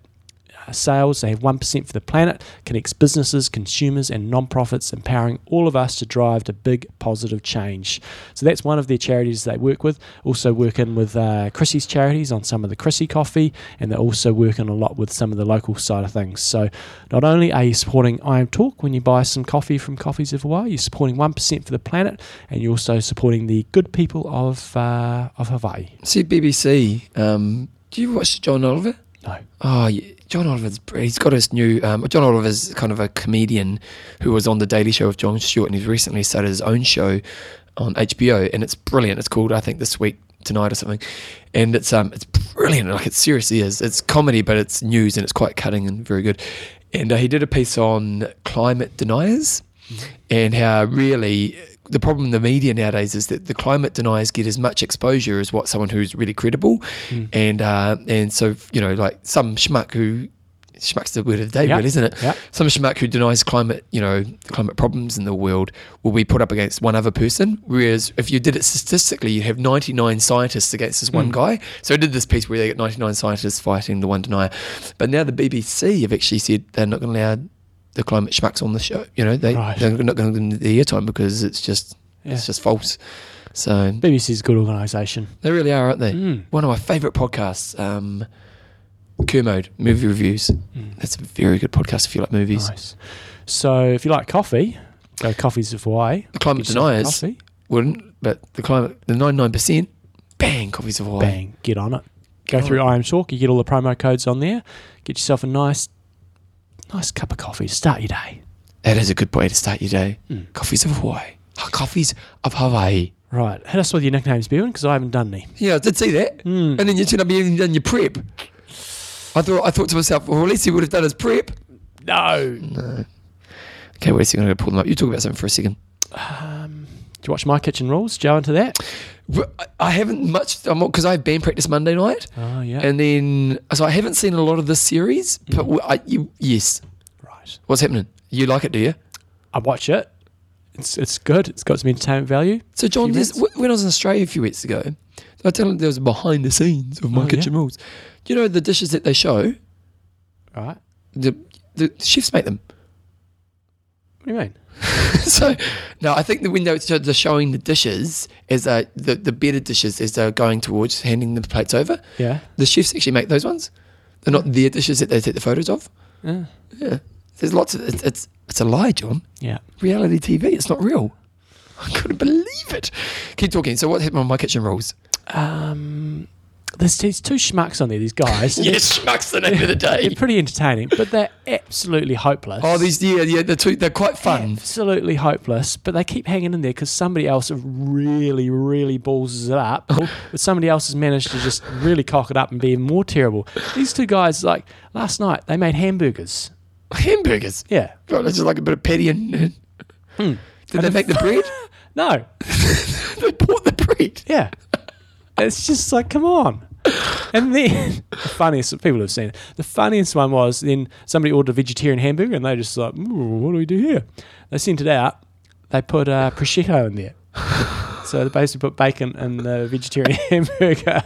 B: uh, sales. They have 1% for the planet, connects businesses, consumers, and non-profits, empowering all of us to drive to big positive change. So that's one of their charities they work with. Also work in with uh, Chrissy's charities on some of the Chrissy coffee, and they're also working a lot with some of the local side of things. So not only are you supporting I Am Talk when you buy some coffee from Coffees of Hawaii, you're supporting 1% for the planet, and you're also supporting the good people of, uh, of Hawaii.
A: See BBC. Um, do you watch John Oliver?
B: No.
A: Oh, yeah. John Oliver's br- he's got his new um, John Oliver's kind of a comedian who was on the Daily Show with John Stewart, and he's recently started his own show on HBO, and it's brilliant. It's called I think this week tonight or something, and it's um it's brilliant. Like it seriously is. It's comedy, but it's news, and it's quite cutting and very good. And uh, he did a piece on climate deniers and how really the problem in the media nowadays is that the climate deniers get as much exposure as what someone who's really credible, and uh, and so you know like some schmuck who schmuck's the word of the day,
B: Yeah.
A: really, isn't it?
B: Yeah.
A: Some schmuck who denies climate, you know, climate problems in the world will be put up against one other person. Whereas if you did it statistically, you'd have 99 scientists against this
B: Hmm.
A: one guy. So I did this piece where they get 99 scientists fighting the one denier. But now the BBC have actually said they're not going to allow the climate schmucks on the show. You know, they,
B: Right.
A: they're not going to give them the airtime because it's just
B: Yeah.
A: it's just false. So
B: BBC's a good organisation.
A: they really are, aren't they?
B: Mm.
A: One of my favourite podcasts, um, Kermode, Movie Reviews. That's a very good podcast if you like movies.
B: Mm. Nice. So if you like coffee, go Coffees of Hawaii.
A: The Climate
B: Get yourself a
A: Deniers
B: Coffee,
A: wouldn't, but the climate, the 99%, bang, copies of Hawaii.
B: bang, get on it. Go through I Am Talk, you get all the promo codes on there. Get yourself a nice, nice cup of coffee to start your day.
A: That is a good way to start your day.
B: Mm.
A: Coffees of Hawaii. Ah, Coffees of Hawaii.
B: Right, hit us with your nicknames, Bevan, because I haven't done any.
A: Yeah, I did see that.
B: Mm.
A: And then you turned up and you haven't done your prep. I thought, I thought to myself, well, at least he would have done his prep.
B: No.
A: No. Okay, wait a second. I'm going to pull them up. You talk about something for a second.
B: Um, do you watch My Kitchen Rules? Joe into that?
A: Well, I- I haven't much, because I have band practice Monday night.
B: Oh, yeah.
A: And then, so I haven't seen a lot of this series, but w I you, yes.
B: right.
A: What's happening? You like it, do you?
B: I watch it. It's, it's good. It's got some entertainment value.
A: So John,
B: Few
A: there's,
B: minutes.
A: wh- when I was in Australia a few weeks ago, I tell them there was a behind the scenes of my
B: Oh, yeah.
A: kitchen rules. You know the dishes that they show,
B: Right. What
A: the the chefs make them.
B: do you mean?
A: so no, I think the window so they're showing the dishes as uh, the the better dishes as they're going towards handing the plates over.
B: Yeah.
A: The chefs actually make those ones. They're not their dishes that they take the photos of.
B: Yeah.
A: Yeah, there's lots of it's it's, it's a lie, John.
B: Yeah.
A: Reality TV, it's not real. I couldn't believe it. Keep talking. So what happened on my kitchen rules?
B: Um, there's these two schmucks on there, these guys.
A: yes, schmucks the name of the day.
B: They're pretty entertaining, but they're absolutely hopeless.
A: Oh, these yeah, yeah, they're too, they're quite fun.
B: Absolutely hopeless, but they keep hanging in there because somebody else really, really balls it up.
A: Oh.
B: but somebody else has managed to just really cock it up and be even more terrible. These two guys, like last night, they made hamburgers.
A: Hamburgers.
B: Yeah.
A: God, that's just like a bit of patty and. and Did they
B: Hmm. And
A: make the bread?
B: No.
A: they bought the bread.
B: Yeah. It's just like, come on. And then the funniest people have seen it. The funniest one was then somebody ordered a vegetarian hamburger and they just like, Ooh, what do we do here? They sent it out. They put uh, prosciutto in there. so they basically put bacon in the vegetarian hamburger.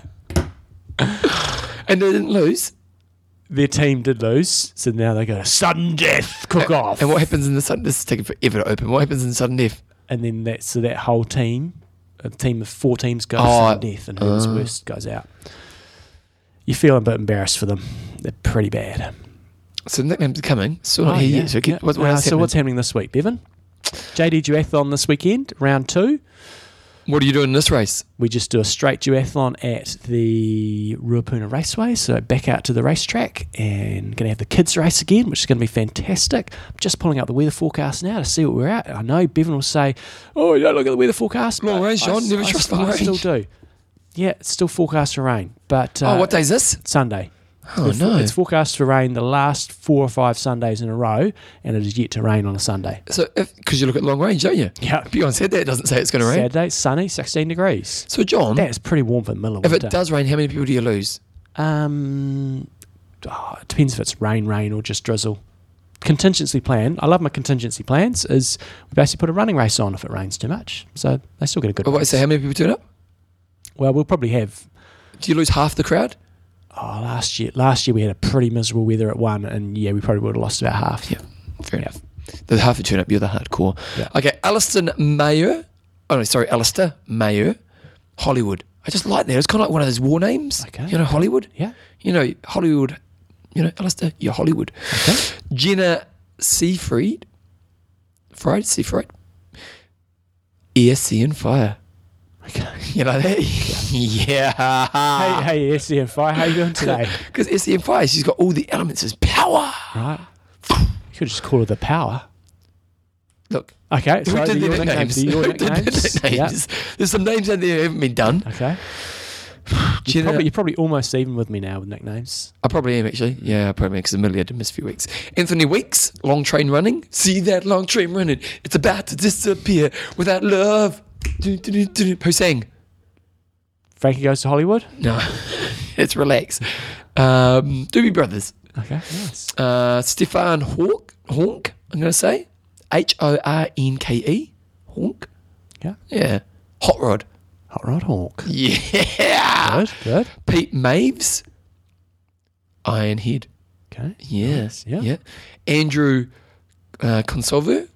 A: And they didn't lose.
B: Their team did lose, so now they go sudden death cook off.
A: And what happens in the sudden? This is taking forever to open. What happens in sudden death?
B: and then that so that whole team, a team of four teams goes
A: Oh,
B: to death, and whoever's
A: uh.
B: worst goes out. you feel a bit embarrassed for them. They're pretty bad.
A: So nicknames are coming. Still not
B: Oh,
A: here
B: yeah,
A: yet. So, keep,
B: yeah.
A: what, what
B: Uh,
A: else
B: so
A: happened?
B: what's happening this week, Bevan? JD duathlon this weekend, round two.
A: what are you doing in this race?
B: We just do a straight duathlon at the Ruapuna Raceway, so back out to the racetrack and going to have the kids race again, which is going to be fantastic. I'm just pulling up the weather forecast now to see what we're at. I know Bevan will say, "Oh, you don't look at the weather forecast."
A: Long
B: but
A: range,
B: I
A: John.
B: s-
A: Never
B: I
A: trust
B: s-
A: long
B: I still
A: range.
B: do. Yeah, it's still forecast for rain, but uh,
A: oh, what day is this?
B: Sunday.
A: Oh,
B: It's-
A: no.
B: It's forecast for rain the last four or five Sundays in a row, and it is yet to rain on a Sunday.
A: So, because you look at long range, don't you?
B: Yeah.
A: Beyond said that it doesn't say it's going to rain.
B: Saturday, sunny, 16 degrees.
A: So, John,
B: That is pretty warm for the middle of
A: if
B: winter.
A: it does rain, how many people do you lose?
B: Um, oh, it depends if it's rain, rain, or just drizzle. Contingency plan. I love my contingency plans. Is we basically put a running race on if it rains too much, so they still get a good.
A: Oh, wait,
B: race.
A: so how many people turn up?
B: well, we'll probably have.
A: Do you lose half the crowd?
B: Oh, last year, last year we had a pretty miserable weather at one, and yeah, we probably would have lost about half.
A: Yeah. Fair
B: Yeah.
A: enough. The half a turn up, you're the hardcore.
B: Yeah.
A: Okay, Alliston Mayer. Oh, no, sorry, Alistair Mayer, Hollywood. I just like that. It's kind of like one of those war names.
B: Okay.
A: You know, Hollywood.
B: Yeah.
A: You know, Hollywood. You know, Alistair, you're Hollywood.
B: Okay.
A: Jenna Seafried. Fried, Seafried. ESC and Fire.
B: okay.
A: You know that?
B: Hey,
A: yeah.
B: hey, SCFI, how you doing today?
A: Because SC and Fire, she's got all the elements as power.
B: right. You could just call it the power.
A: Look,
B: Okay.
A: who
B: so
A: did the
B: the your
A: nicknames?
B: nicknames. the your
A: Who did the
B: nicknames.
A: nicknames? There's some names out there that haven't been done.
B: Yeah. Okay. You're
A: Jenna-
B: probably, you're probably almost even with me now with nicknames.
A: I probably am actually. Yeah, I probably am because admittedly I did miss a few weeks. Anthony Weeks, long train running. See that long train running? It's about to disappear without love. Do, do, do, do, do. Who sang?
B: Frankie goes to Hollywood.
A: No, it's relax. Um, Doobie Brothers.
B: Okay, nice.
A: Uh, Stefan Hawk. Honk. I'm going to say H O R N K E. Honk.
B: Yeah.
A: Yeah. Hot Rod.
B: Hot Rod Hawk.
A: Yeah.
B: Good, good.
A: Pete Maves. Iron Head.
B: Okay.
A: Yes.
B: Yeah.
A: Yeah. Andrew uh, Consolver,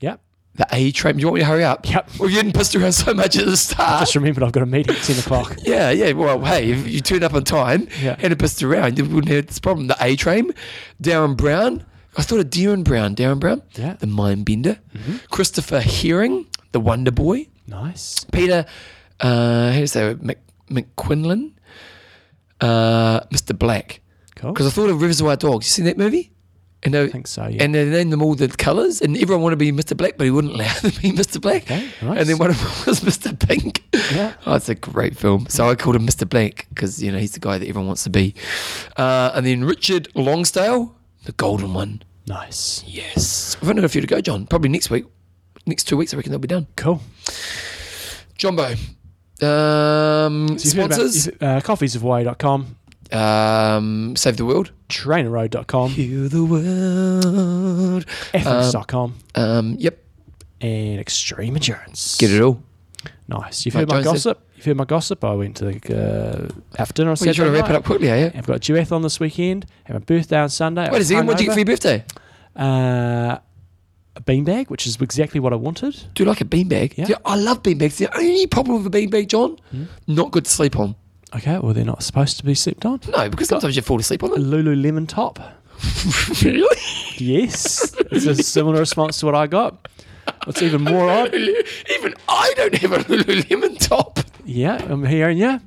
B: Yep.
A: the A train. Do you want me to hurry up?
B: Yep.
A: Well, you didn't piss around so much at the start.
B: Just remembered I've got a meeting at 10 o'clock.
A: yeah, yeah. Well, hey, if you turned up on time
B: Yeah.
A: and it pissed around, you wouldn't have this problem. The A train, Darren Brown. I thought of Darren Brown. Darren Brown,
B: Yeah. Mm-hmm.
A: the mind bender. Christopher Herring, the Wonder Boy.
B: Nice.
A: Peter, uh, how do you say it? Mc, McQuinlan, uh, Mr. Black.
B: Cool.
A: Because I thought of Rivers of Wild Dogs. You seen that movie? And they,
B: I think so, yeah.
A: and they named them all the colours, and everyone wanted to be Mr. Black, but he wouldn't allow them to be Mr. Black.
B: Okay, nice.
A: And then one of them was Mr. Pink.
B: Yeah.
A: Oh, it's a great film. So I called him Mr. Black because, you know, he's the guy that everyone wants to be. Uh, and then Richard Longsdale, the golden one.
B: nice.
A: Yes. I've only got a few to go, John. Probably next week. Next two weeks, I reckon they'll be done.
B: Cool.
A: Jumbo. Um,
B: So you've heard about-
A: sponsors.
B: you've- uh, coffeesofhawaii.com,
A: um, Save the World.
B: trainerroad.com,
A: Heal the world.
B: ethics.com,
A: Um, yep.
B: and extreme endurance.
A: Get it all.
B: Nice. You've
A: Mike
B: heard my
A: Jones said-
B: gossip. You've heard my gossip. I went to the uh, after dinner on
A: Well, you're trying
B: Saturday
A: to wrap
B: night.
A: it up quickly, eh? are you?
B: I've got a duathlon this weekend. Have a birthday on Sunday.
A: Wait a second, what'd you get
B: Hungover.
A: for your birthday?
B: uh, a beanbag, which is exactly what I wanted.
A: Do you like a beanbag?
B: Yeah.
A: Yeah. Hmm? I love beanbags. The only problem with a beanbag, John, not good to sleep on.
B: Okay, well they're not supposed to be slept on.
A: No, because sometimes you fall asleep on
B: A
A: them.
B: Lululemon top.
A: really?
B: Yes, it's a similar response to what I got. What's even more odd?
A: Even I don't have a Lululemon top.
B: Yeah, I'm hearing you.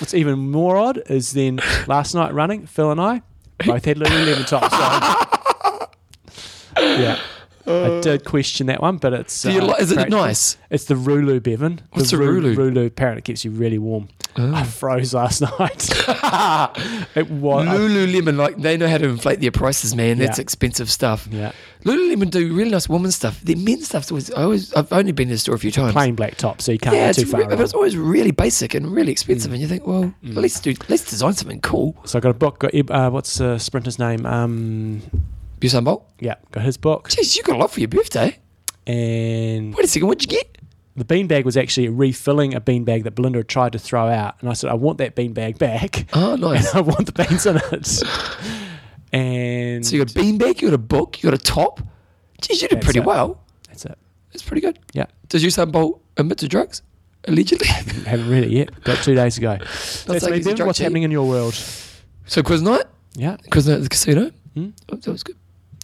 B: What's even more odd is then last night running, Phil and I both had Lululemon tops on. Yeah. I did question that one, but it's.
A: Do you
B: uh,
A: like, is it
B: correct.
A: nice?
B: It's the Rulu, Bevan.
A: What's
B: the
A: a Rulu? Oh.
B: Rulu, apparently, it keeps you really warm. I froze last night. it was.
A: Lululemon, like they know how to inflate their prices, man. That's
B: Yeah.
A: expensive stuff.
B: yeah.
A: Lululemon do really nice women's stuff. The men's stuff's always. I always. I've only been to the store a few times.
B: plain black top, so you can't
A: Yeah,
B: go
A: it's
B: too far.
A: re- but
B: wrong.
A: it's always really basic and really expensive, and you think, well, let's do let's design something cool.
B: So I got a book. Got Ib- uh, what's the sprinter's name? Um,
A: Usain Bolt.
B: yeah, got his book.
A: Jeez, you got a lot for your birthday.
B: And
A: Wait a second, what'd you get?
B: the beanbag was actually refilling a beanbag that Belinda had tried to throw out, and I said, I want that beanbag back,
A: Oh,
B: and
A: nice.
B: I want the beans in it. And
A: so you got a beanbag, you got a book, you got a top. Jeez, you did
B: That's
A: pretty
B: it.
A: well.
B: that's it.
A: That's pretty good.
B: Yeah.
A: Does Usain Bolt admit to drugs? allegedly.
B: Haven't read it yet. Got two days ago. So
A: That's
B: it's
A: like
B: me,
A: easy
B: Bevan,
A: drug
B: what's
A: cheat.
B: happening in your world?
A: So quiz night,
B: Yeah.
A: quiz night at the casino.
B: Hmm?
A: Oh, That was good.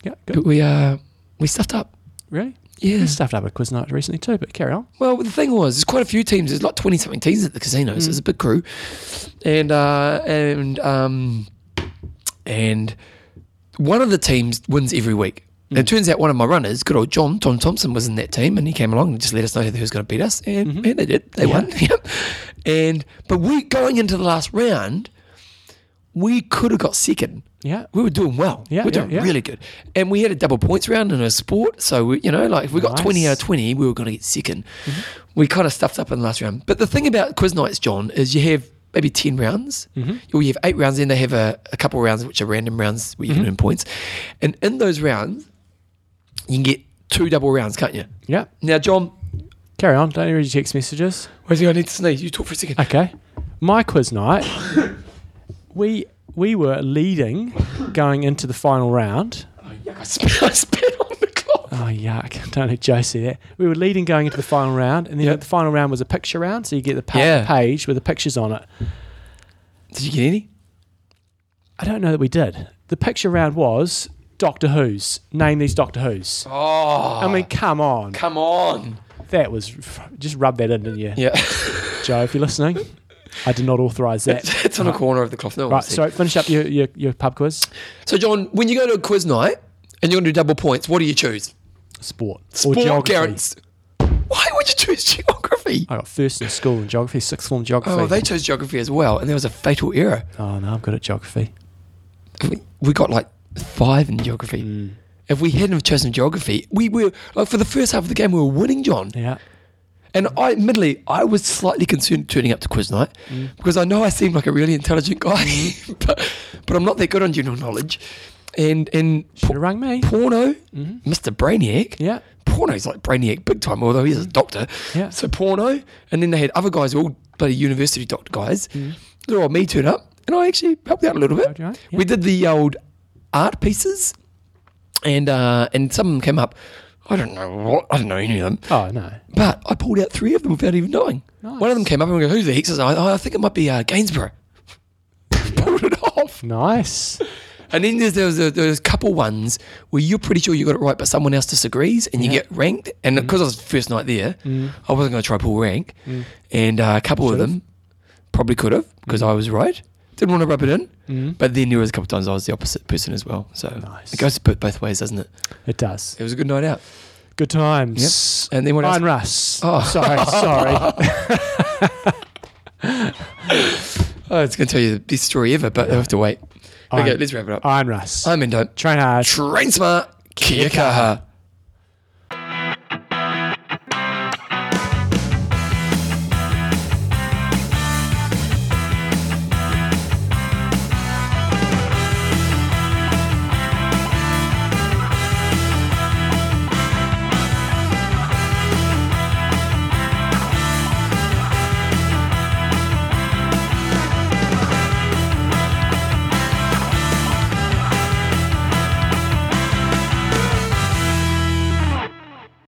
B: Yeah. Good.
A: But we uh, we stuffed up.
B: Really?
A: Yeah.
B: You stuffed up a quiz night recently too, but carry on.
A: Well, the thing was, there's quite a few teams. There's like twenty something teams at the casino, so
B: Mm.
A: it's a big crew, and uh, and um, and one of the teams wins every week. And it
B: Mm.
A: turns out one of my runners, good old John Tom Thompson, was in that team, and he came along and just let us know who was going to beat us, and,
B: Mhm.
A: and they did. They
B: Yeah.
A: won. Yep. And but we going into the last round, we could have got second
B: Yeah.
A: we were doing well.
B: Yeah,
A: we were
B: yeah,
A: doing
B: yeah.
A: really good. And we had a double points round in a sport. So, we, you know, like if we got 20 out
B: Nice.
A: of 20, we were going to get 2nd We kind of stuffed up in the last round. But the thing about quiz nights, John, is you have maybe 10 rounds.
B: Mhm.
A: Or you have eight rounds, then they have a, a couple rounds, which are random rounds where you can earn points. And in those rounds, you can get two double rounds, can't you?
B: Yeah.
A: Now, John,
B: Carry on. Don't read your text messages.
A: where's I need to sneeze? You talk for a second.
B: Okay. My quiz night, we we were leading going into the final round.
A: I spit, I spit on the clock.
B: Oh yuck! Don't let Joe see that. We were leading going into the final round, and then
A: Yep.
B: the final round was a picture round, so you get the pa-
A: Yeah.
B: page with the pictures on it.
A: Did you get any?
B: I don't know that we did. The picture round was Doctor Who's. Name these Doctor Who's.
A: Oh,
B: I mean, come on.
A: come on.
B: That was just rub that in, didn't you,
A: Yeah.
B: Joe? If you're listening, I did not authorise that.
A: It's, it's on a corner of the cloth. No one
B: Right,
A: sees.
B: so finish up your, your, your pub quiz.
A: So, John, when you go to a quiz night and you're going to do double points, what do you choose?
B: Sport, or
A: Sport,
B: geography.
A: Garrett's- Why would you choose geography?
B: I got first in school in geography, sixth form geography.
A: Oh,
B: Oh,
A: they chose geography as well, and there was a fatal error.
B: no, I'm good at geography.
A: We- We got like five in geography.
B: Hmm.
A: If we hadn't have chosen geography, we were like for the first half of the game we were winning, John.
B: Yeah.
A: And I, admittedly, I was slightly concerned turning up to quiz night
B: Hmm.
A: because I know I seem like a really intelligent guy, but, but I'm not that good on general knowledge. And and
B: Should have rung me.
A: porno, Mr. Brainiac,
B: Mm-hmm. Yeah.
A: Porno's like Brainiac big time, although he's a doctor.
B: Yeah.
A: So Porno, and then they had other guys, all bloody university doctor guys.
B: Mm.
A: Little old me turn up, and I actually helped out a little bit.
B: Helped you out, yeah.
A: We did the old art pieces, and uh, and some of them came up. I don't know what, I don't know any of them,
B: Oh, no.
A: but I pulled out three of them without even knowing.
B: Nice.
A: One of them came up and we go, "Who's the hex?" I, said, "Oh, I think it might be uh, Gainsborough." pulled it off.
B: Nice.
A: And then there's those, those, those couple ones where you're pretty sure you got it right, but someone else disagrees, and you
B: Yeah.
A: get ranked. And because I was first night there, I wasn't going to try pull rank. And uh, a couple of
B: Should've.
A: them probably could have because I was right. Didn't want to rub it in, but then there was a couple times I was the opposite person as well. So
B: Nice.
A: it goes bo- both ways, doesn't it?
B: It does.
A: It was a good night out.
B: Good times.
A: And then what else?
B: Ryan Russ.
A: Oh.
B: Oh, sorry, sorry.
A: Oh, it's going to tell you the best story ever, but I have to wait. Okay,
B: Iron-
A: let's wrap it up.
B: Iron Russ.
A: I'm in dope.
B: Train hard.
A: Train smart. Kia kaha.